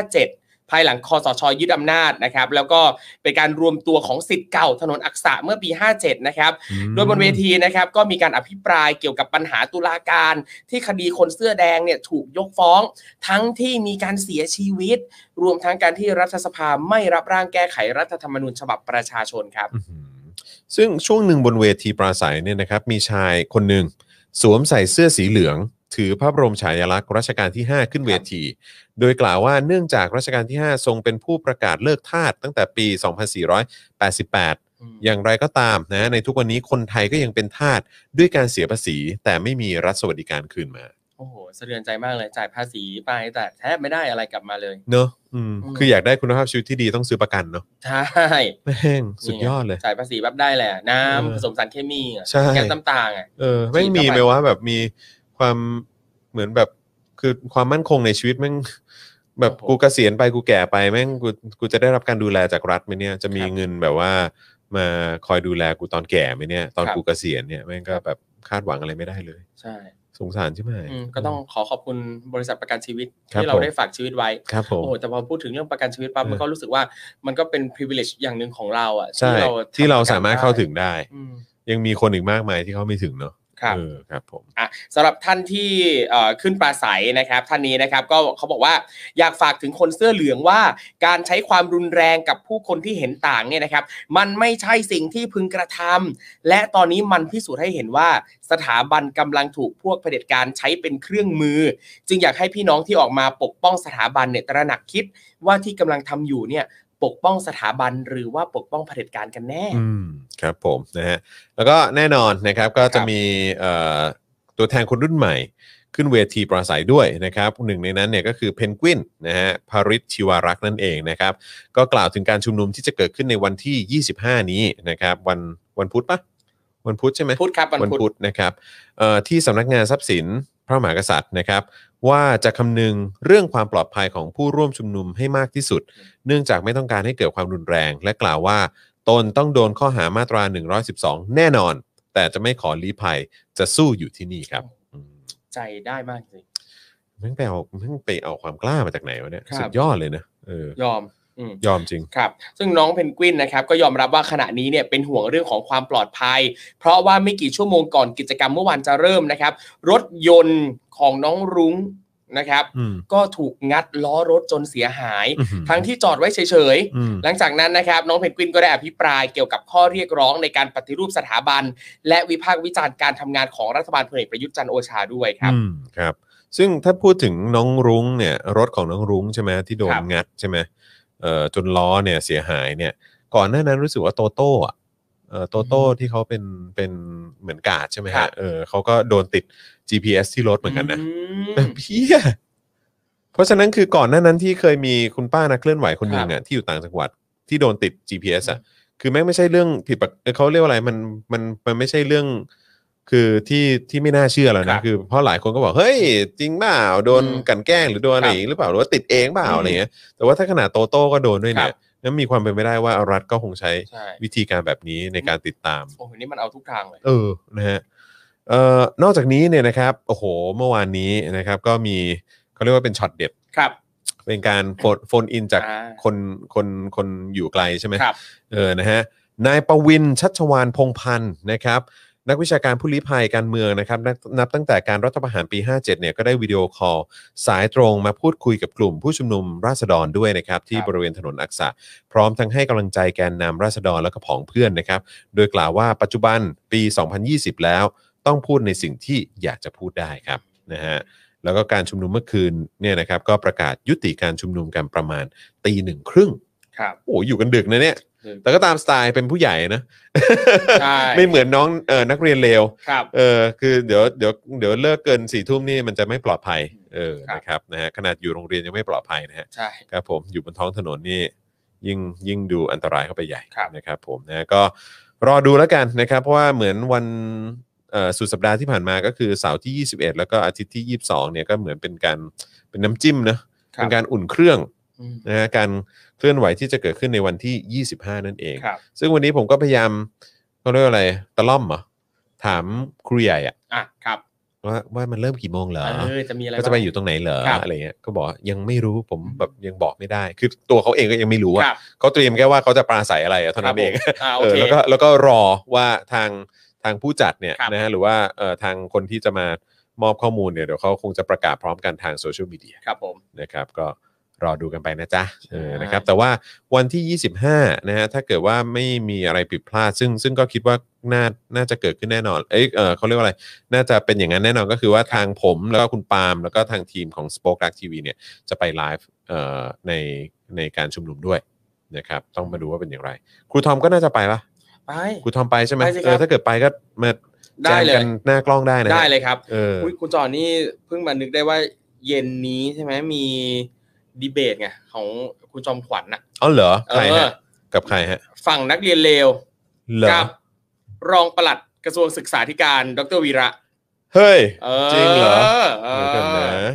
Speaker 3: ภายหลังคอสชยึดอำนาจนะครับ แล้วก็เป็นการรวมตัวของสิทธิ์เก่าถนนอักษะเมื่อปี 57 นะครับ โดยบนเวทีนะครับก็มีการอภิปรายเกี่ยวกับปัญหาตุลาการที่คดีคนเสื้อแดงเนี่ยถูกยกฟ้อง ทั้งที่มีการเสียชีวิต รวมทั้งการที่รัฐสภาไม่รับร่างแก้ไขรัฐธรรมนูญฉบับประชาชนครับ
Speaker 2: อื้อหือซึ่งช่วงหนึ่งบนเวทีปราศัยเนี่ยนะครับมีชายคนหนึ่งสวมใส่เสื้อสีเหลือง ถือพระบรมฉายาลักษณ์รัชกาลที่ 5 ขึ้นเวที โดยกล่าวว่าเนื่องจากรัชกาลที่ 5 ทรงเป็นผู้ประกาศเลิกทาสตั้งแต่ปี 2488 อย่างไรก็ตามนะในทุกวันนี้คนไทยก็ยังเป็นทาสด้วยการเสียภาษี แต่ไม่มีรัฐสวัสดิการคืนมา
Speaker 3: โอ้โหสะเทือนใจมากเลยจ่ายภาษีไปแต่แทบไม่ได้อะไรกลับมาเลย
Speaker 2: เนอะอืม
Speaker 3: อืม
Speaker 2: คืออยากได้คุณภาพชีวิตที่ดีต้องซื้อประกันเนอะ
Speaker 3: ใช่
Speaker 2: แม่งสุดยอดเลย
Speaker 3: จ่ายภาษีแบบได้แหละน้
Speaker 2: เออ
Speaker 3: ำผสมสารเคมีอะ
Speaker 2: ใช่
Speaker 3: แก๊สน้ำตาลอะ
Speaker 2: เออแม่งมีไหมว่าแบบมีความเหมือนแบบคือความมั่นคงในชีวิตแม่ง แบบ
Speaker 4: โอ้โห
Speaker 2: กูเกษียณไปกูแก่ไปแม่งกูกูจะได้รับการดูแลจากรัฐไหมเนี่ยจะมีเงินแบบว่า มาคอยดูแลกูตอนแก่ไหมเนี่ย ตอน
Speaker 3: ครับ
Speaker 2: กูเกษียณเนี่ยแม่งก็แบบคาดหวังอะไรไม่ได้เลย
Speaker 3: ใช่
Speaker 2: สงสารใช่ไหม
Speaker 3: อืมก็ต้องขอขอบคุณบริษัทประกันชีวิต
Speaker 2: ครับ
Speaker 3: ที่เรา
Speaker 2: ผม
Speaker 3: ได้ฝากชีวิตไว้
Speaker 2: ครับผม
Speaker 3: โอ้โหแต่พอพูดถึงเรื่องประกันชีวิตปั๊บ
Speaker 2: เออ
Speaker 3: มันก็รู้สึกว่ามันก็เป็น privilege อย่างหนึ่งของเราอ่ะ
Speaker 2: ใช่
Speaker 3: ทำ
Speaker 2: ที่เรา
Speaker 3: ปะกัน
Speaker 2: สามารถเข้าถึงได้
Speaker 3: อืม
Speaker 2: ยังมีคนอีกมากมายที่เขาไม่ถึงเนาะ
Speaker 3: ครับ
Speaker 2: เออครับผม
Speaker 3: อ่ะสำหรับท่านที่เอ่อขึ้นปราศัยนะครับ ท่านนี้นะครับก็เขาบอกว่าอยากฝากถึงคนเสื้อเหลืองว่า การใช้ความรุนแรงกับผู้คนที่เห็นต่างเนี่ยนะครับ มันไม่ใช่สิ่งที่พึงกระทำและตอนนี้มันพิสูจน์ให้เห็นว่าสถาบันกำลังถูกพวกเผด็จการใช้เป็นเครื่องมือ จึงอยากให้พี่น้องที่ออกมาปกป้องสถาบันเนี่ยตระหนักคิดว่าที่กำลังทำอยู่เนี่ยปกป้องสถาบันหรือว่าปกป้องเผด็จการกันแน่
Speaker 2: อืมครับผมนะฮะแล้วก็แน่นอนนะครับก็จะ
Speaker 3: ครับ
Speaker 2: มีเอ่อตัวแทนคนรุ่นใหม่ ขึ้นเวทีปราศัยด้วยนะครับหนึ่งในนั้นเนี่ยก็คือเพนกวินนะฮะพาริชชิวารักษ์นั่นเองนะครับก็กล่าวถึงการชุมนุมที่จะเกิดขึ้นในวันที่ 25 นี้นะครับวันวันพุธปะวันพุธใช่ไหม
Speaker 3: พุธครับวันพุธ
Speaker 2: ธนะครับเอ่อที่สำนักงานทรัพย์สินพระมหากษัตริย์นะครับ ว่าจะคำนึงเรื่องความปลอดภัยของผู้ร่วมชุมนุมให้มากที่สุด เนื่องจากไม่ต้องการให้เกิดความรุนแรง และกล่าวว่า ตนต้องโดนข้อหามาตรา 112 แน่นอน แต่จะไม่ขอลี้ภัยจะสู้อยู่ที่นี่ครับอืม
Speaker 3: ใจได้มากจริง
Speaker 2: แม่งไปเอาแม่งไปเอาความกล้ามาจากไหนวะเนี่ย
Speaker 3: ครับ
Speaker 2: สุดยอดเลยนะเออย
Speaker 3: อมอืม
Speaker 2: ยอมจริง
Speaker 3: ครับซึ่งน้องเพนกวินนะครับก็ยอมรับว่าขณะนี้เนี่ยเป็นห่วงเรื่องของความปลอดภัย เพราะว่าไม่กี่ชั่วโมงก่อนกิจกรรมเมื่อวานจะเริ่มนะครับ รถยนต์ของน้องรุ้งนะครับ
Speaker 2: อืม
Speaker 3: ก็ถูกงัดล้อรถจนเสียหาย
Speaker 2: อื้อหือ
Speaker 3: ทั้งที่จอดไว้เฉยๆ
Speaker 2: อืม
Speaker 3: หลังจากนั้นนะครับน้องเพนกวินก็ได้อภิปรายเกี่ยวกับข้อเรียกร้องในการปฏิรูปสถาบัน และวิพากษ์วิจารณ์การทำงานของรัฐบาลพลเอกประยุทธ์จันทร์โอชาด้วยครับ
Speaker 2: อืมครับซึ่งถ้าพูดถึงน้องรุ้งเนี่ยรถของน้องรุ้งใช่ไหมที่โดน
Speaker 3: ครับ
Speaker 2: งัดใช่ไหมเอ่อจนล้อเนี่ยเสียหายเนี่ยก่อนหน้านั้นรู้สึกว่าโตโต้อะเอ่อโตโต้ที่เขาเป็นเป็นเหมือนกาดใช่ไหมฮะเออเขาก็โดนติด GPS ที่รถเหมือนกันนะ
Speaker 3: อื
Speaker 2: แบบ
Speaker 3: ม
Speaker 2: เพี้ยเพราะฉะนั้นคือก่อนหน้านั้นที่เคยมีคุณป้านักเคลื่อนไหวคนหนึ่งอ่ะที่อยู่ต่างจังหวัดที่โดนติด GPS อ่ะ คือแม่งไม่ใช่เรื่องผิดปกเอ่อเขาเรียกว่าอะไรมันมันมันไม่ใช่เรื่อง คือที่ที่ไม่น่าเชื่อแล้ว
Speaker 3: ครั
Speaker 2: นะ
Speaker 3: บ
Speaker 2: คือเพราะหลายคนก็บอกเฮ้ย จริงเปล่าโดน
Speaker 3: อืม
Speaker 2: กลันแกล้งหรือโดนอะไรอย่างนี้หรือเปล่าหรือว่าติดเองเปล่า
Speaker 3: อืม
Speaker 2: อะไรเงี้ยแต่ว่าถ้าขนาดโตโต้ก็โดนด้วยเนี่
Speaker 3: ค
Speaker 2: ย
Speaker 3: รับ
Speaker 2: นั้นมีความเป็นไปได้ว่ารัฐก็คงใช้
Speaker 3: ใช่
Speaker 2: วิธีการแบบนี้ในการติดตาม
Speaker 3: โอ้โหนี่มันเอาทุกทางเลย
Speaker 2: เออ นะฮะ เอ่อนอกจากนี้เนี่ยนะครับ โอ้โห เมื่อวานนี้นะครับ ก็มีเขาเรียกว่าเป็นช็อตเด็ด
Speaker 3: ครับ
Speaker 2: เป็นการโฟนอินจาก
Speaker 3: อ่า
Speaker 2: คนคนคนอยู่ไกลใช่ไหม
Speaker 3: ครับ
Speaker 2: เออ นะฮะ นายประวินชัชวานพงษ์พันธ์นะครับ นักวิชาการผู้ลี้ภัยการเมืองนะครับนับนับตั้งแต่การรัฐประหารปี 57 เนี่ยก็ได้วิดีโอคอลสายตรงมาพูดคุยกับกลุ่มผู้ชุมนุมราษฎรด้วยนะครับ ที่บริเวณถนนอักษะ พร้อมทั้งให้กำลังใจแกนนำราษฎรและก็ผองเพื่อนนะครับ โดยกล่าวว่าปัจจุบันปี 2020 แล้วต้องพูดในสิ่งที่อยากจะพูดได้ครับนะฮะแล้วก็การชุมนุมเมื่อคืนเนี่ยนะครับก็ประกาศยุติการชุมนุมกันประมาณตีหนึ่งครึ่ง
Speaker 3: ครับ
Speaker 2: โอ้โหอยู่กันดึกนะเนี่ย แต่ก็ตามสไตล์เป็นผู้ใหญ่นะ
Speaker 3: ใช่
Speaker 2: ไม่เหมือนน้องเออนักเรียนเลว
Speaker 3: ครับ
Speaker 2: เออคือเดี๋ยวเดี๋ยวเดี๋ยวเลิกเกินสี่ทุ่มนี่มันจะไม่ปลอดภัยเออ
Speaker 3: ครับ
Speaker 2: นะครับนะฮะขนาดอยู่โรงเรียนยังไม่ปลอดภัยนะฮะ
Speaker 3: ใช่
Speaker 2: ครับผมอยู่บนท้องถนนนี่ยิ่งยิ่งดูอันตรายเข้าไปใหญ่
Speaker 3: ครับ
Speaker 2: นะครับผมนะก็รอดูแล้วกันนะครับ เพราะว่าเหมือนวันเอ่อสุดสัปดาห์ที่ผ่านมาก็คือเสาร์ที่ 21 แล้วก็อาทิตย์ที่ 22เนี่ยก็เหมือนเป็นการเป็นน้ำจิ้มนะเป็นการอุ่นเครื่อง
Speaker 3: อืม
Speaker 2: นะฮะการเคลื่อนไหวที่จะเกิดขึ้นในวันที่ 25 นั่นเอง
Speaker 3: ครับ
Speaker 2: ซึ่งวันนี้ผมก็พยายามเขาเรียกว่าอะไรตะล่อมเหรอถามครูใหญ่อะ
Speaker 3: อ่ะครับ
Speaker 2: ว่าว่ามันเริ่มกี่โมงเหรอ
Speaker 3: เออจะมีอะไร
Speaker 2: ก็จะไป
Speaker 3: บ้าง
Speaker 2: อยู่ตรงไหนเหรอ
Speaker 3: ครับ
Speaker 2: อะไรเงี้ยก็บอกว่ายังไม่รู้ผมแบบยังบอกไม่ได้ คือตัวเขาเองก็ยังไม่รู้
Speaker 3: ค
Speaker 2: อะ
Speaker 3: รับ
Speaker 2: เขาเตรียมแค่ว่าเขาจะปราศัยอะไรอะเท่านั้นเอง
Speaker 3: ครับผมอ่าโอ
Speaker 2: เออ
Speaker 3: เค
Speaker 2: แล้วก็แล้วก็รอว่าทางทางผู้จัดเนี่ย
Speaker 3: ครับ
Speaker 2: นะฮะหรือว่าเอ่อทางคนที่จะมามอบข้อมูลเนี่ยเดี๋ยวเขาคงจะประกาศพร้อมกันทางโซเชียลมีเดีย
Speaker 3: ครับผม
Speaker 2: นะครับก็รอดูกันไปนะจ๊ะเออ
Speaker 3: ใช่
Speaker 2: นะครับแต่ว่าวันที่ 25นะฮะถ้าเกิดว่าไม่มีอะไรผิดพลาด ซึ่งซึ่งก็คิดว่าน่าน่าจะเกิดขึ้นแน่นอนเอ้ยเออเขาเรียกว่าอะไร น่าจะเป็นอย่างนั้นแน่นอนก็คือว่าทางผมแล้วก็คุณปาล์มแล้วก็ทางทีมของ Spoke Dark TV เนี่ยจะไปไลฟ์เอ่อในในการชุมนุมด้วยนะครับต้องมาดูว่าเป็นอย่างไร ครูทอมก็น่าจะไปปะ
Speaker 3: ไป
Speaker 2: ครูทอมไปใช่ไหม
Speaker 3: ไปสิครับ
Speaker 2: เออถ้าเกิดไปก็มาแจ
Speaker 3: ได้
Speaker 2: ม
Speaker 3: เล
Speaker 2: กั
Speaker 3: ย
Speaker 2: นหน้ากล้องได้นะฮะ
Speaker 3: ได้เลยครับ
Speaker 2: เออ
Speaker 3: อุ๊ยคุณจอนี่เพิ่งมานึกได้ว่าเย็นนี้ใช่ไหมมีดีเบตไงของคุณจอมขวัญน่ะ
Speaker 2: อ๋อเหรอ
Speaker 3: เอ
Speaker 2: ใคร
Speaker 3: อ
Speaker 2: ฮะกับใครฮะ
Speaker 3: ฝั่งนักเรียนเลว
Speaker 2: เหรอ
Speaker 3: กัรองปลัดกระทรวงศึกษาธิการ ดรวีระ
Speaker 2: เฮ้ย
Speaker 3: เออ
Speaker 2: จริงเหรอ
Speaker 3: เอ
Speaker 2: เดี๋ยวก่อน
Speaker 3: อ
Speaker 2: นะ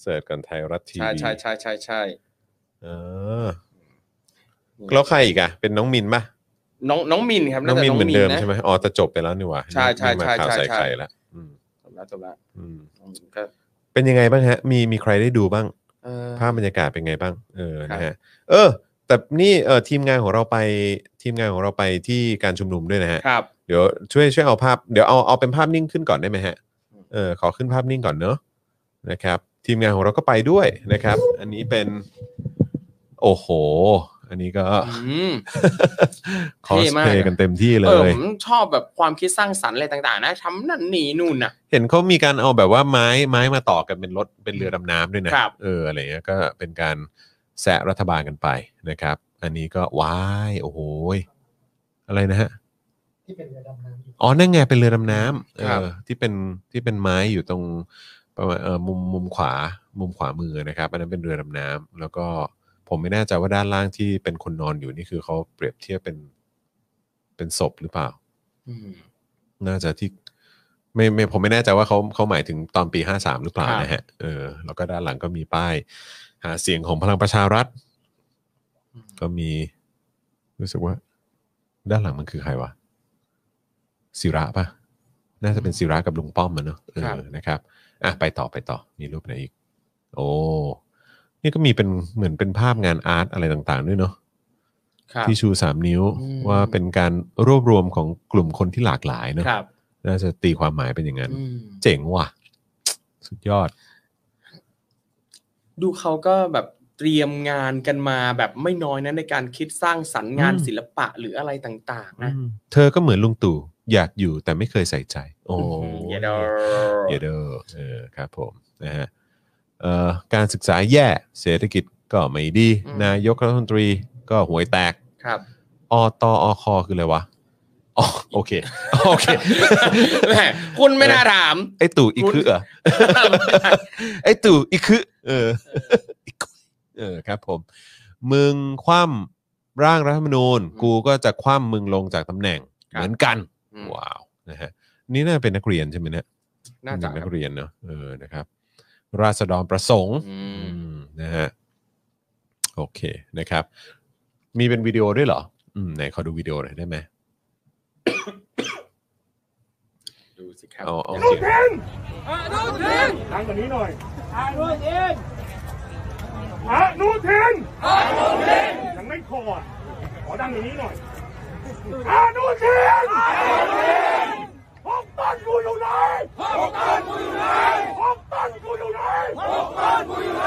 Speaker 2: เสิร์ชก่อนไทยรัฐที
Speaker 3: ใช่
Speaker 2: วี
Speaker 3: ใช่ใช่ใช่ใช่
Speaker 2: อ่าแล้วใครอีกอ่ะ เป็นน้องมินปะ
Speaker 3: น้องน้องมินครั
Speaker 2: น้อง
Speaker 3: บาจะ
Speaker 2: มินเหมือนเดิม
Speaker 3: ะ
Speaker 2: ใช่ไหมอ๋อแต่จบไปแล้วนี่หว่า
Speaker 3: ใช่ใช่
Speaker 2: นี่มา
Speaker 3: ใช่
Speaker 2: ข่าว
Speaker 3: ใช่
Speaker 2: ใส่
Speaker 3: ใช่
Speaker 2: ไข่ละอืม
Speaker 3: จบแล้วจบแล้ว
Speaker 2: อืม
Speaker 3: น้องมินก็
Speaker 2: เป็นยังไงบ้างฮะ มีมีใครได้ดูบ้าง
Speaker 3: เอ่อ
Speaker 2: ภาพบรรยากาศเป็นไงบ้าง เออ
Speaker 3: ครับ
Speaker 2: นะฮะ เออ แต่นี่เออทีมงานของเราไปทีมงานของเราไปที่การชุมนุมด้วยนะฮะ
Speaker 3: ครับ
Speaker 2: เดี๋ยวช่วยช่วยเอาภาพ เดี๋ยวเอาเอาเป็นภาพนิ่งขึ้นก่อนได้ไหมฮะ เออขอขึ้นภาพนิ่งก่อนเนอะนะครับ ทีมงานของเราก็ไปด้วยนะครับ อันนี้เป็น โอ้โห อันนี้ก็
Speaker 3: อืม
Speaker 2: คอส
Speaker 3: เท่มา
Speaker 2: เพล
Speaker 3: กอะ
Speaker 2: ย์กันเต็มที่เล
Speaker 3: เออย ผมชอบแบบความคิดสร้างสรรค์อะไรต่างๆ นะทำนั่นนี่นู่นน่ะ
Speaker 2: เห็นเขามีการเอาแบบว่าไม้ไม้มาต่อกันเป็นรถเป็นเรือดำน้ำด้วยนะครับ เอออะไรเงี้ยก็เป็นการแซะรัฐบาลกันไปนะครับ อันนี้ก็ว้ายโอ้โหยอะไรนะฮะอ๋อนั่นไงเป็นเรือดำน้ำเอ
Speaker 3: ครับ
Speaker 2: อที่เป็นที่เป็นไม้อยู่ตรงประมาณเออมุมมุมขวามุมขวามือนะครับ อันนั้นเป็นเรือดำน้ำแล้วก็ผมไม่แน่ใจว่าด้านล่างที่เป็นคนนอนอยู่นี่คือเขาเปรียบเทียบเป็นเป็นศพหรือเปล่า
Speaker 3: อืม
Speaker 2: น่าจะที่ไม่ไม่ผมไม่แน่ใจว่าเขาเขาหมายถึงตอนปี 53 หรือเปล่า
Speaker 3: ครับ
Speaker 2: นะฮะเออแล้วก็ด้านหลังก็มีป้าย หาเสียงของพลังประชารัฐ ก็มี รู้สึกว่า ด้านหลังมันคือใครวะศิระปะน่าจะเป็นศิระกับลุงป้อมมันเนอะเอ
Speaker 3: ครับ
Speaker 2: อนะครับ อ่ะไปต่อไปต่อ มีรูปไหนอีก โอ้นี่ก็มีเป็นเหมือนเป็นภาพงานอาร์ตอะไรต่างๆด้วยเนาะ
Speaker 3: ครับ
Speaker 2: ที่ชู 3 นิ้ว
Speaker 3: อืม
Speaker 2: ว่าเป็นการรวบรวมของกลุ่มคนที่หลากหลายเนอะ
Speaker 3: ครับ
Speaker 2: น่าจะตีความหมายเป็นอย่างนั้น
Speaker 3: อืม
Speaker 2: เจ๋งว่ะ สุดยอด
Speaker 3: ดูเขาก็แบบเตรียมงานกันมาแบบไม่น้อยนะในการคิดสร้างสรรค์งาน
Speaker 2: อืม
Speaker 3: ศิลปะหรืออะไรต่าง ๆ นะ
Speaker 2: เธอก็เหมือนลุงตู่อยากอยู่แต่ไม่เคยใส่ใจ โอ้
Speaker 3: เยดอ
Speaker 2: เยเดอเออครับผมนะฮะเอ่อการศึกษาแย่เศรษฐกิจก็ไม่ดี
Speaker 3: อืม
Speaker 2: นายกรัฐมนตรีก็หวยแตก
Speaker 3: ครับ
Speaker 2: อตอคคืออะไรวะอ๋อโอเค โอเค
Speaker 3: แหมคุณไม่น่าถาม
Speaker 2: ไอตู่อีกคือเหรอ ไอ้ตู่อีกคือเอออีกคือเออครับผม มึงคว่ำร่างรัฐธรรมนูญ
Speaker 3: อืม
Speaker 2: กูก็จะคว่ำมึงลงจากตำแหน่ง
Speaker 3: ครับ
Speaker 2: เหมือนกัน
Speaker 3: อืม
Speaker 2: ว้าวนะฮะนี่น่าเป็นนักเรียนใช่ไหมเนี่ย
Speaker 3: น่าจะ
Speaker 2: เป็นักเรียนเนาะเออนะครับ ราษฎรประสงค์
Speaker 3: อื
Speaker 2: อื
Speaker 3: ม
Speaker 2: มนะฮะโอเคนะครับ มีเป็นวิดีโอด้วยเหรอ อืมไหนขอดูวิดีโอหน่อยได้ไหม
Speaker 3: ดูสิครับ
Speaker 2: เอาเอาเสียง
Speaker 6: ดังกว่านี้หน่อยอานุทินอานุทินยังไม่พออ่ะขอดังอย่างนี้หน่อยอานุทินอานุทินหกตันกูอยู่ไหนหกตันกูอยู่ไหนหกตันกูอยู่ไหนหกตันกูอยู่ไหน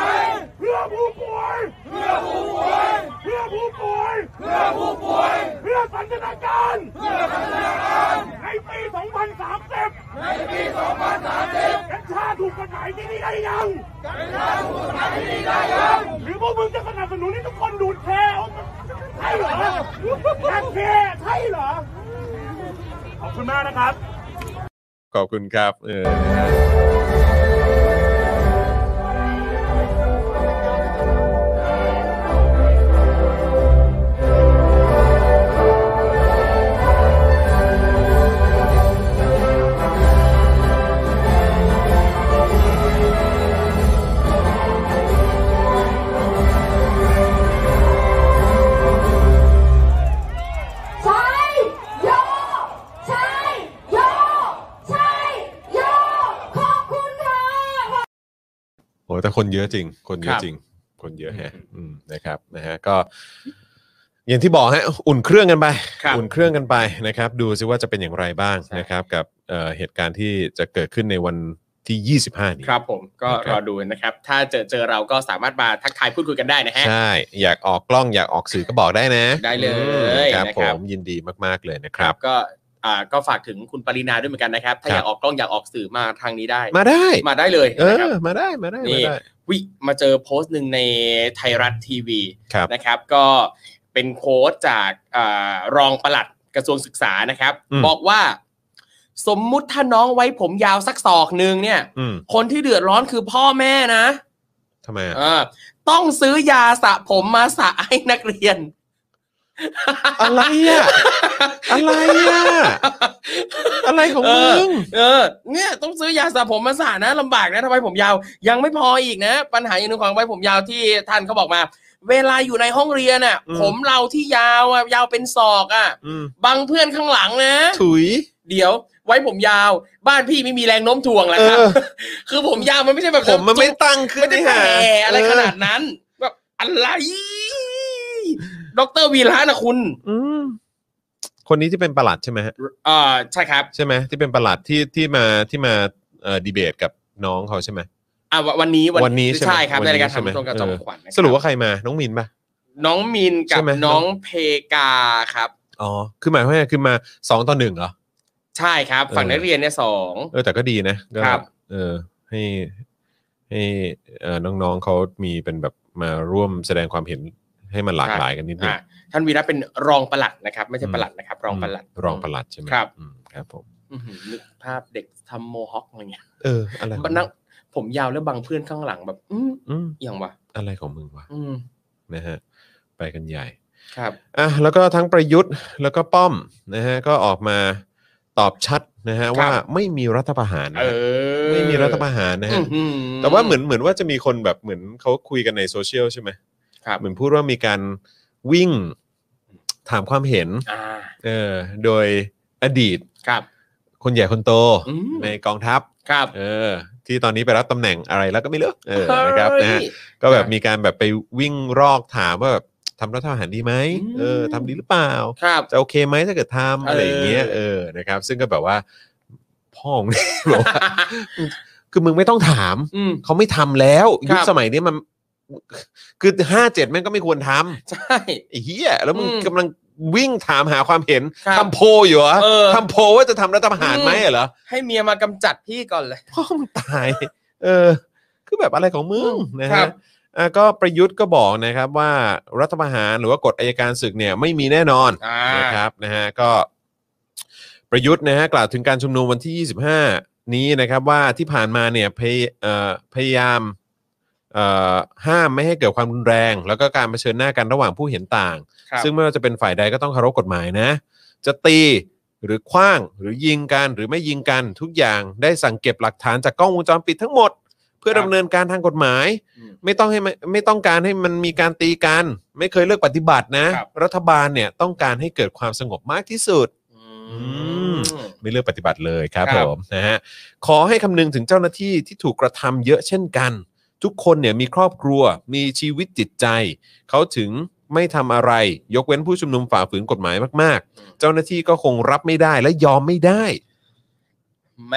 Speaker 6: เพื่อผู้ป่วยเพื่อผู้ป่วยเพื่อผู้ป่วยเพื่อผู้ป่วยเพื่อสันทนาการเพื่อสันทนาการในปี2030 กัญชาถูกกฎหมายที่นี่ได้ยัง กัญชาถูกกฎหมายที่นี่ได้ยัง หรือพวกมึงจะสนับสนุนให้ทุกคนดูดแคร์ใช่เหรอแคร์แคร์ใช่เหรอ ขอบคุณมากนะครับ
Speaker 2: ขอบคุณครับ เออ
Speaker 7: ใช่โยใช่โยใช่โยขอบคุณค่ะ
Speaker 2: โอ้แต่คนเยอะจริง คนเยอะ
Speaker 3: ครับ
Speaker 2: จริง คนเยอะแฮะอืมนะครับนะฮะก็ อย่างที่บอกฮะอุ่นเครื่องกันไป
Speaker 3: ครับ
Speaker 2: อุ่นเครื่องกันไปนะครับ ดูซิว่าจะเป็นอย่างไรบ้าง
Speaker 3: ใช่
Speaker 2: นะครับ กับเอ่อเหตุการณ์ที่จะเกิดขึ้นในวันที่ 25 นี้
Speaker 3: ครับผมก็
Speaker 2: ครับ
Speaker 3: รอดูนะครับ ถ้าเจอเจอเราก็สามารถมาทักทายพูดคุยกันได้นะฮะ
Speaker 2: ใช่ อยากออกกล้องอยากออกสื่อก็บอกได้นะ
Speaker 3: ได้เลย
Speaker 2: อืมครับ
Speaker 3: นะ
Speaker 2: ผ
Speaker 3: ครับ
Speaker 2: มยินดีมากๆเลยนะครับ
Speaker 3: ก็อ่าก็ฝากถึงคุณปรินาด้วยเหมือนกันนะครับ ถ้า
Speaker 2: ค
Speaker 3: อ
Speaker 2: รับ
Speaker 3: ยากออกกล้องอยากออกสื่อมาทางนี้ได้
Speaker 2: มาได้
Speaker 3: มาได้เลย
Speaker 2: เอ
Speaker 3: นะครับ
Speaker 2: อ มาได้มาได้
Speaker 3: นี่
Speaker 2: มาได้
Speaker 3: วิมาเจอโพสต์หนึ่งในไทยรัฐทีวี
Speaker 2: ครับ
Speaker 3: นะครับ ก็เป็นโค้ดจากอารองปลัดกระทรวงศึกษานะครับ
Speaker 2: อืม
Speaker 3: บอกว่า สมมุติถ้าน้องไว้ผมยาวสักศอกหนึ่งเนี่ย
Speaker 2: อืม
Speaker 3: คนที่เดือดร้อนคือพ่อแม่นะ
Speaker 2: ทำไมอะ
Speaker 3: เออต้องซื้อยาสระผมมาสระให้นักเรียน
Speaker 2: อะไรอ่ะ อะไรอ่ะ อะไรของ
Speaker 3: เอ
Speaker 2: มึ
Speaker 3: อง เออ เนี่ยต้องซื้อยาสระผมมาสระนะลำบากนะทำไมผมยาว ยังไม่พออีกนะ ปัญหาอย่างหนึ่งของไว้ผมยาวที่ท่านเขาบอกมา เวลาอยู่ในห้องเรียนอ่ะ
Speaker 2: อืม
Speaker 3: ผมเราที่ยาวอ่ะยาวเป็นศอกอ่ะ
Speaker 2: อืม
Speaker 3: บังเพื่อนข้างหลังนะ
Speaker 2: ถุย
Speaker 3: เดี๋ยวไว้ผมยาว บ้านพี่ไม่มีแรงโน้มถ่วงแหละครับ
Speaker 2: เออ
Speaker 3: คือผมยาวมันไม่ใช่แบบ
Speaker 2: ผมมันไม่ตั้งขึ้
Speaker 3: ไม่
Speaker 2: น
Speaker 3: ได้
Speaker 2: นี่
Speaker 3: แผ
Speaker 2: ฮะ
Speaker 3: ่อะไรขนาดนั้นแบบอะไรดอกเตอรวีระนะคุณ
Speaker 2: อืมคนนี้ที่เป็นประหลัดใช่ไหมฮะ
Speaker 3: อ่าใช่ครับ
Speaker 2: ใช่ไหมที่เป็นประหลัดที่ที่มาที่มาเอ่อดีเบตกับน้องเขาใช่ไหม
Speaker 3: อ่าวันนี้
Speaker 2: วันนี้ใช่ไหม
Speaker 3: ใช่ครับ
Speaker 2: วันนี้
Speaker 3: ในรายการ
Speaker 2: ใช่ไหม
Speaker 3: ทำตรงกับ
Speaker 2: เออ
Speaker 3: จอมขวัญนะคบ
Speaker 2: สรุปว่าใครมาน้องมินปะ
Speaker 3: น้องมินกั
Speaker 2: ใช่
Speaker 3: บ
Speaker 2: ไหม
Speaker 3: น้องเพกาครับ
Speaker 2: อ๋อ คือหมายความว่าคือมาสองต่อหนึ่งเหรอ
Speaker 3: ใช่ครับ ฝั่ง
Speaker 2: เออ
Speaker 3: นักเรียนเนี่ยสอง
Speaker 2: เออแต่ก็ดีนะก็
Speaker 3: ครับ
Speaker 2: เออให้ให้เอ่อน้องๆเขามีเป็นแบบมาร่วมแสดงความเห็นให้มันหลากหลายกันนิดนึง
Speaker 3: อ่ะท่านวีระเป็นรองปลัดนะครับ ไม่ใช่ปลัดนะครับ รองปลัด
Speaker 2: มรองประหลัดใช่ไหม
Speaker 3: ครับ
Speaker 2: อืมครับผม
Speaker 3: อื้อหือนึกภาพเด็กทำโมฮอคอะไรเงี้ย
Speaker 2: เอออะไรของ
Speaker 3: มันนั่งผมยาวแล้วบังเพื่อนข้างหลังแบบ อืม
Speaker 2: อืม
Speaker 3: เอย่างวะ
Speaker 2: อะไรของมึงวะ
Speaker 3: อืม
Speaker 2: นะฮะไปกันใหญ่
Speaker 3: ครับ
Speaker 2: อ่ะแล้วก็ทั้งประยุทธ์แล้วก็ป้อมนะฮะก็ออกมาตอบชัดนะฮะ
Speaker 3: ครับ
Speaker 2: ว่าไม่มีรัฐประหาร
Speaker 3: เอ
Speaker 2: นะฮะ
Speaker 3: อ
Speaker 2: ไม่มีรัฐประหารนะฮะ
Speaker 3: อื้อหื
Speaker 2: แต่ว่าเหมือนเหมือนว่าจะมีคนแบบเหมือนเขาคุยกันในโซเชียลใช่ไหม
Speaker 3: ครับ
Speaker 2: เหมือนพูดว่ามีการวิ่งถามความเห็น
Speaker 3: อ่า
Speaker 2: เออโดยอดีต
Speaker 3: ครับ
Speaker 2: คนใหญ่คนโต
Speaker 3: อืม
Speaker 2: ในกองทัพ
Speaker 3: ครับ
Speaker 2: เออที่ตอนนี้ไปรับตำแหน่งอะไรแล้วก็ไม่รู้เออนะครับนะฮะ
Speaker 3: เฮ้ย
Speaker 2: ก็แบบมีการแบบไปวิ่งรอกถามว่าแบบทำรัฐประหารดีไหม
Speaker 3: อืม
Speaker 2: เออทำดีหรือเปล่า
Speaker 3: ครับ
Speaker 2: จะโอเคไหมถ้าเกิดทำอะไรอย่างเงี้ยเออนะครับ ซึ่งก็แบบว่าพ่อของ บอกว่าคือมึงไม่ต้องถาม
Speaker 3: อืม
Speaker 2: เขาไม่ทำแล้ว
Speaker 3: ค
Speaker 2: ยุ
Speaker 3: รับ
Speaker 2: คสมัยนี้มัน คือห้าเจ็ดแม่งก็ไม่ควรท
Speaker 3: ใช่
Speaker 2: ำไอ้เหี้ยแล้วมึง
Speaker 3: อืม
Speaker 2: กำลังวิ่งถามหาความเห็น
Speaker 3: ครับ
Speaker 2: ทำโพลอยู่เหรอ
Speaker 3: เออ
Speaker 2: ทำโพลว่าจะทำรัฐประหาร
Speaker 3: อืม
Speaker 2: ไหมเหรอ
Speaker 3: ให้เมียมากำจัดพี่ก่อนเลย
Speaker 2: พ่อมึงตาย เออ คือแบบอะไรของมึงนะ
Speaker 3: ครั
Speaker 2: ฮะ
Speaker 3: บ
Speaker 2: อ่ะก็ประยุทธ์ก็บอกนะครับว่ารัฐประหารหรือว่ากฎอายการศึกเนี่ยไม่มีแน่นอน
Speaker 3: อ่า
Speaker 2: นะครับนะฮะก็ประยุทธ์นะฮะกล่าวถึงการชุมนุมวันที่ 25 นี้นะครับว่าที่ผ่านมาเนี่ยพยเอ่อพยายามเอ่อห้ามไม่ให้เกิดความรุนแรง แล้วก็การเผชิญหน้ากันระหว่างผู้เห็นต่าง
Speaker 3: ครับ
Speaker 2: ซึ่งไม่ว่าจะเป็นฝ่ายใดก็ต้องเคารพกฎหมายนะ จะตีหรือคว้างหรือยิงกันหรือไม่ยิงกันทุกอย่างได้สั่งเก็บหลักฐานจากกล้องวงจรปิดทั้งหมด เพื่อ
Speaker 3: ครั
Speaker 2: ดำ
Speaker 3: บ
Speaker 2: เนินการทางกฎหมาย
Speaker 3: อืม
Speaker 2: ไม่ต้องให้มันไม่ต้องการให้มันมีการตีกัน ไม่เคยเลือกปฏิบัตินะ
Speaker 3: ครับ
Speaker 2: รัฐบาลเนี่ยต้องการให้เกิดความสงบมากที่สุด
Speaker 3: อื
Speaker 2: ม
Speaker 3: ม
Speaker 2: ไม่เลือกปฏิบัติเลยครับ
Speaker 3: ค
Speaker 2: ผ
Speaker 3: รับ
Speaker 2: มนะฮะขอให้คำนึงถึงเจ้าหน้าที่ที่ถูกกระทำเยอะเช่นกัน ทุกคนเนี่ยมีครอบครัวมีชีวิตจิตใจ เขาถึงไม่ทำอะไร ยกเว้นผู้ชุมนุมฝ่าฝืนกฎหมายมากๆ เจ้าหน้าที่ก็คงรับไม่ได้และยอมไม่ได้
Speaker 3: แหม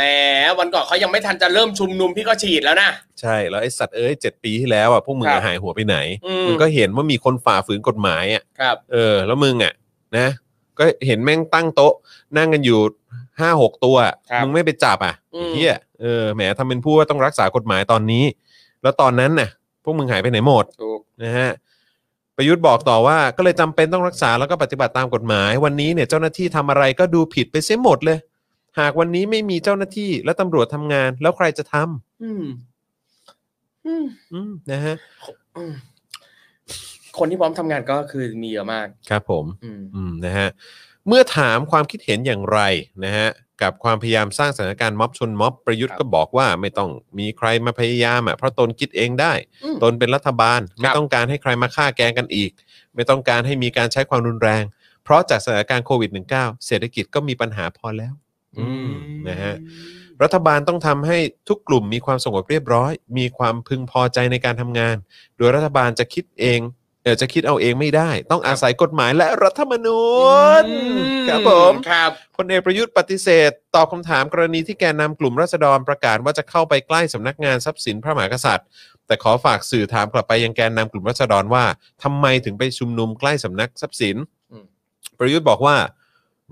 Speaker 3: วันก่อนเขายังไม่ทันจะเริ่มชุมนุมพี่ก็ฉีดแล้วนะ
Speaker 2: ใช่แล้วไอ้สัตว์เอ้ยเจ็ดปีที่แล้วอ่ะพวกมึง
Speaker 3: ครั
Speaker 2: อะ
Speaker 3: บ
Speaker 2: หายหัวไปไหน
Speaker 3: อืม
Speaker 2: มึงก็เห็นว่ามีคนฝ่าฝืนกฎหมายอ่ะ
Speaker 3: ครับ
Speaker 2: เออแล้วมึงอ่ะนะก็เห็นแม่งตั้งโต๊ะ นั่งกันอยู่ห้าหกตัว
Speaker 3: ครับ
Speaker 2: มึงไม่ไปจับอ่ะ
Speaker 3: อืม
Speaker 2: ไอ้เฮียเออแหมทำเป็นผู้ว่าต้องรักษากฎหมายตอนนี้ แล้วตอนนั้นน่ะ พวกมึงหายไปไหนหมด
Speaker 3: ถูก
Speaker 2: นะฮะประยุทธ์บอกต่อว่าก็เลยจำเป็นต้องรักษาแล้วก็ปฏิบัติตามกฎหมาย วันนี้เนี่ยเจ้าหน้าที่ทำอะไรก็ดูผิดไปเสียหมดเลย หากวันนี้ไม่มีเจ้าหน้าที่และตำรวจทำงาน แล้วใครจะทำ
Speaker 3: อืมอืม
Speaker 2: อืมนะฮะ
Speaker 3: อืมคนที่พร้อมทำงานก็คือมีเยอะมาก
Speaker 2: ครับผม
Speaker 3: อืม
Speaker 2: อืมนะฮะเมื่อถามความคิดเห็นอย่างไรนะฮะกับความพยายามสร้างสถานการณ์ม็อบชนม็อบประยุทธ์
Speaker 3: ครับ
Speaker 2: ก็บอกว่าไม่ต้องมีใครมาพยายามอ่ะเพราะตนคิดเองได้
Speaker 3: อืม
Speaker 2: ตนเป็นรัฐบาล ไม่
Speaker 3: ครับ
Speaker 2: ต้องการให้ใครมาฆ่าแกล้งกันอีก ไม่ต้องการให้มีการใช้ความรุนแรง เพราะจากสถานการณ์โควิด -19 เศรษฐกิจก็มีปัญหาพอแล้ว อืมนะฮะ รัฐบาลต้องทำให้ทุกกลุ่มมีความสงบเรียบร้อย มีความพึงพอใจในการทำงาน โดยรัฐบาลจะคิดเองเออจะคิดเอาเองไม่ได้ ต้องอาศัยกฎหมายและรัฐธรรมนูญ
Speaker 3: อื
Speaker 2: ครับผม
Speaker 3: ครับ
Speaker 2: พลเอกประยุทธ์ปฏิเสธ ตอบคำถามกรณีที่แกนนำกลุ่มราษฎรประกาศว่าจะเข้าไปใกล้สำนักงานทรัพย์สินพระมหากษัตริย์ แต่ขอฝากสื่อถามกลับไปยังแกนนำกลุ่มราษฎรว่าทำไมถึงไปชุมนุมใกล้สำนักทรัพย์สิน
Speaker 3: อืม
Speaker 2: ประยุทธ์บอกว่า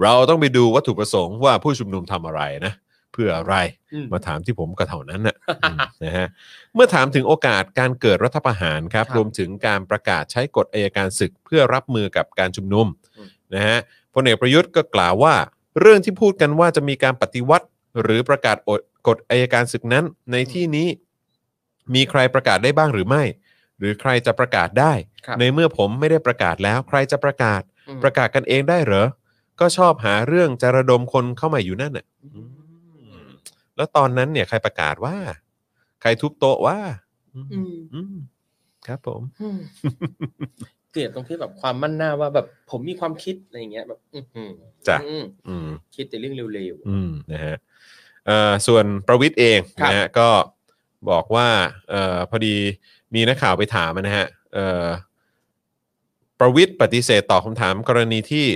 Speaker 2: เราต้องไปดูวัตถุประสงค์ว่าผู้ชุมนุมทำอะไรนะ เพื่ออะไร
Speaker 3: อืม
Speaker 2: มาถามที่ผมก็เท่านั้น น่ะ อืมนะฮะเมื่อถามถึงโอกาสการเกิดรัฐประหารครับ
Speaker 3: ครับ
Speaker 2: รวมถึงการประกาศใช้กฎอัยการศึกเพื่อรับมือกับการชุมนุม
Speaker 3: อืม
Speaker 2: นะฮะพลเอกประยุทธ์ก็กล่าวว่า เรื่องที่พูดกันว่าจะมีการปฏิวัติ หรือประกาศอดกฎอัยการศึกนั้น ในที่นี้ มีใครประกาศได้บ้างหรือไม่ หรือใครจะประกาศได้
Speaker 3: ครับ
Speaker 2: ในเมื่อผมไม่ได้ประกาศแล้ว ใครจะประกาศ
Speaker 3: อืม
Speaker 2: ประกาศกันเองได้เหรอ ก็ชอบหาเรื่องจะระดมคนเข้ามาอยู่นั่นน่ะแล้วตอนนั้นเนี่ยใครประกาศว่า ใครทุบโต๊ะว่าอืมครับผม
Speaker 3: เกลียดตรงที่แบบความมั่นหน้าว่าแบบผมมีความคิดอะไรอย่างเงี้ยแบบอื้อหือ
Speaker 2: จ้ะ
Speaker 3: อืม
Speaker 2: อืม
Speaker 3: คิดแต่เรื่องเร็ว
Speaker 2: อืมนะฮะเอ่อส่วนประวิทย์เอง
Speaker 3: ครับ
Speaker 2: นะฮะก็บอกว่าเอ่อพอดีมีนักข่าวไปถามนะฮะเอ่อประวิทย์ปฏิเสธตอบคำถามกรณีที่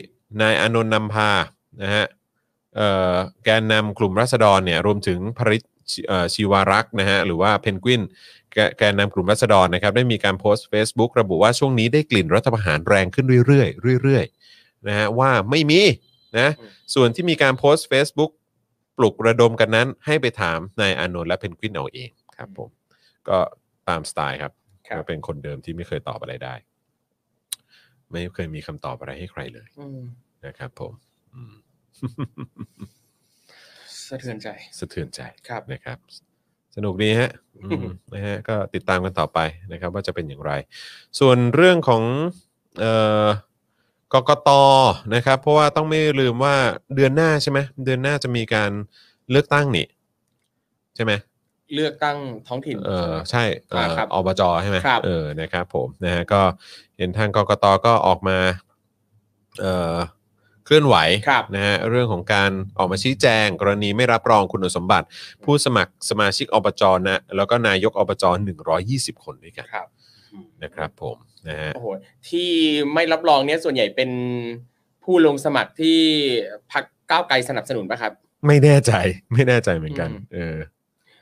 Speaker 2: นายอานนท์นำพานะฮะเอ่อแกนนำกลุ่มราษฎรเนี่ยรวมถึงพริชเอ่อชีวารักษ์นะฮะหรือว่าเพนกวิน แกแกนนำกลุ่มรัษฎรนะครับได้มีการโพสต์ Facebook ระบุว่าช่วงนี้ได้กลิ่นรัฐประหารแรงขึ้นเรื่อยๆเรื่อยๆนะฮะว่าไม่มีนะ
Speaker 3: อืม
Speaker 2: ส่วนที่มีการโพสต์ Facebook ปลุกระดมกันนั้น ให้ไปถามนายอานนท์และเพนกวินเอาเองครับผม ก็ตามสไตล์ครับ
Speaker 3: ครับ
Speaker 2: ก็เป็นคนเดิมที่ไม่เคยตอบอะไรได้ ไม่เคยมีคำตอบอะไรให้ใครเลย
Speaker 3: ๆอืม
Speaker 2: นะครับผมอืม
Speaker 3: สะเทือนใจ
Speaker 2: สะเทือนใจ
Speaker 3: ครับ
Speaker 2: นะครับ สนุกดีฮะอืมนะฮะก็ติดตามกันต่อไปนะครับ ว่าจะเป็นอย่างไร ส่วนเรื่องของเอ่อกกตนะครับ เพราะว่าต้องไม่ลืมว่าเดือนหน้าใช่ไหมเดือนหน้าจะมีการเลือกตั้งนี่ใช่ไหม
Speaker 3: เลือกตั้งท้องถิ่น
Speaker 2: เออใช่เออ
Speaker 3: อ่าครับ
Speaker 2: อบจใช่ไหม
Speaker 3: ครับ
Speaker 2: เออนะครับผมนะฮะก็เห็นทางกกตก็ออกมาเอ่อเคลื่อนไหว
Speaker 3: ครับ
Speaker 2: นะฮะเรื่องของการออกมาชี้แจง กรณีไม่รับรองคุณสมบัติ ผู้สมัครสมาชิกอบจนะแล้วก็นายกอบจ120 คนด้วยกัน
Speaker 3: ครับ
Speaker 2: นะครับผมนะฮะ
Speaker 3: โอ้โหที่ไม่รับรองเนี่ยส่วนใหญ่เป็นผู้ลงสมัครที่พรรคก้าวไกลสนับสนุนปะครับ
Speaker 2: ไม่แน่ใจไม่แน่ใจเหมือนกัน
Speaker 3: อืม
Speaker 2: เออ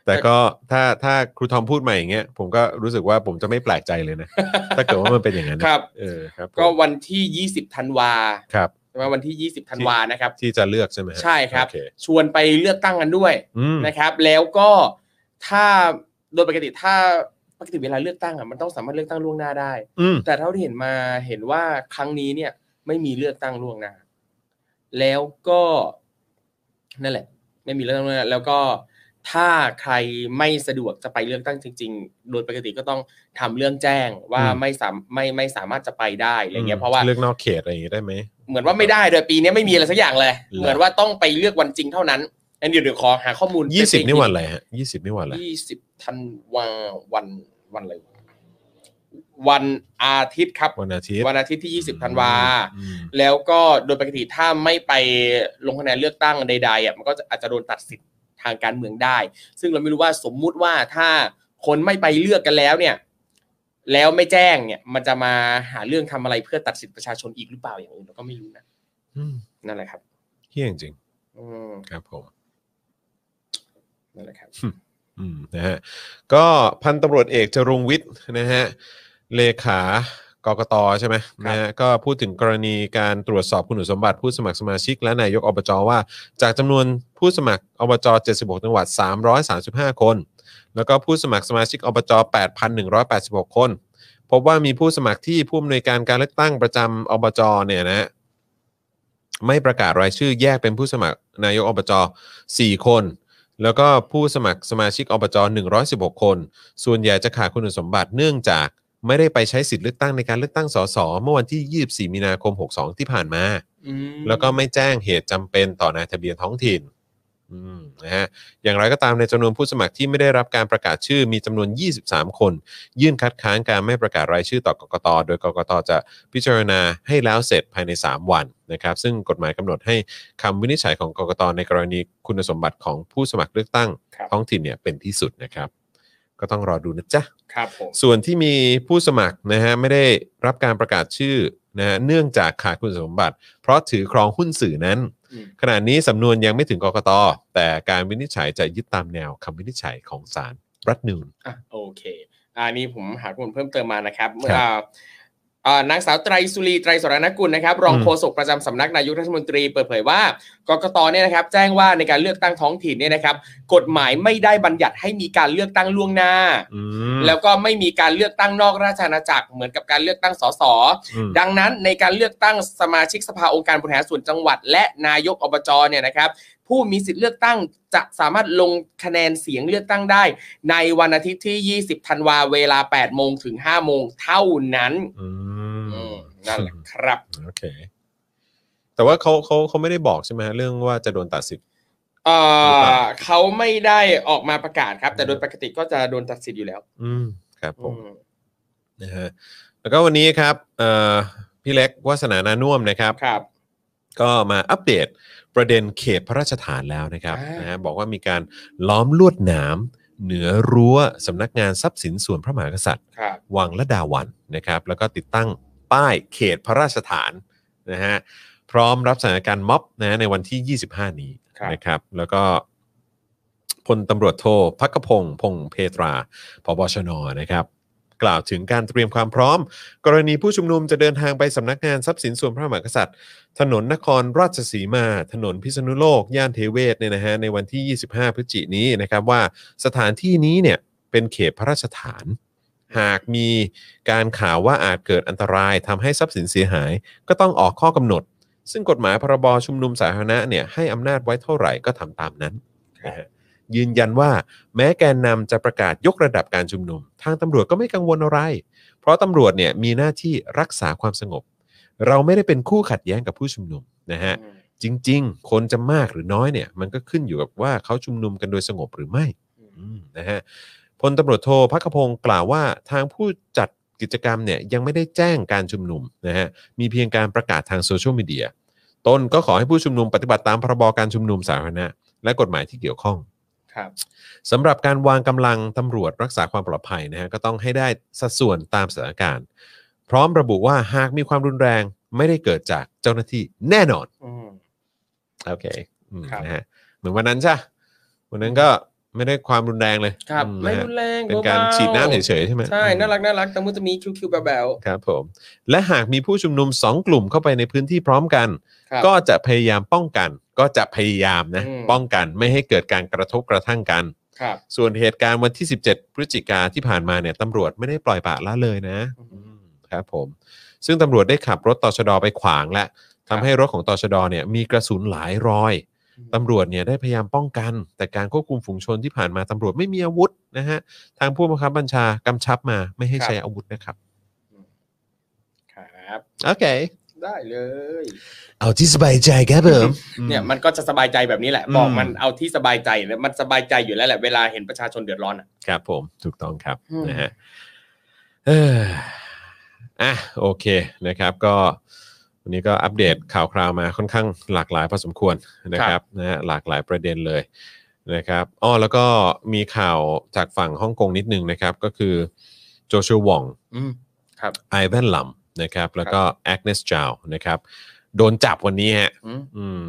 Speaker 2: แต่ก็ถ้าถ้าครูทอมพูดมาอย่างเงี้ยผมก็รู้สึกว่าผมจะไม่แปลกใจเลย นะ ถ้าเกิดว่ามันเป็นอย่างนั้นนะครับ เออครับผม
Speaker 3: ก็วันที่ 20ธันวา
Speaker 2: ครับ
Speaker 3: ใช่ไหมวันที่ 20ธันวานะครับ
Speaker 2: ที่จะเลือกใช่ไหมฮะ
Speaker 3: ใช่ครับ
Speaker 2: โอเ
Speaker 3: ชวนไปเลือกตั้งกันด้วย
Speaker 2: อืม
Speaker 3: นะครับ แล้วก็ถ้าโดยปกติถ้าปกติเวลาเลือกตั้งอ่ะมันต้องสามารถเลือกตั้งล่วงหน้าได้
Speaker 2: อืม
Speaker 3: แต่เท่าที่เห็นมาเห็นว่าครั้งนี้เนี่ย ไม่มีเลือกตั้งล่วงหน้า แล้วก็นั่นแหละ ไม่มีเลือกตั้งล่วงหน้าแล้วก็ถ้าใครไม่สะดวกจะไปเลือกตั้งจริง ๆ โดยปกติก็ต้องทำเรื่องแจ้งว่าไม่สามไม่ไม่สามารถจะไปได้อะไรเงี้ยเพราะว่า
Speaker 2: เลือกนอกเขตอะไรอย่างงี้ได้ไหม
Speaker 3: เหมือนว่าไม่ได้เลยปีนี้ไม่มีอะไรสักอย่างเลย
Speaker 2: หรอ
Speaker 3: เหมือนว่าต้องไปเลือกวันจริงเท่านั้นอันเดี๋ยวเดี๋ยวขอหาข้อมูล
Speaker 2: ยี่สิบ
Speaker 3: เป็
Speaker 2: นี่วันอะไรฮะยี่สิบนี่วันอะไร
Speaker 3: ยี่สิบธันวาวันวันอะไรวะวันอาทิตย์ครับ
Speaker 2: วันอาทิตย์
Speaker 3: วันอาทิตย์ที่ 20ธันวา
Speaker 2: อืม
Speaker 3: แล้วก็โดยปกติถ้าไม่ไปลงคะแนนเลือกตั้งใดๆอ่ะมันก็จะอาจจะโดนตัดสิทธิ์ทางการเมืองได้ ซึ่งเราไม่รู้ว่าสมมุติว่าถ้าคนไม่ไปเลือกกันแล้วเนี่ย แล้วไม่แจ้งเนี่ย มันจะมาหาเรื่องทำอะไรเพื่อตัดสิทธิประชาชนอีกหรือเปล่าอย่างอื่นเราก็ไม่รู้นะ
Speaker 2: อืม
Speaker 3: นั่นแหละครับ
Speaker 2: เฮี้ยจริง
Speaker 3: อืม
Speaker 2: ๆครับผม
Speaker 3: นั่นแหละครับ
Speaker 2: อืมนะฮะก็พันตำรวจเอกจรุงวิทย์นะฮะเลขากกตใช่ไหมนะฮะก็พูดถึงกรณีการตรวจสอบคุณสมบัติผู้สมัครสมาชิก และนายกอบจว่า จากจำนวนผู้สมัครอบจ 76 จังหวัด 335 คน แล้วก็ผู้สมัครสมาชิกอบจ 8,186 คน พบว่ามีผู้สมัครที่ผู้อำนวยการการเลือกตั้งประจำอบจเนี่ยนะฮะไม่ประกาศรายชื่อแยกเป็นผู้สมัครนายกอบจ 4 คน แล้วก็ผู้สมัครสมาชิกอบจ 116 คน ส่วนใหญ่จะขาดคุณสมบัติเนื่องจากไม่ได้ไปใช้สิทธิ์เลือกตั้งในการเลือกตั้งสสเมื่อวันที่ 24 มีนาคม 62 ที่ผ่านมา
Speaker 3: อืม
Speaker 2: แล้วก็ไม่แจ้งเหตุจำเป็นต่อนายทะเบียนท้องถิ่นอืมนะฮะอย่างไรก็ตามในจำนวนผู้สมัครที่ไม่ได้รับการประกาศชื่อมีจำนวน 23 คน ยื่นคัดค้านการไม่ประกาศรายชื่อต่อกกต โดยกกต จะพิจารณาให้แล้วเสร็จภายใน 3 วันนะครับ ซึ่งกฎหมายกำหนดให้คำวินิจฉัยของกกต ในกรณีคุณสมบัติของผู้สมัครเลือกตั้ง
Speaker 3: ครับ
Speaker 2: ท้องถิ่นเนี่ยเป็นที่สุดนะครับ ก็ต้องรอดูนะจ๊ะ
Speaker 3: ครับผม
Speaker 2: ส่วนที่มีผู้สมัครนะฮะไม่ได้รับการประกาศชื่อนะฮะเนื่องจากขาดคุณสมบัติ เพราะถือครองหุ้นสื่อนั้น
Speaker 3: อืม
Speaker 2: ขณะนี้สำนวนยังไม่ถึงกกต แต่การวินิจฉัยจะยึดตามแนวคำวินิจฉัยของศาลรัฐธรรมนูน
Speaker 3: อ่ะโอเคอันนี้ผมหาข้อมูลเพิ่มเติมมานะครับ
Speaker 2: ครับ
Speaker 3: อ่าอ่านางสาวไตรสุรีไตรสรณกุลนะครับ รอง
Speaker 2: อืม
Speaker 3: โฆษกประจำสำนักนายกรัฐมนตรีเปิดเผยว่ากกตเนี่ยนะครับ แจ้งว่าในการเลือกตั้งท้องถิ่นเนี่ยนะครับ กฎหมายไม่ได้บัญญัติให้มีการเลือกตั้งล่วงหน้า
Speaker 2: อืม
Speaker 3: แล้วก็ไม่มีการเลือกตั้งนอกราชอาณาจักรเหมือนกับการเลือกตั้งสส
Speaker 2: อืม
Speaker 3: ดังนั้นในการเลือกตั้งสมาชิกสภาองค์การบริหารส่วนจังหวัด และนายกอบจเนี่ยนะครับ ผู้มีสิทธิ์เลือกตั้งจะสามารถลงคะแนนเสียงเลือกตั้งได้ ในวันอาทิตย์ที่ 20 ธันวาเวลา 8 โมงถึง 5 โมงเท่านั้น
Speaker 2: อื
Speaker 3: อื
Speaker 2: ม
Speaker 3: มนั่นแหละครับ
Speaker 2: โอเค แ แต่ว่าเขาเขาเขาไม่ได้บอกใช่ไหมฮะเรื่องว่าจะโดนตัดสิทธิ์
Speaker 3: เอ่
Speaker 2: หรือเป
Speaker 3: อ
Speaker 2: ล่า
Speaker 3: เขาไม่ได้ออกมาประกาศครับ แต่โดยปกติก็จะโดนตัดสิทธิ์อยู่แล้ว
Speaker 2: อืมครับผม
Speaker 3: อืม
Speaker 2: นะฮะแล้วก็วันนี้ครับเอ่อพี่เล็กวาสนานานุ่วมนะครับ
Speaker 3: ครับ
Speaker 2: ก็มาอัปเดตประเด็นเขตพระราชฐานแล้วนะครับ
Speaker 3: อ่าน
Speaker 2: นะฮะบอกว่ามีการล้อมลวดหนาม เหนือรั้วสำนักงานทรัพย์สินส่วนพระมหากษัตริย์
Speaker 3: ครับ
Speaker 2: วังละดาวันนะครับ แล้วก็ติดตั้งป้ายเขตพระราชฐานนะฮะพร้อมรับสถานการณ์ม็อบนะในวันที่ 25 นี้
Speaker 3: ครับ
Speaker 2: นะครับ แล้วก็พลตำรวจโทพักกพงศ์พงศ์เพตราพบชนนะครับ กล่าวถึงการเตรียมความพร้อม กรณีผู้ชุมนุมจะเดินทางไปสำนักงานทรัพย์สินส่วนพระมหากษัตริย์ ถนนนครราชสีมา ถนนพิษณุโลก ย่านเทเวศเนี่ยนะฮะในวันที่ 25 พฤศจิกายนนี้นะครับว่าสถานที่นี้เนี่ยเป็นเขตพระราชฐาน หากมีการข่าวว่าอาจเกิดอันตรายทำให้ทรัพย์สินเสียหาย ก็ต้องออกข้อกำหนด ซึ่งกฎหมายพรบชุมนุมสาธารณะเนี่ยให้อำนาจไว้เท่าไหร่ก็ทำตามนั้นนะฮะยืนยันว่าแม้แกนนำจะประกาศยกระดับการชุมนุม ทางตำรวจก็ไม่กังวลอะไร เพราะตำรวจเนี่ยมีหน้าที่รักษาความสงบ เราไม่ได้เป็นคู่ขัดแย้งกับผู้ชุมนุมนะฮะ จริง ๆ คนจะมากหรือน้อยเนี่ย มันก็ขึ้นอยู่กับว่าเขาชุมนุมกันโดยสงบหรือไม่อืมนะฮะพลตำรวจโทพักขพงศ์กล่าวว่าทางผู้จัดกิจกรรมเนี่ยยังไม่ได้แจ้งการชุมนุมนะฮะมีเพียงการประกาศทางโซเชียลมีเดียตนก็ขอให้ผู้ชุมนุมปฏิบัติตามพรบการชุมนุมสาธารณะและกฎหมายที่เกี่ยวข้อง
Speaker 3: ครับ
Speaker 2: สำหรับการวางกำลังตำรวจรักษาความปลอดภัยนะฮะก็ต้องให้ได้สัดส่วนตามสถานการณ์ พร้อมระบุว่าหากมีความรุนแรงไม่ได้เกิดจากเจ้าหน้าที่แน่นอน
Speaker 3: อืม
Speaker 2: โอเคอืม
Speaker 3: ครับ
Speaker 2: นะฮะเหมือนวันนั้นใช่ปะวันนั้นก็ไม่ได้ความรุนแรงเลย
Speaker 3: ครับ
Speaker 2: อื
Speaker 3: ไม่รุนแรง
Speaker 2: ะฮะเป็นการ
Speaker 3: เบาๆ
Speaker 2: ฉีดน้ำเฉยๆใช่ไหม
Speaker 3: ใช่ น่ารั
Speaker 2: อื
Speaker 3: กน่ารักแต่มันจะมีคิ้วๆแบว
Speaker 2: มครับผม และหากมีผู้ชุมนุม 2 กลุ่มเข้าไปในพื้นที่พร้อมกัน
Speaker 3: ๆครับ
Speaker 2: ก็จะพยายามป้องกัน ก็จะพยายามนะ
Speaker 3: อืม
Speaker 2: ป้องกันไม่ให้เกิดการกระทบกระทั่งกัน
Speaker 3: ครับ
Speaker 2: ส่วนเหตุการณ์วันที่ 17 พฤศจิกาที่ผ่านมาเนี่ยตำรวจไม่ได้ปล่อยปละละเลยนะ
Speaker 3: อืม
Speaker 2: อืมครับผม ซึ่งตำรวจได้ขับรถตชดไปขวางและ
Speaker 3: ครับ
Speaker 2: ทำให้รถของตชดเนี่ยมีกระสุนหลายรอย ตำรวจเนี่ยได้พยายามป้องกัน แต่การควบคุมฝูงชนที่ผ่านมาตำรวจไม่มีอาวุธนะฮะ ทางผู้บังคับบัญชากำชับมาไม่ให้ใช้อาวุธนะครับ
Speaker 3: ครับ
Speaker 2: โอเค
Speaker 3: ได้เลย
Speaker 1: เอาที่สบายใจครับผม
Speaker 3: เนี่ยมันก็จะสบายใจแบบนี้แหละ
Speaker 2: อืม
Speaker 3: บอกมันเอาที่สบายใจแล้วมันสบายใจอยู่แล้วแหละเวลาเห็นประชาชนเดือดร้อนอ่ะ
Speaker 2: ครับผมถูกต้องครับ
Speaker 3: อืม
Speaker 2: นะฮะเอ่ออ่ะโอเคนะครับก็วันนี้ก็อัปเดตข่าวคราวมาค่อนข้างหลากหลายพอสมควรนะครับนะฮะหลากหลายประเด็นเลยนะครับอ้อแล้วก็มีข่าวจากฝั่งฮ่องกงนิดนึงนะครับ ก็คือโจชัวหว่อง
Speaker 3: อืม
Speaker 2: ไอแวนลัมนะครับแล้วก็แอคเนสจาวนะครับโดนจับวันนี้ฮะ
Speaker 3: อืม
Speaker 2: อืม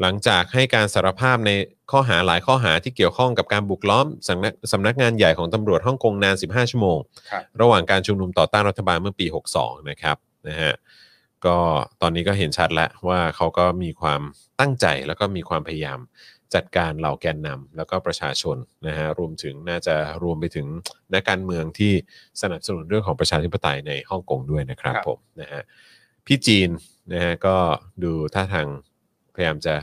Speaker 2: หลังจากให้การสารภาพในข้อหาหลายข้อหาที่เกี่ยวข้องกับการบุกล้อมสำนักสำนักงานใหญ่ของตำรวจฮ่องกงนาน 15 ชั่วโมง
Speaker 3: ครับ
Speaker 2: ระหว่างการชุมนุมต่อต้านรัฐบาลเมื่อปี 62 นะครับนะฮะก็ตอนนี้ก็เห็นชัดแล้วว่าเขาก็มีความตั้งใจแล้วก็มีความพยายามจัดการเหล่าแกนนำแล้วก็ประชาชนนะฮะรวมถึงน่าจะรวมไปถึงนักการเมืองที่สนับสนุนเรื่องของประชาธิปไตยในฮ่องกงด้วยนะครับ
Speaker 3: ครับ
Speaker 2: ผมนะฮะพี่จีนนะฮะก็ดูท่าทางพยายามจะ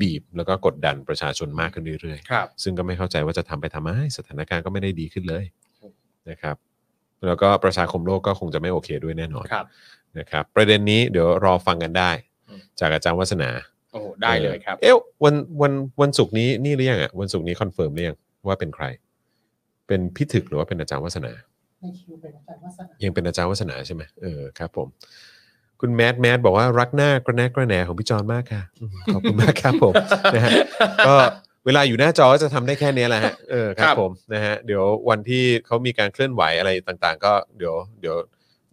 Speaker 2: บีบแล้วก็กดดันประชาชนมากขึ้นเรื่อยๆ
Speaker 3: ครับ
Speaker 2: ซึ่งก็ไม่เข้าใจว่าจะทำไปทำไมสถานการณ์ก็ไม่ได้ดีขึ้นเลยนะครับ แล้วก็ประชาคมโลกก็คงจะไม่โอเคด้วยแน่นอน
Speaker 3: ครับ
Speaker 2: นะครับ ประเด็นนี้เดี๋ยวรอฟังกันได้
Speaker 3: อืม
Speaker 2: จากอาจารย์วัฒนา
Speaker 3: โอ้โหได้เลยครับ
Speaker 2: เอ๊ะวันวันวันศุกร์นี้นี่หรือยังอ่ะวันศุกร์นี้คอนเฟิร์มหรือยังว่าเป็นใคร เป็นพิถึกหรือว่าเป็นอาจารย์วัฒนายังเป็นอาจารย์วัฒนาใช่ไหมเออครับผม คุณแมดแมดบอกว่ารักหน้ากระแนะกระแหนของพี่จอนมากค่ะอืมขอบคุณมากครับผม นะฮะ ก็เวลาอยู่หน้าจอก็จะทำได้แค่เนี้ยแหละฮะเออค
Speaker 3: ค
Speaker 2: รั
Speaker 3: รั
Speaker 2: บบ ผมนะฮะเดี๋ยววันที่เขามีการเคลื่อนไหวอะไรต่างๆ ก็เดี๋ยวเดี๋ยว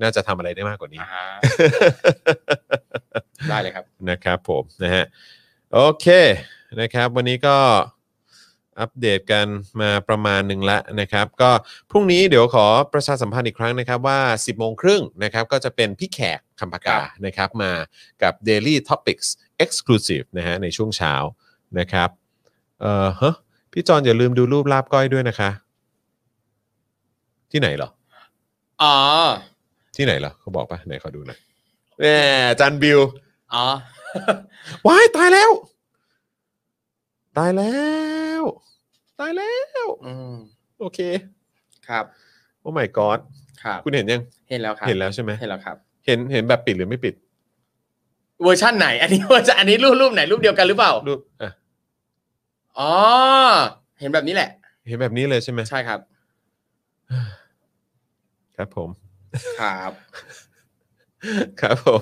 Speaker 2: น่าจะทำอะไรได้มากกว่านี้
Speaker 3: อ่าได้เลยครับ
Speaker 2: นะครับผมนะฮะโอเคนะครับ วันนี้ก็อัปเดตกันมาประมาณหนึ่งละนะครับ ก็พรุ่งนี้เดี๋ยวขอประชาสัมพันธ์อีกครั้งนะครับว่า 10บโมงครึ่งนะครับก็จะเป็นพี่แขกคำปากานะครับมากับ Daily Topics Exclusive นะฮะในช่วงเช้านะครับเอ่อฮะพี่จอนอย่าลืมดูรูปลาบก้อยด้วยนะคะ ที่ไหนเหรอ
Speaker 3: อ๋อ
Speaker 2: ที่ไหนเหรอเขาบอกปะไหนขอดูหน่อยแหมจันบิว
Speaker 3: อ๋อ
Speaker 2: ว้ายตายแล้ว ตายแล้ว ตายแล้ว
Speaker 3: อืม
Speaker 2: โอเค
Speaker 3: ครับ
Speaker 2: โอ้ my god
Speaker 3: ครับ
Speaker 2: คุณเห็นยัง
Speaker 3: เห็นแล้วครับ
Speaker 2: เห็นแล้วใช่ไหม
Speaker 3: เห็นแล้วครับ
Speaker 2: เห็นเห็นแบบปิดหรือไม่ปิด
Speaker 3: เวอร์ชั่นไหน อันนี้เวอร์ชันอันนี้รูปรูปไหนรูปเดียวกันหรือเปล่า
Speaker 2: รูปอ่ะ
Speaker 3: อ๋อเห็นแบบนี้แหละ
Speaker 2: เห็นแบบนี้เลยใช่ไหม
Speaker 3: ใช่ครับ
Speaker 2: ครับผม
Speaker 3: ครับ
Speaker 2: ครับผม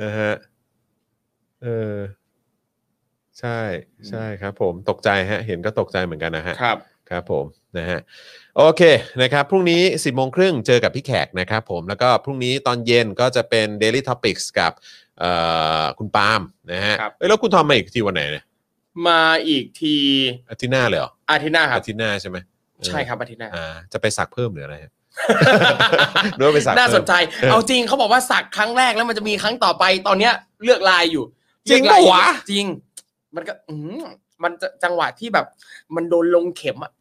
Speaker 2: นะฮะเออใช่ ใช่ครับผมตกใจฮะ เห็นก็ตกใจเหมือนกันนะฮะ
Speaker 3: ครับ
Speaker 2: ครับผมนะฮะโอเคนะครับพรุ่งนี้ 10บโมงครึ่งเจอกับพี่แขกนะครับผมแล้วก็พรุ่งนี้ตอนเย็นก็จะเป็น Daily Topics กับเอ่อคุณปาล์มนะฮะ
Speaker 3: ครับ
Speaker 2: เอ้ยแล้วคุณทอมมาอีกทีวันไหนเนี่ย
Speaker 3: มาอีกที
Speaker 2: อาทิตย์หน้าเลยเหรอ
Speaker 3: อาทิตย์หน้าครับ
Speaker 2: อาทิตย์หน้าใช่ไหม
Speaker 3: ใช่ครับอาทิตย์หน้า
Speaker 2: อ่าจะไปสักเพิ่มหรืออะไรฮะ หรือว่าไปสักเพิ่ม
Speaker 3: น่าสนใจ
Speaker 2: เออ
Speaker 3: เอาจริงเขาบอกว่าสักครั้งแรกแล้วมันจะมีครั้งต่อไปตอนเนี้ยเลือกลายอยู่
Speaker 2: จริง
Speaker 3: เลือกลายอยู่
Speaker 2: ปะวะ
Speaker 3: จริง มันก็อืมมันจะจังหวะที่แบบ มันโดนลงเข็มอะ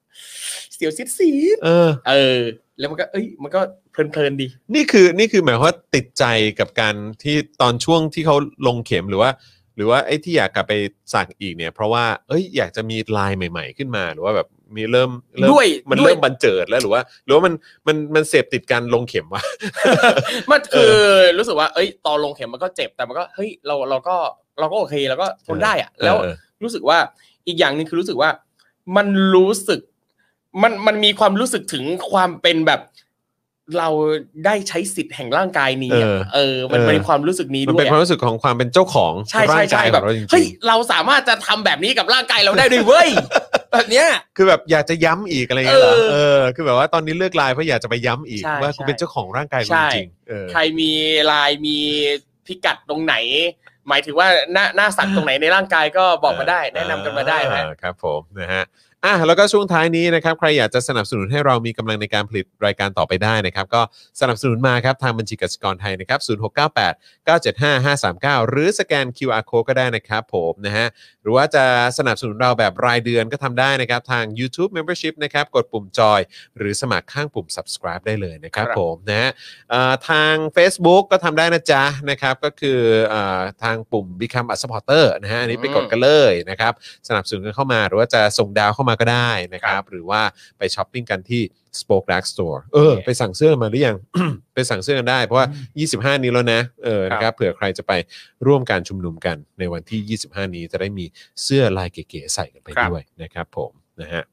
Speaker 3: เสียวซิดซีด
Speaker 2: เออ
Speaker 3: เออ แล้วมันก็ เอ้ย มันก็เพลินๆดี
Speaker 2: นี่คือนี่คือหมายความว่าติดใจกับการที่ตอนช่วงที่เขาลงเข็มหรือว่า หรือว่าไอ้ที่อยากกลับไปสักอีกเนี่ย เพราะว่าเอ้ยอยากจะมีลายใหม่ ๆ ขึ้นมาหรือว่าแบบมีเริ่มเริ่ม
Speaker 3: ด้วย
Speaker 2: มัน
Speaker 3: ด้วย
Speaker 2: เริ่มบันเจิดแล้วหรือว่า หรือว่ามันมันมันเสพติดการลงเข็มวะ
Speaker 3: มันคือรู้สึกว่า เอ้ย ตอนลงเข็มมันก็เจ็บแต่มันก็เฮ้ยเราเราก็เราก็โอเคเราก็ทนได้อะแล้ว
Speaker 2: เออ
Speaker 3: รู้สึกว่าอีกอย่างหนึ่งคือรู้สึกว่า มันรู้สึก มันมันมีความรู้สึกถึงความเป็นแบบ เราได้ใช้สิทธิ์แห่งร่างกายนี้
Speaker 2: เอ
Speaker 3: อะ
Speaker 2: อ
Speaker 3: เออ มัน
Speaker 2: เออ
Speaker 3: เป็นความรู้สึกนี้
Speaker 2: มัน
Speaker 3: ด้ว
Speaker 2: เป็
Speaker 3: ย
Speaker 2: น
Speaker 3: อะ
Speaker 2: ความรู้สึกของความเป็นเจ้าของ
Speaker 3: ใช่
Speaker 2: ร่า
Speaker 3: ใช่
Speaker 2: ง
Speaker 3: ใช่
Speaker 2: กายข
Speaker 3: แบ
Speaker 2: อบ งเราจริ
Speaker 3: เฮ้ย
Speaker 2: ง
Speaker 3: เราสามารถจะทำแบบนี้กับร่างกายเราได้ด้วยเว้ย แบบเนี้ย
Speaker 2: ๆคือแบบอยากจะย้ำอีกอะไรเงี้ยเหรอ
Speaker 3: เออ
Speaker 2: เออคือแบบว่าตอนนี้เลือกลายเพราะอยากจะไปย้ำอีก
Speaker 3: ใช่
Speaker 2: ว่ากู
Speaker 3: ใช่
Speaker 2: เป็นเจ้าของร่างกายกู
Speaker 3: ใช่
Speaker 2: จริงๆเออ
Speaker 3: ใครมีลายมีพิกัดตรงไหน หมายถึงว่าหน้าหน้าสักตรงไหนในร่างกายก็บอกมาได้ แนะนำกันมาได้นะ
Speaker 2: อ่ครับผมนะฮะอ่ะแล้วก็ช่วงท้ายนี้นะครับใครอยากจะสนับสนุนให้เรามีกำลังในการผลิตรายการต่อไปได้นะครับ ก็สนับสนุนมาครับทางบัญชีกสิกรไทยนะครับ0698 975 539 หรือสแกน QR code ก็ได้นะครับผมนะฮะหรือว่าจะสนับสนุนเราแบบรายเดือนก็ทำได้นะครับ ทาง YouTube Membership นะครับกดปุ่มจอย หรือสมัครข้างปุ่ม subscribe ได้เลยนะครับ
Speaker 3: ครับ
Speaker 2: ผมนะฮะ เอ่อทาง Facebook ก็ทำได้นะจ๊ะนะครับ ก็คือเออทางปุ่ม Become a supporter นะฮะอันนี้ไปกดกันเลยนะครับ สนับสนุนกันเข้ามาหรือว่าจะส่งดาวเข้ามาก็ได้นะครับ หรือว่าไปช้อปปิ้งกันที่ Spoke Dark Store เออ ไปสั่งเสื้อมาหรือยัง ไปสั่งเสื้อกันได้ เพราะว่า 25 นี้แล้วนะเออนะครับ เผื่อใครจะไปร่วมการชุมนุมกันในวันที่ 25 นี้จะได้มีเสื้อลายเก๋ๆใส่กันไป
Speaker 3: ครับ
Speaker 2: ด้วยนะครับ ผมนะฮะ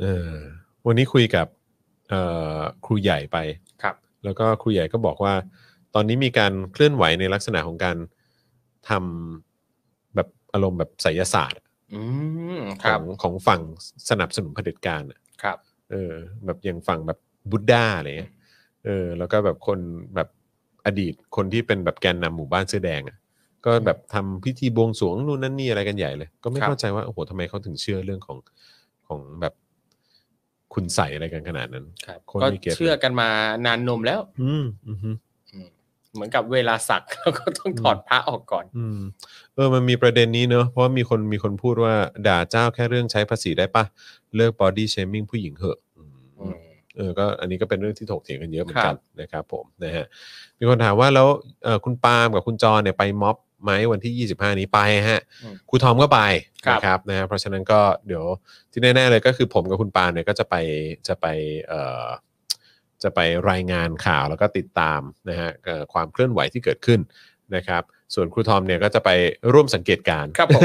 Speaker 2: เออวันนี้คุยกับเอ่อครูใหญ่ไป
Speaker 3: ครับ
Speaker 2: แล้วก็ครูใหญ่ก็บอกว่า ตอนนี้มีการเคลื่อนไหวในลักษณะของการทำแบบอารมณ์แบบไสยศาสตร์อะ
Speaker 3: อืมค
Speaker 2: ข
Speaker 3: รั
Speaker 2: อบ งของฝั่งสนับสนุนเผด็จการอะ
Speaker 3: ครับ
Speaker 2: เออ แบบอย่างฝั่งแบบบุดดาอะไรเงี้ยเออ แล้วก็แบบคนแบบอดีตคนที่เป็นแบบแกนนำหมู่บ้านเสื้อแดงอะก็แบบทำพิธีบวงสรวงนู่นนั่นนี่อะไรกันใหญ่เลย ก็ไม่
Speaker 3: ครับ
Speaker 2: เข้าใจว่าโอ้โหทำไมเขาถึงเชื่อเรื่องของของแบบคุณใส่อะไรกันขนาดนั้น คน
Speaker 3: ก็
Speaker 2: ไม่เก็ต
Speaker 3: เชื่อกันมานานนมแล้ว
Speaker 2: อืมอืมฮึ
Speaker 3: เหมือนกับเวลาสัก เราก็ต้องถอดพระออกก่อน
Speaker 2: อืมเออมันมีประเด็นนี้เนอะเพราะว่ามีคนมีคนพูดว่าด่าเจ้าแค่เรื่องใช้ภาษีได้ปะเลิกบอดี้เชมิ n งผู้หญิงเหอะอืมเออก็อันนี้ก็เป็นเรื่องที่ถกเถียงกันเยอะเหมือนกันนะครับผมนะฮะมีคนถามว่าแล้วเอ่อคุณปาล์มกับคุณจอเนี่ยไปม็อบไหมวันที่ 25 นี้ไปฮะ
Speaker 3: อืม
Speaker 2: ครูทอมก็ไป
Speaker 3: ครับ
Speaker 2: นะครับนะฮะเพราะฉะนั้นก็เดี๋ยวที่แน่ ๆ เลยก็คือผมกับคุณปาล์มเนี่ยก็จะไปจะไปเอ่อจะไปรายงานข่าวแล้วก็ติดตามนะฮะเอ่อความเคลื่อนไหวที่เกิดขึ้น นะครับส่วนครูทอมเนี่ยก็จะไปร่วมสังเกตการณ์
Speaker 3: ครับ ผม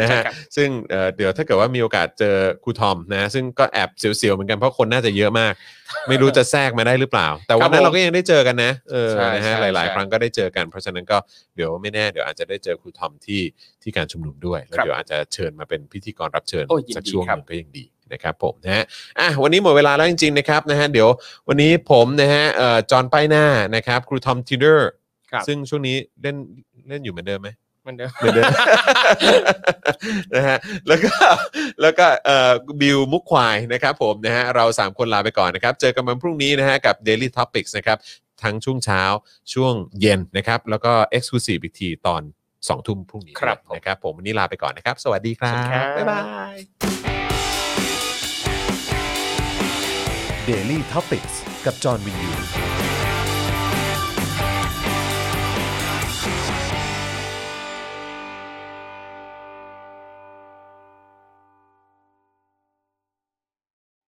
Speaker 2: นะ
Speaker 3: ใช่
Speaker 2: ฮะ
Speaker 3: ครับ
Speaker 2: ซึ่งเอ่อเดี๋ยวถ้าเกิดว่ามีโอกาสเจอครูทอมนะซึ่งก็แอบเสียวๆเหมือนกันเพราะคนน่าจะเยอะมาก ไม่รู้จะแทรกมาได้หรือเปล่า แต่วันนั้น
Speaker 3: ครับผม
Speaker 2: เราก็ยังได้เจอกันนะเออ
Speaker 3: ใช่
Speaker 2: นะฮะ
Speaker 3: ใช่
Speaker 2: หลาย
Speaker 3: ใช่
Speaker 2: ๆ ครั้งก็ได้เจอกัน เพราะฉะนั้นก็เดี๋ยวไม่แน่เดี๋ยวอาจจะได้เจอครูทอมที่ที่การชุมนุมด้วยแล้ว
Speaker 3: ครับ
Speaker 2: เดี๋ยวอาจจะเชิญมาเป็นพิธีกรรับเชิญ
Speaker 3: โอ้ยยินดี
Speaker 2: สักช่วงห
Speaker 3: ครับ
Speaker 2: นึ่งก็ยังดีนะครับผมนะฮะอ่ะวันนี้หมดเวลาแล้วจริงๆนะครับนะฮะเดี๋ยววันนี้ผมนะฮะเอ่อจอห์นป้ายหน้านะครับครูทอมทิเดอร์
Speaker 3: ครับ
Speaker 2: ซึ่งช่วงนี้เล่นเล่นอยู่เหมือนเดิมไหม
Speaker 3: เหมันเดิม
Speaker 2: เหมือนเดิม นะฮะแล้วก็แล้วก็เอ่อบิวมุกควายนะครับผมนะฮะเรา 3 คนลาไปก่อนนะครับ เจอกันวันพรุ่งนี้นะฮะกับ Daily Topics นะครับ ทั้งช่วงเช้าช่วงเย็นนะครับ แล้วก็ Exclusive อีกทีตอน 2 ทุ่มพรุ่งนี้
Speaker 3: ครับผม
Speaker 2: นะครับ ผมวันนี้ลาไปก่อนนะครับ สวัสดีครั
Speaker 3: สวัสดีครับ บ
Speaker 2: บ๊ายบาย
Speaker 1: Daily t o p i c กกับจอห์นวินยู